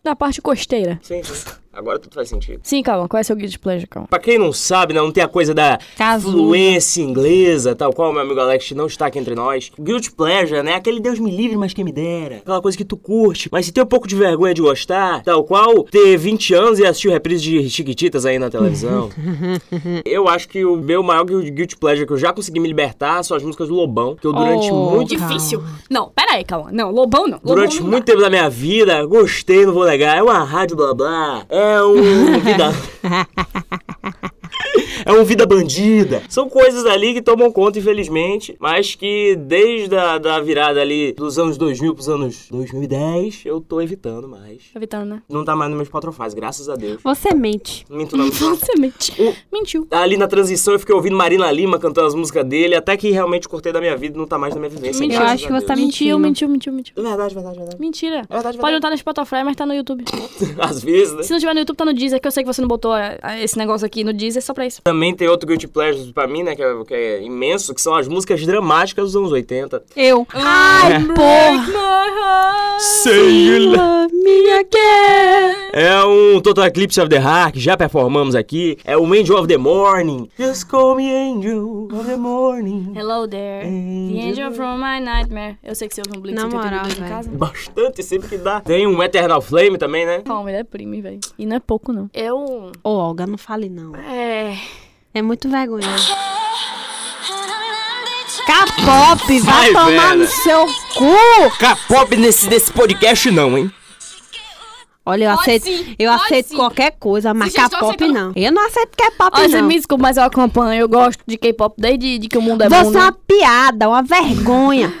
C: Na parte costeira.
B: Sim, sim. Agora tudo faz sentido.
C: Sim, calma. Qual é seu guilty pleasure, calma?
B: Pra quem não sabe, né, não tem a coisa da
G: Casu.
B: fluência inglesa, tal qual meu amigo Alex não está aqui entre nós. Guilty pleasure, né? Aquele Deus me livre, mas quem me dera. Aquela coisa que tu curte, mas se tem um pouco de vergonha de gostar, tal qual ter 20 anos e assistir reprise de Chiquititas aí na televisão. eu acho que o meu maior gu- guilty pleasure que eu já consegui me libertar são as músicas do Lobão, que eu durante
G: Oh,
B: muito
C: Difícil. Não, pera aí, calma. Não, Lobão não. Lobão
B: Durante
C: não dá.
B: muito tempo da minha vida, gostei, não vou negar. É uma rádio blá blá. É um. Vida. É um vida bandida. São coisas ali que tomam conta, infelizmente, mas que desde a da virada ali dos anos 2000 pros anos 2010, eu tô evitando mais.
C: Evitando, né?
B: Não tá mais nos meus patrofais, graças a Deus.
G: Você mente.
B: Não Minto não.
C: Você mentiu. Mentiu.
B: Ali na transição eu fiquei ouvindo Marina Lima cantando as músicas dele, até que realmente cortei da minha vida e não tá mais na minha vivência.
C: Mentira.
B: graças
G: Eu acho
B: a
G: que você tá
B: Deus.
C: Mentiu,
G: mentindo.
C: mentiu, mentiu, mentiu.
B: Verdade, verdade, verdade.
C: Mentira.
B: É verdade,
C: Pode não estar no Spotify, mas tá no YouTube.
B: Às vezes, né?
C: Se não tiver no YouTube, tá no Deezer, que eu sei que você não botou eh, esse negócio aqui no Deezer só pra isso.
B: Também tem outro Guilty Pleasure pra mim, né? Que é, que é imenso, que são as músicas dramáticas dos anos 80.
G: Eu. Ai, porra.
B: Sei
A: Minha
B: É um Total Eclipse of the Heart, que já performamos aqui. É o Angel of the Morning. Just call me Angel of the Morning.
C: Hello there.
B: Hum,
C: The angel from my nightmare. Eu sei que você ouve um Blink
A: Na
C: 182
A: moral,
C: em
A: velho.
C: casa.
B: Bastante, sempre que dá. Tem um Eternal Flame também, né?
C: Calma, ele é prime, velho. E não é pouco, não. Eu.
A: Ô, Olga, não fale não.
C: É.
A: É muito vergonhoso.
G: K-pop, vai
B: Ai,
G: tomar
B: velho.
G: no seu cu.
B: K-pop nesse desse podcast não, hein?
A: Olha, eu
C: Pode
A: aceito,
C: sim,
A: eu
C: pode
A: aceito
C: sim.
A: qualquer coisa, mas
C: já estou
A: K-pop
C: aceitando-
A: não. Eu não aceito K-pop
C: Olha, você
A: não.
C: me desculpa, mas eu acompanho. Eu gosto de K-pop desde de que o mundo é bom.
A: Você é
C: né?
A: uma piada, uma vergonha.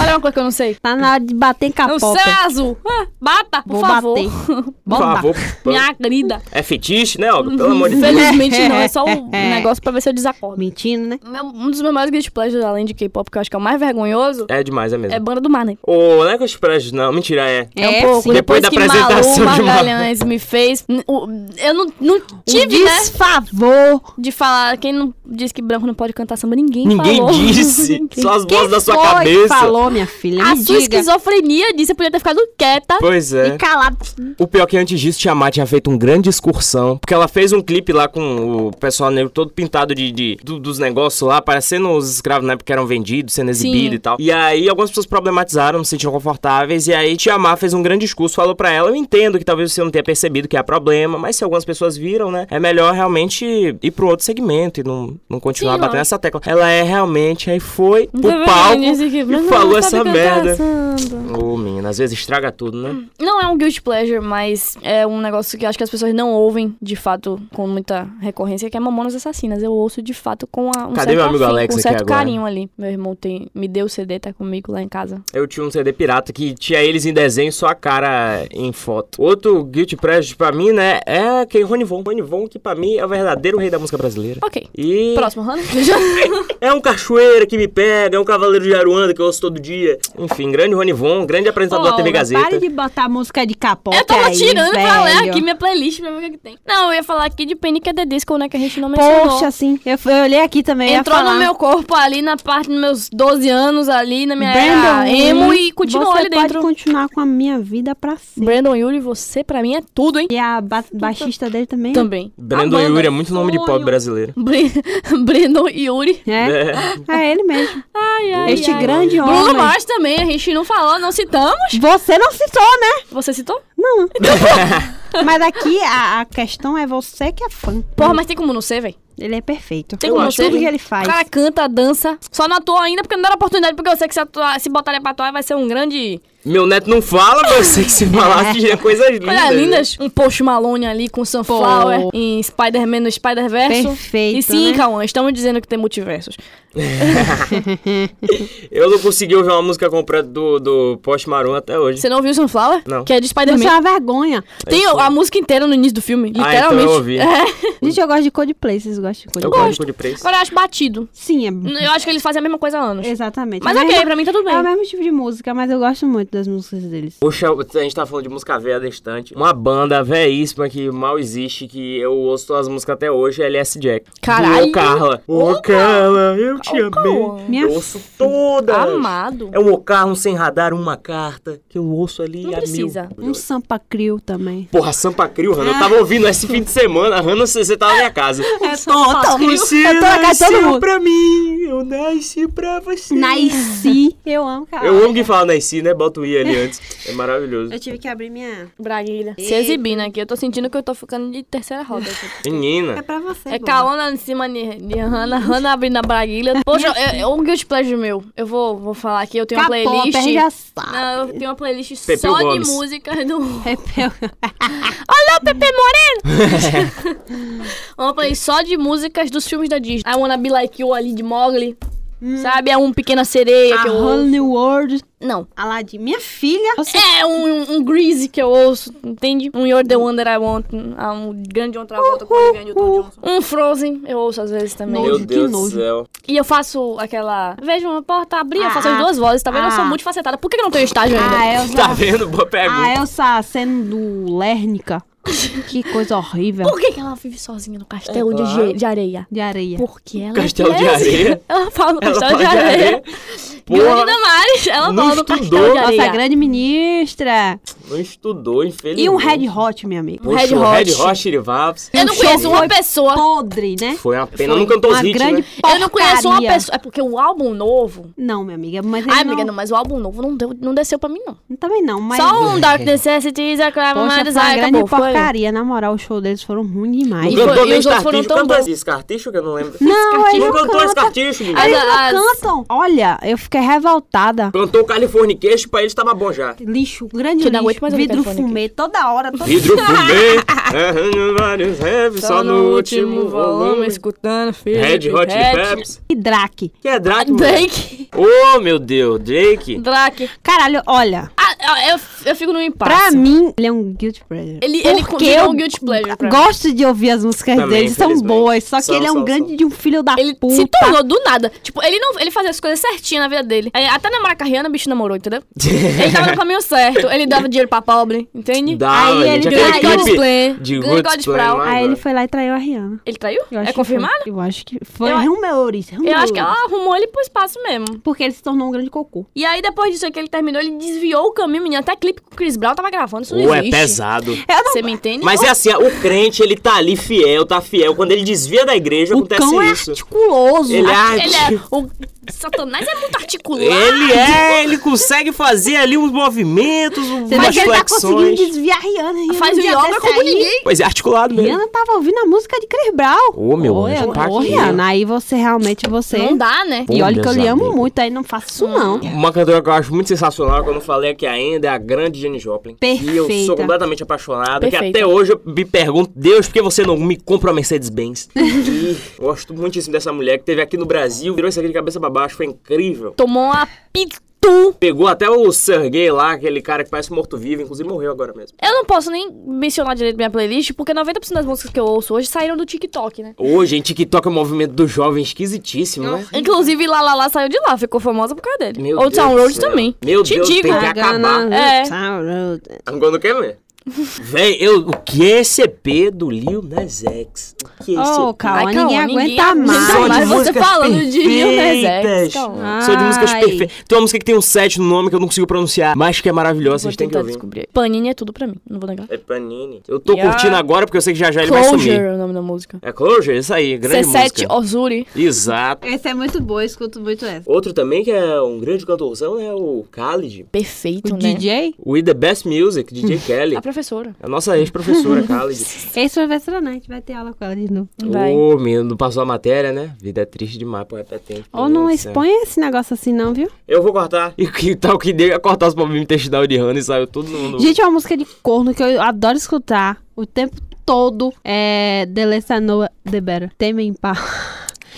C: Olha uma coisa que eu não sei.
A: Tá na hora de bater em
C: O
A: K-pop.
C: céu é azul. Ah, bata, por
A: Vou
C: favor.
A: bater.
B: Por
A: Bomba.
B: favor.
C: Minha querida.
B: É fetiche, né, Olga? Pelo amor de
A: Uhum.
B: Deus.
C: Felizmente não, é só um negócio pra ver se eu desacordo.
A: Mentindo, né?
C: Meu- Um dos meus maiores guilty pleasures, além de K-pop, que eu acho que é o mais vergonhoso,
B: É demais, é mesmo.
C: é Banda do Mar, né?
B: Ô, não é que os prédios, não. Mentira, é.
C: É, um
A: É,
C: pouco.
A: sim.
B: Depois da
C: que
B: apresentação
C: Malu
B: de Malu.
C: Magalhães me fez. n- o- Eu não, não
A: Um
C: tive, né?
A: desfavor.
C: De falar. Quem não diz que branco não pode cantar samba, ninguém
B: Ninguém
C: falou.
B: disse. Só as
A: Quem
B: vozes da sua
A: foi que
B: cabeça.
A: falou, minha filha?
C: A
A: Me
C: sua
A: diga.
C: esquizofrenia disse, eu podia ter ficado quieta.
B: Pois é.
A: E calado.
B: O pior é que antes disso, Tiamat tinha feito um grande excursão. Porque ela fez um clipe lá com o pessoal negro todo pintado de, de- do- dos negócios lá, parecendo os escravos na época que eram vendidos, sendo exibidos
C: Sim.
B: e tal. E aí algumas pessoas problematizaram, não se sentiam confortáveis. E aí Tiamat fez um grande discurso, falou pra ela: Eu entendo que talvez você não tenha percebido que há problema, mas se algumas pessoas viram, né? É melhor realmente ir pro outro segmento e não, não continuar
C: Sim,
B: batendo
C: lógico.
B: ela essa tecla. Ela é realmente, aí foi pro
C: Ninguém
B: palco
C: disse que
B: e
C: branco
B: falou
C: não sabe
B: essa
C: cantar
B: merda.
C: samba.
B: Ô, menina, às vezes estraga tudo, né?
C: Não é um guilty pleasure, mas é um negócio que eu acho que as pessoas não ouvem, de fato, com muita recorrência, que é Mamonas Assassinas. Eu ouço, de fato, com a, um
B: Cadê
C: certo
B: meu amigo
C: afinco,
B: Alex
C: um
B: aqui
C: certo
B: agora?
C: carinho ali. Meu irmão tem, me deu o CD, tá comigo lá em casa.
B: Eu tinha um CD pirata que tinha eles em desenho, só a cara em foto. Outro Guilty Pleasure pra mim, né, é aquele Rony Von. Rony Von, que pra mim é o verdadeiro rei da música brasileira.
C: Ok.
B: E
C: Próximo, Hannah.
B: é um cachoeira que me pega, é um cavaleiro de Aruanda que eu ouço todo dia. Enfim, grande Rony Von, grande apresentador da TV Gazeta.
A: Pare de botar música de K-pop
C: Eu tava
B: tá
A: aí,
C: tirando
A: velho.
C: pra ler aqui minha playlist pra ver o que, que tem. Não, eu ia falar aqui de Panic! at the Disco, né? Que a gente não mencionou.
A: Poxa, assim, eu, eu olhei aqui também. eu
C: Entrou
A: ia falar.
C: no meu corpo ali na parte dos meus 12 anos, ali na minha
A: Brandon
C: era é, emo
A: Yuri,
C: e continuou
A: você
C: ali dentro.
A: pode continuar com a minha vida pra sempre.
C: Brandon Yuri, você pra mim é tudo, hein?
A: E a ba baixista dele também?
C: Também.
B: Brandon
C: A banda.
B: Yuri é muito nome de pobre brasileiro.
C: Bre- Brandon Yuri.
A: É,
B: É.
A: é ele mesmo.
C: Ai, ai,
A: este
C: ai.
A: grande homem.
C: Bruno Mars também, a gente não falou, não citamos.
A: Você não citou, né?
C: Você citou?
A: Não. Mas aqui a, a questão é você que é fã.
C: Porra, mas tem como não ser, velho?
A: Ele é perfeito.
C: Tem como
A: Tudo
C: não ser?
A: que ele
C: O
A: faz.
C: cara canta, dança. Só não atua ainda porque não deram oportunidade, porque eu sei que se, atuar, se botar ele pra atuar vai ser um grande
B: Meu neto não fala, mas eu sei que se falasse tinha coisas lindas.
C: Olha,
B: né?
C: lindas. Um Post Malone ali com Sunflower
A: é. Pô.
C: em Spider-Man no Spider-Verse.
A: Perfeito,
C: é E sim,
A: né?
C: Cauã, estamos dizendo que tem multiversos.
B: Eu não consegui ouvir uma música completa do, do Post Marum até hoje.
C: Você não viu Sunflower?
B: Não.
C: Que é de
A: Você é
C: Spider-Man.
A: uma vergonha.
C: Tem a música inteira no início do filme,
B: Ah,
C: literalmente.
B: então
C: É.
B: eu ouvi.
A: Gente, eu gosto de Coldplay. Vocês gostam de
B: Eu
A: Coldplay?
B: gosto de preço.
C: Agora eu acho batido.
A: Sim, é...
C: Eu acho que eles fazem a mesma coisa há anos.
A: Exatamente.
C: Mas
A: É
C: ok,
A: mesmo-
C: pra mim tá tudo bem.
A: É o mesmo tipo de música, mas eu gosto muito das músicas deles.
B: Poxa, a gente tá falando de música velha da estante. Uma banda velhíssima que mal existe, que eu ouço todas as músicas até hoje, é LS Jack.
C: Caralho!
B: Ô, Carla. Ô, Carla, eu te amei.
C: Cauã.
A: Minha
B: Eu ouço todas.
C: Amado.
B: É um O carro, um sem radar, uma carta, que eu ouço ali
C: Não
B: a
C: precisa.
B: mil.
A: Um Sampa Crio também.
B: Porra, Porra, Sampa Crio, Hanna. Eu
A: Ah!
B: tava ouvindo esse fim de semana. Hanna, você você tava na minha casa.
A: É tonta.
B: Você
A: Eu tô na casa de todo
B: nasceu
A: mundo.
B: pra mim. Eu nasci pra você.
A: Nasci. Eu amo, cara.
B: Eu amo quem fala nasci, né? Bota o i ali antes. É maravilhoso.
A: Eu tive que abrir minha.
C: Braguilha. Se exibindo aqui, eu tô sentindo que eu tô ficando de terceira roda. aqui.
A: É
B: Menina.
A: pra você.
C: É
A: boba.
C: Caona em cima de, de Hannah, Hannah abrindo a braguilha. Poxa, é, é um guilty pleasure meu. Eu vou, vou falar aqui, eu tenho uma
A: Capô,
C: playlist...
A: perde a sabe.
C: Não, eu tenho uma playlist
B: Pepeu
C: só
B: Gomes.
C: de músicas do...
A: Pepeu.
C: Olha o Pepe Moreno! uma playlist só de músicas dos filmes da Disney. I Wanna Be Like You ali de Mowgli.
B: Hum.
C: Sabe, é um Pequena Sereia que
A: A
C: eu
A: Whole
C: ouço.
A: New World.
C: Não.
A: Aladdin. Minha filha. Você
C: É um, um, um Greasy que eu ouço, entende? Um You're the Wonder I Want, um, ah, um grande outra volta com o grande Elton Johnson. Um Frozen eu ouço às vezes também.
A: Nojo, que nojo.
B: céu.
C: E eu faço aquela... Vejo uma porta abrir, eu faço
A: Ah,
C: as duas vozes, tá vendo? Eu sou
A: ah.
C: multifacetada. Por que que eu não tenho estágio ainda?
A: A Elsa.
B: Tá vendo? Boa pergunta.
A: A Elsa sendo Ah, do Lérnica. Que coisa horrível.
C: Por que que ela vive sozinha no castelo de, ge- de areia?
A: De areia.
C: Porque ela
B: É Castelo de
C: é-
B: areia?
C: Ela fala no
B: Ela
C: castelo de
B: fala de
C: areia.
B: areia.
C: Grande
B: Porra,
C: Damares, ela
B: não
C: fala no
B: estudou.
C: castelo de areia.
A: Nossa grande ministra.
B: não estudou, infelizmente.
A: E um Red Hot, minha amiga.
B: Poxa,
C: Red
B: o
C: Hot.
B: Red Hot Chirivaps.
C: Eu não
A: O
C: conheço
A: show
C: uma
A: foi
C: pessoa.
A: Podre, né?
B: Foi uma pena. Não cantou os
A: uma
B: hits,
A: grande
B: né?
A: porcaria.
C: Eu não conheço uma pessoa. É porque o álbum novo.
A: Não, minha amiga, mas ele
C: Ai, amiga, não,
A: não,
C: mas o álbum novo não, deu, não desceu pra mim, não.
A: Também não, mas...
C: Só um Dark Necessities, a Crime
A: Poxa, foi
C: Mother,
A: uma
C: ai,
A: grande
C: acabou, foi.
A: porcaria. Na moral, o show deles foram ruins demais.
B: Não
C: E foi-
B: cantou
C: e
B: nem
C: os outros foram
B: Scarticho.
C: tão
B: Cantou
C: bons.
B: Scarticho que eu não lembro.
A: Não, eles
B: Não
A: não
B: cantou
A: cantam.
B: Scarticho, menino.
C: As-
A: Eles
C: as-
A: não cantam. Olha, eu fiquei revoltada.
B: Cantou Californication, pra eles tava bom já.
A: Lixo, grande
C: Que não aguento
A: lixo.
C: mais ouvir
A: Vidro
C: telefone aqui.
A: fumê toda hora. Toda...
B: Vidro fumê, errando vários revs, só no último volume.
C: escutando, filho.
B: Red Hot Chili Peppers.
A: E Drake.
B: Que é Drake, mano?
C: Drake.
B: Oh, meu Deus, Drake.
C: Drake.
A: Caralho, olha.
C: Ah, ah, eu, eu fico no impasse.
A: Pra mim, ele é um guilty pleasure.
C: Ele, ele
A: Porque
C: virou
A: eu
C: um guilty pleasure pra mim.
A: Gosto de ouvir as músicas
B: Também,
A: dele, são
B: infelizmente.
A: boas. Só que
B: São,
A: ele é um
B: são,
A: grande
B: são.
A: de um filho da
C: Ele
A: puta.
C: se tornou do nada. Tipo, ele não. Ele fazia as coisas certinhas na vida dele. É, Até namorar com a Rihanna, o bicho namorou, entendeu? ele tava no caminho certo. Ele dava dinheiro pra pobre, entende?
B: Dá,
A: Aí
B: gente,
A: ele ganha
B: aquele clipe
C: God's Plan,
B: de
C: ganha
B: God's
C: God's
B: Plan
C: Plan.
B: lá
A: Aí ele
B: agora.
A: foi lá e traiu a Rihanna.
C: Ele traiu?
A: Eu acho
C: É
A: que foi- Hum.
C: confirmado?
A: eu acho que foi É
C: Eu-
A: rumores, rumores.
C: Eu acho que é ela arrumou ele pro espaço mesmo.
A: Porque ele se tornou um grande cocô.
C: E aí, depois disso aí que ele terminou, ele desviou o caminho, menino. Até clipe com o Chris Brown tava gravando, isso não
B: Ou é
C: existe.
B: pesado.
A: Eu um não
C: Você me entende?
B: Mas é assim, o crente, ele tá ali fiel, tá fiel. Quando ele desvia da igreja,
A: O
B: acontece
A: cão é
B: isso.
A: articuloso.
B: Ele é...
C: Ele é... O Satanás é muito articulado.
B: Ele é, ele consegue fazer ali uns movimentos,
A: Você
B: umas
A: vê que ele tá
B: flexões.
A: conseguindo desviar a Rihanna. Rihanna
C: Faz
A: um
C: o
A: dia
C: yoga
A: desse
C: como
A: aí,
C: ninguém.
B: Pois é, articulado mesmo.
A: Rihanna tava ouvindo a música de Chris Brown.
B: Ô, meu
A: Ô,
B: anjo,
A: eu-
B: tá
A: ô,
B: aqui.
A: Rihanna, aí você realmente, você...
C: Não dá, Hum. né?
A: E olha
B: Ô,
A: que eu
B: meus
A: lhe amo
B: amigos.
A: muito, aí não faço isso não.
B: Uma cantora que eu acho muito sensacional, que eu não falei aqui ainda, é a grande Jenny Joplin.
A: Perfeita.
B: E eu sou completamente apaixonado, que
C: Perfeita.
B: até hoje eu me pergunto, Deus, por que você não me compra uma Mercedes-Benz? e gosto muitíssimo dessa mulher que teve aqui no Brasil, virou isso aqui de cabeça pra baixo, foi incrível.
C: Tomou uma pitu.
B: Pegou até o Sergei lá, aquele cara que parece morto-vivo, inclusive morreu agora mesmo.
C: Eu não posso nem mencionar direito minha playlist, porque 90% das músicas que eu ouço hoje saíram do TikTok, né?
B: Hoje, em TikTok é um movimento do jovem esquisitíssimo, né?
C: Inclusive, La La La saiu de lá, ficou famosa por causa dele.
B: Meu
C: Ou
B: Deus
C: Town
B: do
C: Road
B: céu.
C: também.
B: Meu
C: Te
B: Deus,
C: digo. né?
B: tem
A: Ah,
B: que acabar.
C: É.
B: Agora não quer ver. Véi, eu, o que é esse EP do Lil Nas X? O que é esse
A: Ô,
B: EP?
A: Cauã,
C: Ai,
A: ninguém
C: Cauã, ninguém
A: aguenta
C: aguenta
A: mais.
C: mais.
B: Mas
C: Mas você falando de né, Lil Nas X, calma.
B: Só de músicas
A: Ai.
B: perfeitas. Tem uma música que tem um 7 no nome que eu não consigo pronunciar, mas que é maravilhosa,
C: Vou
B: vocês têm que
C: tentar
B: ouvir.
C: descobrir. Panini é tudo pra mim, não vou negar.
B: É Panini. Eu tô
C: E a-
B: curtindo agora porque eu sei que já já ele vai
C: Closure
B: sumir.
C: é o nome da música.
B: É Closure? Isso aí, grande
C: C7
B: música.
C: Ozuri.
B: Exato.
A: Essa é muito boa, eu escuto muito essa.
B: Outro também que é um grande cantorzão é o Khalid.
C: Perfeito,
A: O
C: né?
A: DJ?
B: We the Best Music, DJ Kelly.
C: Hum.
B: É
C: A professora.
B: A nossa ex-professora Khalid.
A: Esse foi a gente né, vai ter aula com ela de novo.
C: Vai.
B: Ô, menino, não passou a matéria, né? Vida é triste demais, pô, é patente.
A: Ou não
B: Meu Deus do céu.
A: expõe esse negócio assim não, viu?
B: Eu vou cortar. E que tal que deu é cortar os problemas intestinais de Hannah e saiu tudo no... no-
A: Gente, é uma música de corno que eu adoro escutar o tempo todo. É The Less I Know The Better. Tame Impala.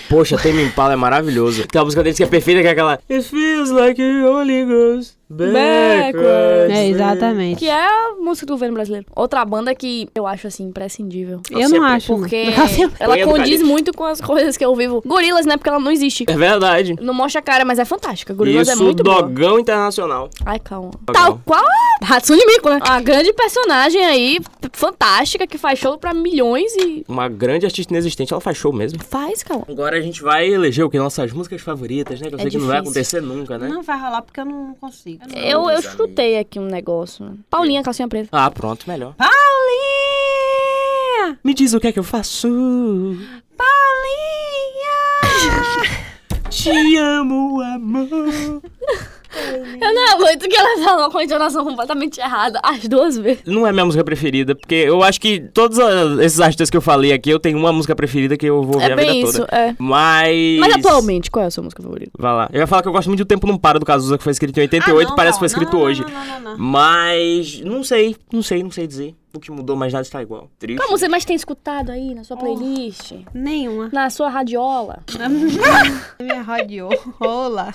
B: Poxa, Tame Impala é maravilhoso. Tem uma música deles que é perfeita, que é aquela... It feels like it only goes backwards.
A: É, exatamente.
C: Que é a música do governo brasileiro. Outra banda que eu acho, assim, imprescindível.
A: Eu não
B: sempre,
A: acho. não.
C: Porque
A: Eu sempre-
C: ela
B: Banha do
C: condiz
B: Calibre.
C: muito com as coisas que eu vivo. Gorilas, né? Porque ela não existe.
B: É verdade.
C: Não mostra a cara, mas é fantástica. Gorilas
B: Isso,
C: é muito boa.
B: dogão internacional.
C: Ai, calma.
B: Dogão.
C: Tal qual a Hatsune Miku, né?
B: Ah.
C: A grande personagem aí, p- fantástica, que faz show pra milhões e...
B: Uma grande artista inexistente, ela faz show mesmo.
C: Faz, calma.
B: Agora a gente vai eleger o que? Nossas músicas favoritas, né? Que eu
C: É
B: sei que não vai
C: difícil.
B: acontecer nunca, né?
A: Não vai rolar porque eu não consigo.
C: Eu, eu chutei aqui um negócio. né? Paulinha, calcinha preta.
B: Ah, pronto, melhor.
A: Palinha!
B: Me diz o que é que eu faço.
A: Palinha!
B: Te amo, amor.
H: Eu não aguento que ela falou com a entonação completamente errada as duas vezes.
B: Não é minha música preferida, porque eu acho que todos a- esses artistas que eu falei aqui, eu tenho uma música preferida que eu vou ouvir
C: É
B: a vida
C: bem isso,
B: toda.
C: é.
B: Mas.
C: Mas atualmente, qual é a sua música favorita?
B: Vai lá. Eu ia falar que eu gosto muito do Tempo Não Para do Cazuza, que foi escrito em 88,
A: Ah, não,
B: parece que
A: não,
B: foi escrito
A: não, não,
B: hoje.
A: não, não, não, não.
B: Mas. Não sei, não sei, não sei dizer. O que mudou, mas nada está igual. Triste.
H: Como você mais tem escutado aí na sua playlist?
A: Oh, Nenhuma.
H: Na sua radiola?
A: Minha radio. Rola.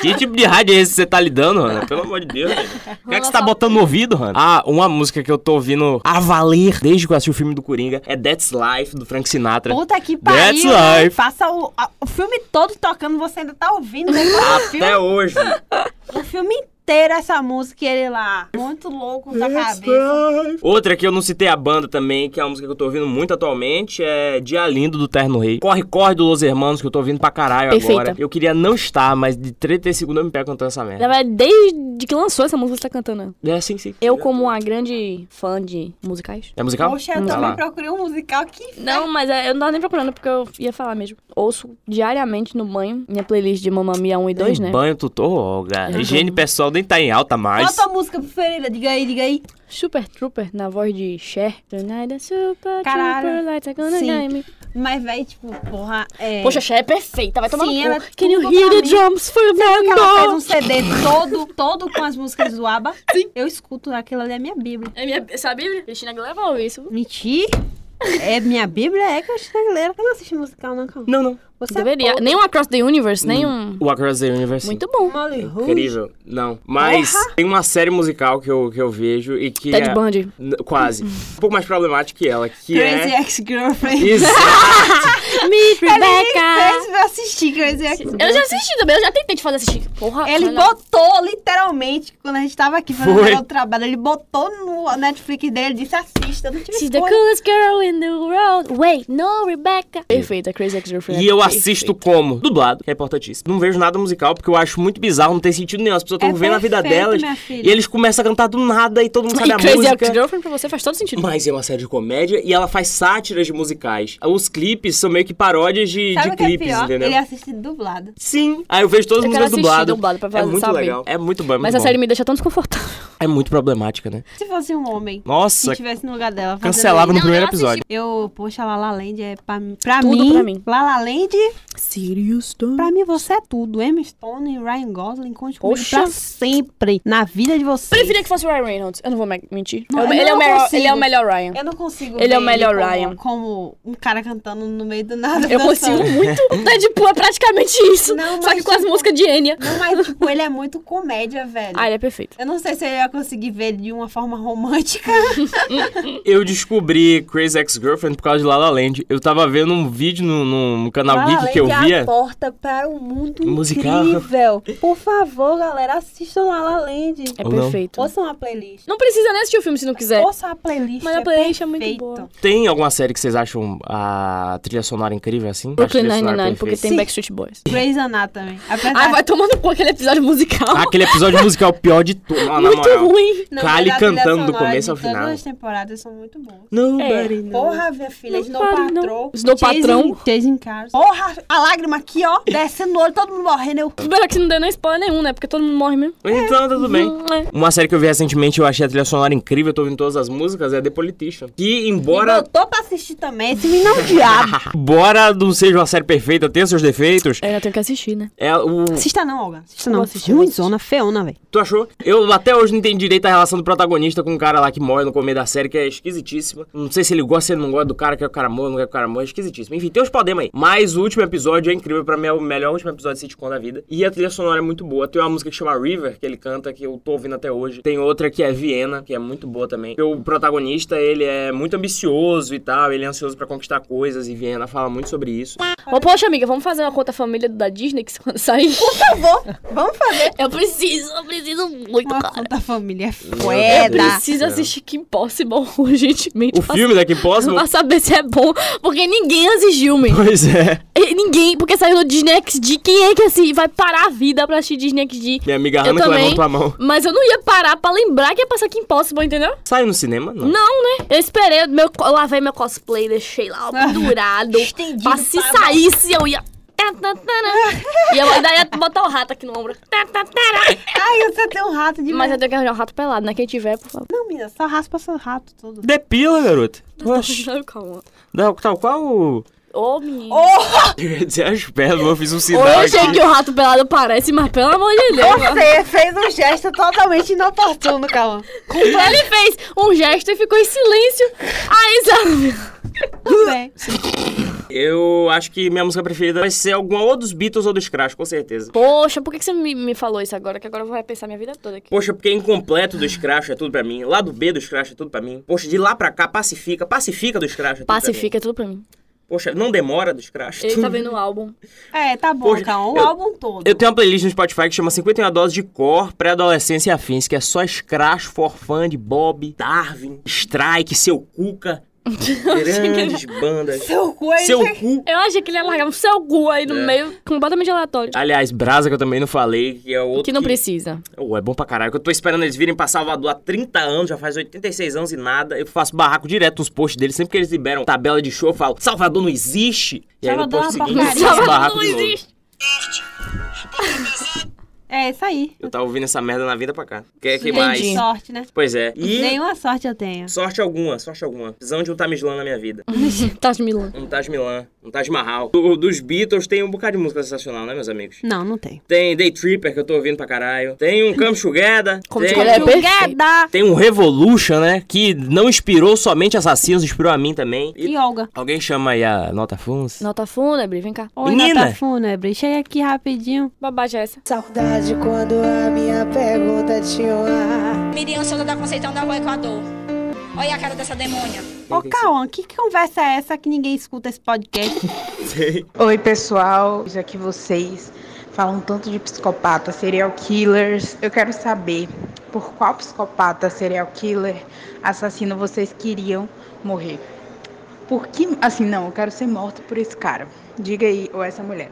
B: Que tipo de rádio é esse que você tá lidando, Rana? Pelo amor de Deus. velho. O que é que você tá botando no ouvido, Rana? Ah, uma música que eu tô ouvindo a valer desde que eu assisti o filme do Coringa é That's Life, do Frank Sinatra.
A: Puta que
B: That's
A: pariu. né?
B: life.
A: Faça o, a- o filme todo tocando, você ainda tá ouvindo. né? O filme,
B: Até hoje.
A: o filme inteiro essa música e ele lá. Muito louco da cabeça.
B: Outra que eu não citei a banda também, que é uma música que eu tô ouvindo muito atualmente, é Dia Lindo do Terno Rei. Corre, corre do Los Hermanos, que eu tô ouvindo pra caralho
C: Perfeita.
B: agora. Eu queria não estar, mas de 30 segundos eu me pego cantando essa
C: Na
B: merda.
C: verdade, desde que lançou essa música, você tá cantando ela.
B: É assim, sim.
C: Eu, como uma grande fã de musicais.
B: É musical?
A: Poxa,
B: Vai
A: eu também
B: lá.
A: procurei um musical que.
C: Não, mas é, eu não tava nem procurando, porque eu ia falar mesmo. Ouço diariamente no banho minha playlist de Mamma Mia 1 e 2, né?
B: Banho tutor, Olga.
C: Eu
B: Higiene
C: tô-
B: pessoal nem tá em alta
A: Qual a
B: mais.
A: tua música preferida? Diga aí, diga aí.
C: Super Trooper, na voz de Cher. Tonight the super
A: Caralho.
C: trooper lights are gonna
A: Sim.
C: get me.
A: Mas, véi, tipo, porra. É...
C: Poxa, Cher é perfeita, vai tomar
A: Sim,
C: no
A: ela
C: cu.
A: é
C: Can you
A: tudo
C: hear the
A: pra mim.
C: drums,
A: que ela fez um
C: Fernando?
A: CD todo, todo com as músicas do ABBA. Sim. Eu escuto, aquilo ali é minha bíblia.
H: É minha, sabe? Cristina Aguilera falou isso.
A: Mentir? É minha bíblia? É que eu acho que Eu não assisto musical, não, calma.
B: Não, não.
A: Você é
C: Deveria. Nem um Across the Universe, nem um...
B: O Across the Universe.
C: Muito bom.
A: Molly Rouge.
B: Incrível. Não. Mas tem uma série musical que eu, que eu vejo e que
C: Ted
B: é...
C: Bundy.
B: N- Quase. Um pouco mais problemática que ela, que
A: Crazy
B: é...
A: Ex-Girlfriend.
B: Isso.
C: Meet Rebecca!
A: Esse Eu assisti Crazy Ex-Girlfriend.
H: Eu já assisti também, eu já tentei te fazer assistir. Porra,
A: é Ele
H: olha.
A: botou, literalmente, quando a gente tava aqui fazendo
B: Foi.
A: o trabalho, ele botou no Netflix dele, disse, assista, eu não tive
C: She's the
A: escolha.
C: coolest girl in the world. Wait, no, Rebecca. Perfeita, é Crazy Ex-Girlfriend.
B: E eu
C: Perfeita.
B: assisto como? Dublado, que é importantíssimo. Não vejo nada musical porque eu acho muito bizarro, não tem sentido nenhum. As pessoas estão
A: É
B: vivendo a vida
A: perfeito,
B: delas
A: minha filha.
B: e eles começam a cantar do nada e todo mundo sabe
C: E
B: a
C: Crazy
B: música.
C: Ex-Girlfriend pra você faz todo sentido.
B: Mas é uma série de comédia e ela faz sátiras de musicais. Os clipes são meio que paródias de,
A: Sabe
B: de
A: o que é
B: clipes,
A: pior?
B: entendeu?
A: Ele assiste dublado.
B: Sim. Aí eu vejo todas as
C: Eu
B: músicas
C: quero assistir
B: dubladas.
C: dublado pra
B: É
C: fazer-
B: muito
C: saber.
B: legal. É muito bom. É muito
C: Mas
B: bom.
C: a série me deixa tão desconfortável.
B: É muito problemática, né?
A: Se fosse um homem, se
B: Nossa,
A: estivesse no lugar dela, fazendo
B: cancelava no
H: Não, eu
B: primeiro
H: assisti-
B: episódio.
A: Eu, poxa, La La Land é pra, mim- pra
C: Tudo
A: mim.
C: pra mim.
A: La La Land,
C: Serious
A: pra mim você é tudo. Emma Stone e Ryan Gosling conte comigo
C: Poxa.
A: pra sempre na vida de vocês.
C: Preferia que fosse o Ryan Reynolds. Eu não vou me- mentir.
A: Não,
C: É o-
A: eu
C: ele, é o
A: não
C: melhor,
A: consigo.
C: ele é o melhor Ryan.
A: Eu não consigo
C: Ele
A: ver
C: é o melhor
A: como-
C: Ryan.
A: Como um cara cantando no meio do nada.
C: Eu
A: dançando.
C: consigo muito. Deadpool é praticamente isso.
A: Não,
C: só que
A: mas
C: com as
A: tipo-
C: músicas de Enya.
A: Não, mas tipo, ele é muito comédia, velho.
C: Ah, ele é perfeito.
A: Eu não sei se eu ia conseguir ver ele de uma forma romântica.
B: Eu descobri Crazy Ex-Girlfriend por causa de La La Land. Eu tava vendo um vídeo no, no canal
A: La La
B: Geek que eu
A: Land É a
B: via.
A: porta para um mundo
B: Musical.
A: incrível. Por favor, galera, assistam La La Land.
C: É
B: Ou não.
C: perfeito.
A: Ouçam a playlist.
C: Não precisa nem assistir o filme se não quiser.
A: Ouça a playlist.
C: Mas a
A: é
C: playlist é muito
A: perfeito.
C: boa.
B: Tem alguma série que vocês acham a trilha sonora incrível assim?
C: Brooklyn
B: Acho a trilha sonora
C: Nine-Nine, porque
B: perfeita.
C: tem
A: Sim.
C: Backstreet Boys.
A: Grey's Anatomy. Apesar
C: Ai, vai tomando com aquele episódio musical.
B: Ah, Aquele episódio musical pior de tudo. Não, na
C: Muito
B: moral.
C: ruim.
A: Não,
B: Cali
A: mas a trilha
B: cantando do
A: sonora
B: começo ao
A: de
B: final.
A: Todas as temporadas são muito boas.
C: É.
B: Nobody knows.
A: Porra, minha filha,
C: Não
A: Snow
C: pare, não.
A: Patrol.
C: Snow
A: Chasing-
C: Patrão.
A: Chasing Cars. Porra, a lágrima aqui, ó, descendo no olho, todo mundo morrendo. Eu...
C: Primeiro Tipo, é que não deu nem spoiler nenhum, né? Porque todo mundo morre mesmo.
B: Então, tudo bem.
C: Não é.
B: Uma série que eu vi recentemente, eu achei a trilha sonora incrível, eu tô ouvindo todas as músicas, é The Politician. Que,
A: Bora.
B: embora,
A: Botou pra assistir também, esse menino é um diabo.
B: embora não seja uma série perfeita, tenha seus defeitos,
C: Eu ainda tenho que assistir, né?
B: é o...
A: Assista não, Olga. Assista não.
C: Vou assistir, vou assistir.
A: Ruizona, feona, velho.
B: Tu achou? Eu até hoje não entendi direito a relação do protagonista com o cara lá que morre no começo da série, que é esquisitíssima. Não sei se ele gosta, se ele não gosta do cara, quer que o cara morra, não quer que o cara morra, é esquisitíssimo. Enfim, tem uns problemas aí. Mas o último episódio é incrível, pra mim é o melhor último episódio de sitcom da vida. E a trilha sonora é muito boa. Tem uma música que chama River, que ele canta, que eu tô ouvindo até hoje. Tem outra que é Viena, que é muito boa também. O protagonista, ele é muito ambicioso e tal, ele é ansioso pra conquistar coisas, e Viena fala muito sobre isso.
C: Ô, poxa, amiga, vamos fazer uma conta família da Disney que quando sair.
A: Por favor, vamos fazer
H: Eu preciso, eu preciso muito,
A: uma
C: Tá.
H: cara.
A: conta
I: família é
C: É,
I: foda.
C: precisa assistir Kim Possible urgentemente.
B: O filme da Kim Possible?
C: Pra saber se é bom, porque ninguém assistiu, meu.
B: Pois é.
C: E Ninguém, porque saiu no Disney XD. Quem é que assim, vai parar a vida pra assistir Disney XD?
B: Minha amiga
C: Eu
B: Hannah que
C: também.
B: levantou a mão.
C: Mas eu não ia parar pra lembrar que ia passar Kim Possible, entendeu?
B: Saiu no cinema? Não.
C: Não, né? Eu esperei, meu, co- eu lavei meu cosplay, deixei lá ó, pendurado.
I: Estendido
C: pra se
I: pra-
C: saísse, eu ia... tá, tá, tá, né? E eu ainda ia botar o rato aqui no ombro. Tá, tá, tá, né?
I: Ai, você tem um rato de
C: Mas eu tenho que arranjar um rato pelado, né? Quem tiver, por favor.
I: Não, menina, só raspa seu rato todo.
B: Depila, garota. Oxe.
C: Calma.
B: Não, Tal qual o...
C: Ô, menino.
B: Eu ia dizer as pernas, mas eu fiz um
C: Ou
B: sinal
C: eu
B: aqui.
C: achei que o rato pelado parece, mas pelo amor de Deus. mano.
I: Você fez um gesto totalmente inoportuno, Calma.
C: Ele fez um gesto e ficou em silêncio. Aí, sabe?
I: Tudo bem.
B: Eu acho que minha música preferida vai ser alguma ou dos Beatles ou dos Crash, com certeza.
C: Poxa, por que que você me, me falou isso agora? Que agora eu vou repensar minha vida toda aqui.
B: Poxa, porque incompleto dos Crash é tudo pra mim. Lado B dos Crash é tudo pra mim. Poxa, de lá pra cá, pacifica. Pacifica dos Crash é tudo pra mim.
C: Pacifica tudo pra mim.
B: Poxa, não demora dos Crash.
C: Ele tá vendo o álbum.
I: É, tá bom,
B: Poxa,
I: Calma. O
B: eu-
I: álbum todo.
B: Eu tenho uma playlist no Spotify que chama 51 Doses de Cor, Pré-Adolescência e Afins, que é só Scratch, For Fun, de Bob, Darwin, Strike, Seu Cuca. grandes bandas.
I: Seu cu é
B: Seu Cu.
C: Eu achei que ele ia largar um seu gu aí no
B: É.
C: meio, completamente aleatório.
B: Aliás, Brasa, que eu também não falei, que é Tá outro.
C: Que não precisa.
B: Ô, é bom pra caralho, que eu tô esperando eles virem pra Salvador há 30 anos, já faz 86 anos e nada. Eu faço barraco direto nos posts deles, sempre que eles liberam tabela de show, eu falo, Salvador não existe. E aí no
I: Salvador
B: post
I: é uma
B: seguinte, eu
I: porcaria.
B: faço barraco
C: não
B: de novo.
C: existe.
I: É, isso aí.
B: Eu tava ouvindo essa merda na vida pra cá. Quer que
C: Entendi.
B: mais?
C: Sim.
I: Sorte, né?
B: Pois é. E
I: Nenhuma sorte eu tenho.
B: sorte alguma, sorte alguma. Precisando de um Tamislan na minha vida.
C: Tá de Milan.
B: Um Taj Milan, um Taj Mahal. Do- dos Beatles tem um bocado de música sensacional, né, meus amigos?
I: Não, não tem.
B: Tem Day Tripper, que eu tô ouvindo pra caralho. Tem um Come Together.
C: Come
B: tem...
C: Together. É perfeito.
I: Together.
B: Tem um Revolution, né? Que não inspirou somente assassinos, inspirou a mim também. E
I: E Olga.
B: alguém chama aí a Nota Funs?
C: Nota fúnebre, vem cá.
I: Oi,
B: Menina.
I: Nata Fúnebre. Chega aqui rapidinho.
C: Babagem é essa.
H: Saudade quando a minha pergunta tinha um ar.
G: Miriam Souza da Conceição da Rua Equador. Olha a cara dessa demônia.
I: Ô, Cauã, que conversa é essa que ninguém escuta esse podcast?
H: Oi, pessoal. Já que vocês falam tanto de psicopata, serial killers, eu quero saber por qual psicopata, serial killer, assassino vocês queriam morrer. Por que, assim, não, eu quero ser morto por esse cara. Diga aí, ou essa mulher.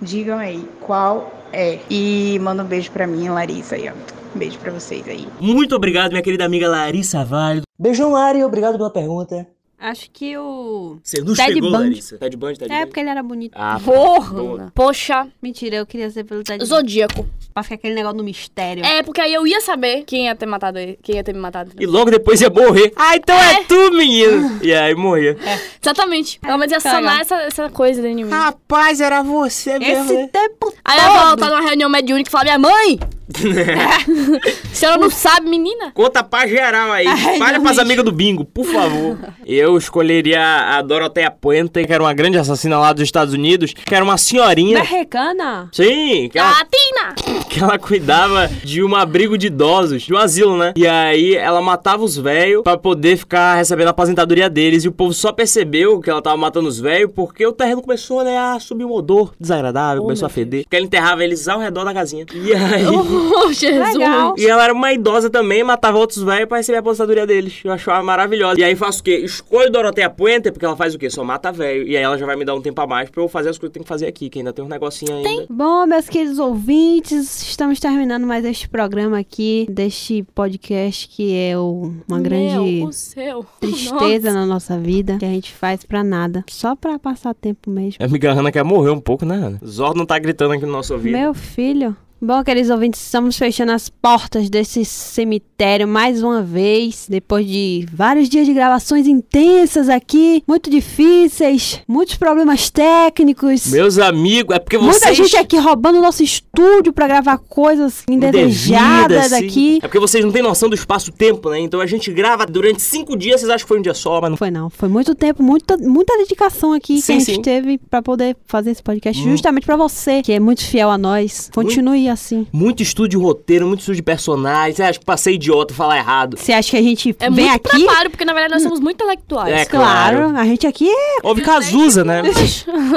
H: Digam aí qual é. E manda um beijo pra mim, Larissa aí, ó. Beijo pra vocês aí.
B: Muito obrigado, minha querida amiga Larissa Vale. Beijão, Lari. Obrigado pela pergunta.
I: Acho que o...
B: Você nos
I: Ted
B: pegou,
I: Bundy.
B: Larissa. Ted Bundy, Ted
I: É,
B: Bundy.
I: porque ele era bonito.
B: Ah,
C: Porra! Poxa,
I: Mentira, eu queria ser pelo Ted Bundy.
C: Zodíaco.
I: Pra ficar aquele negócio do mistério.
C: É, porque aí eu ia saber quem ia ter matado ele. Quem ia ter me matado.
B: E logo depois ia morrer. Ah, então é, tu, menino. e aí morria.
C: Exatamente. Ela vai dizer
I: tá legal.
C: sanar essa, essa coisa dentro de mim.
B: Rapaz, era você
I: É.
B: né?
I: Esse tempo
C: Aí ela volta numa reunião mediúnica e fala: Minha mãe! Se ela não sabe, menina.
B: Conta pra geral aí. Fale pras amigas do bingo, por favor. Eu escolheria a Dorothea Puente, que era uma grande assassina lá dos Estados Unidos, que era uma senhorinha.
I: Barrecana?
B: Sim, que ela
C: Latina!
B: que ela cuidava de um abrigo de idosos, de um asilo, né? E aí ela matava os velhos pra poder ficar recebendo a aposentadoria deles. E o povo só percebeu que ela tava matando os velhos porque o terreno começou, né, a subir um odor desagradável,
C: Oh,
B: começou
C: meu
B: a feder. Porque ela enterrava eles ao redor da casinha. E aí.
C: Oh, Jesus!
I: Legal.
B: E ela era uma idosa também, matava outros velhos pra receber a aposentadoria deles. Eu achava maravilhosa. E aí faço o quê? Escolho Doroteia Puente, porque ela faz o quê? Só mata velho. E aí ela já vai me dar um tempo a mais pra eu fazer as coisas que eu tenho que fazer aqui, que ainda tem um negocinho ainda. Tem.
I: Bom, meus queridos ouvintes, estamos terminando mais este programa aqui, deste podcast que é o- uma grande
C: Meu, o seu.
I: tristeza na nossa vida, que a gente faz pra nada, só pra passar tempo mesmo.
B: É A amiga Ana quer morrer um pouco, né, Ana? Zor não tá gritando aqui no nosso ouvido.
I: Meu filho. Bom, queridos ouvintes, estamos fechando as portas desse cemitério mais uma vez, depois de vários dias de gravações intensas aqui, muito difíceis, muitos problemas técnicos.
B: Meus amigos, é porque vocês...
I: Muita gente aqui roubando nosso estúdio pra gravar coisas indesejadas
B: Indevidas, sim.
I: aqui.
B: É porque vocês não têm noção do espaço-tempo, né? Então a gente grava durante cinco dias, vocês acham que foi um dia só, mas não
I: Não foi não, foi muito tempo, muita, muita dedicação aqui que
B: Sim,
I: a gente
B: sim.
I: teve pra poder fazer esse podcast justamente pra você, que é muito fiel a nós. Continue fui assim.
B: Muito estudo de roteiro, muito estudo de personagens. Você acha que passei idiota falar errado?
I: Você acha que a gente
C: É
I: vem
C: muito
I: aqui? Hum.
C: preparo, porque na verdade nós somos muito intelectuais.
B: É,
I: claro.
B: claro.
I: a gente aqui é.
B: Houve Cazuza, né?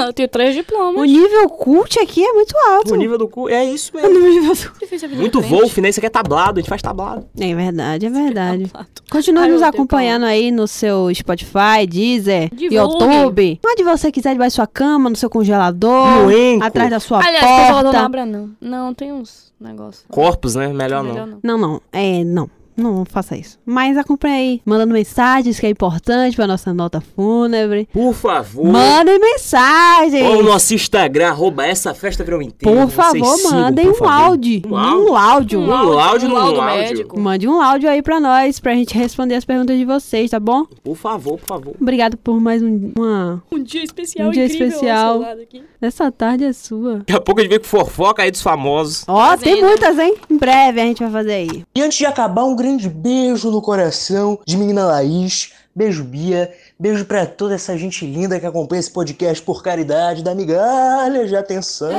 C: Eu tenho três
I: O
C: diplomas.
I: nível cult aqui é muito alto.
B: O nível do cu. É isso
I: O
B: mesmo.
I: nível-
C: Difícil a vida
B: Muito
C: de frente.
B: Wolf, né? Isso aqui é tablado, a gente faz tablado.
I: É verdade, é verdade.
C: Exato.
I: Continue
C: Ai, eu
I: nos
C: odeio
I: acompanhando aí no seu Spotify, Deezer,
C: Divulgue.
I: YouTube. Onde você quiser, debaixo da sua cama, no seu congelador,
B: No enco.
I: atrás da sua
C: Aliás, pessoal, não
I: porta.
C: abra, não. Não, tem uns negócios.
B: Corpos, né? Melhor não.
C: Melhor não.
I: Não, não. É, não. Não faça isso. Mas acompanha aí. Mandando mensagens que é importante pra nossa nota fúnebre.
B: Por favor.
I: Mandem mensagens.
B: Ou o nosso Instagram, arroba essa festa virou inteira.
I: Por favor, mandem um áudio.
B: Um áudio.
I: Um áudio.
B: Um áudio, um
C: laudo
B: áudio.
C: médico.
I: Mande um áudio aí pra nós, pra gente responder as perguntas de vocês, tá bom?
B: Por favor, por favor.
I: Obrigado por mais um- uma...
C: Um dia especial
I: Um dia
C: incrível ao
I: especial.
C: seu lado aqui.
I: Essa tarde é sua.
B: Daqui a pouco a gente vê com fofoca aí dos famosos.
I: Ó,
C: Fazendo.
I: tem muitas, hein? Em breve a gente vai fazer aí.
H: E antes de acabar, um grande beijo no coração de menina Laís. Beijo, Bia. Beijo pra toda essa gente linda que acompanha esse podcast por caridade, da migalha de atenção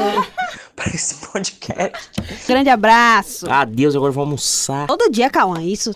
H: pra esse podcast.
I: Grande abraço.
B: Adeus, agora vamos almoçar.
I: Todo dia, Cauã, isso.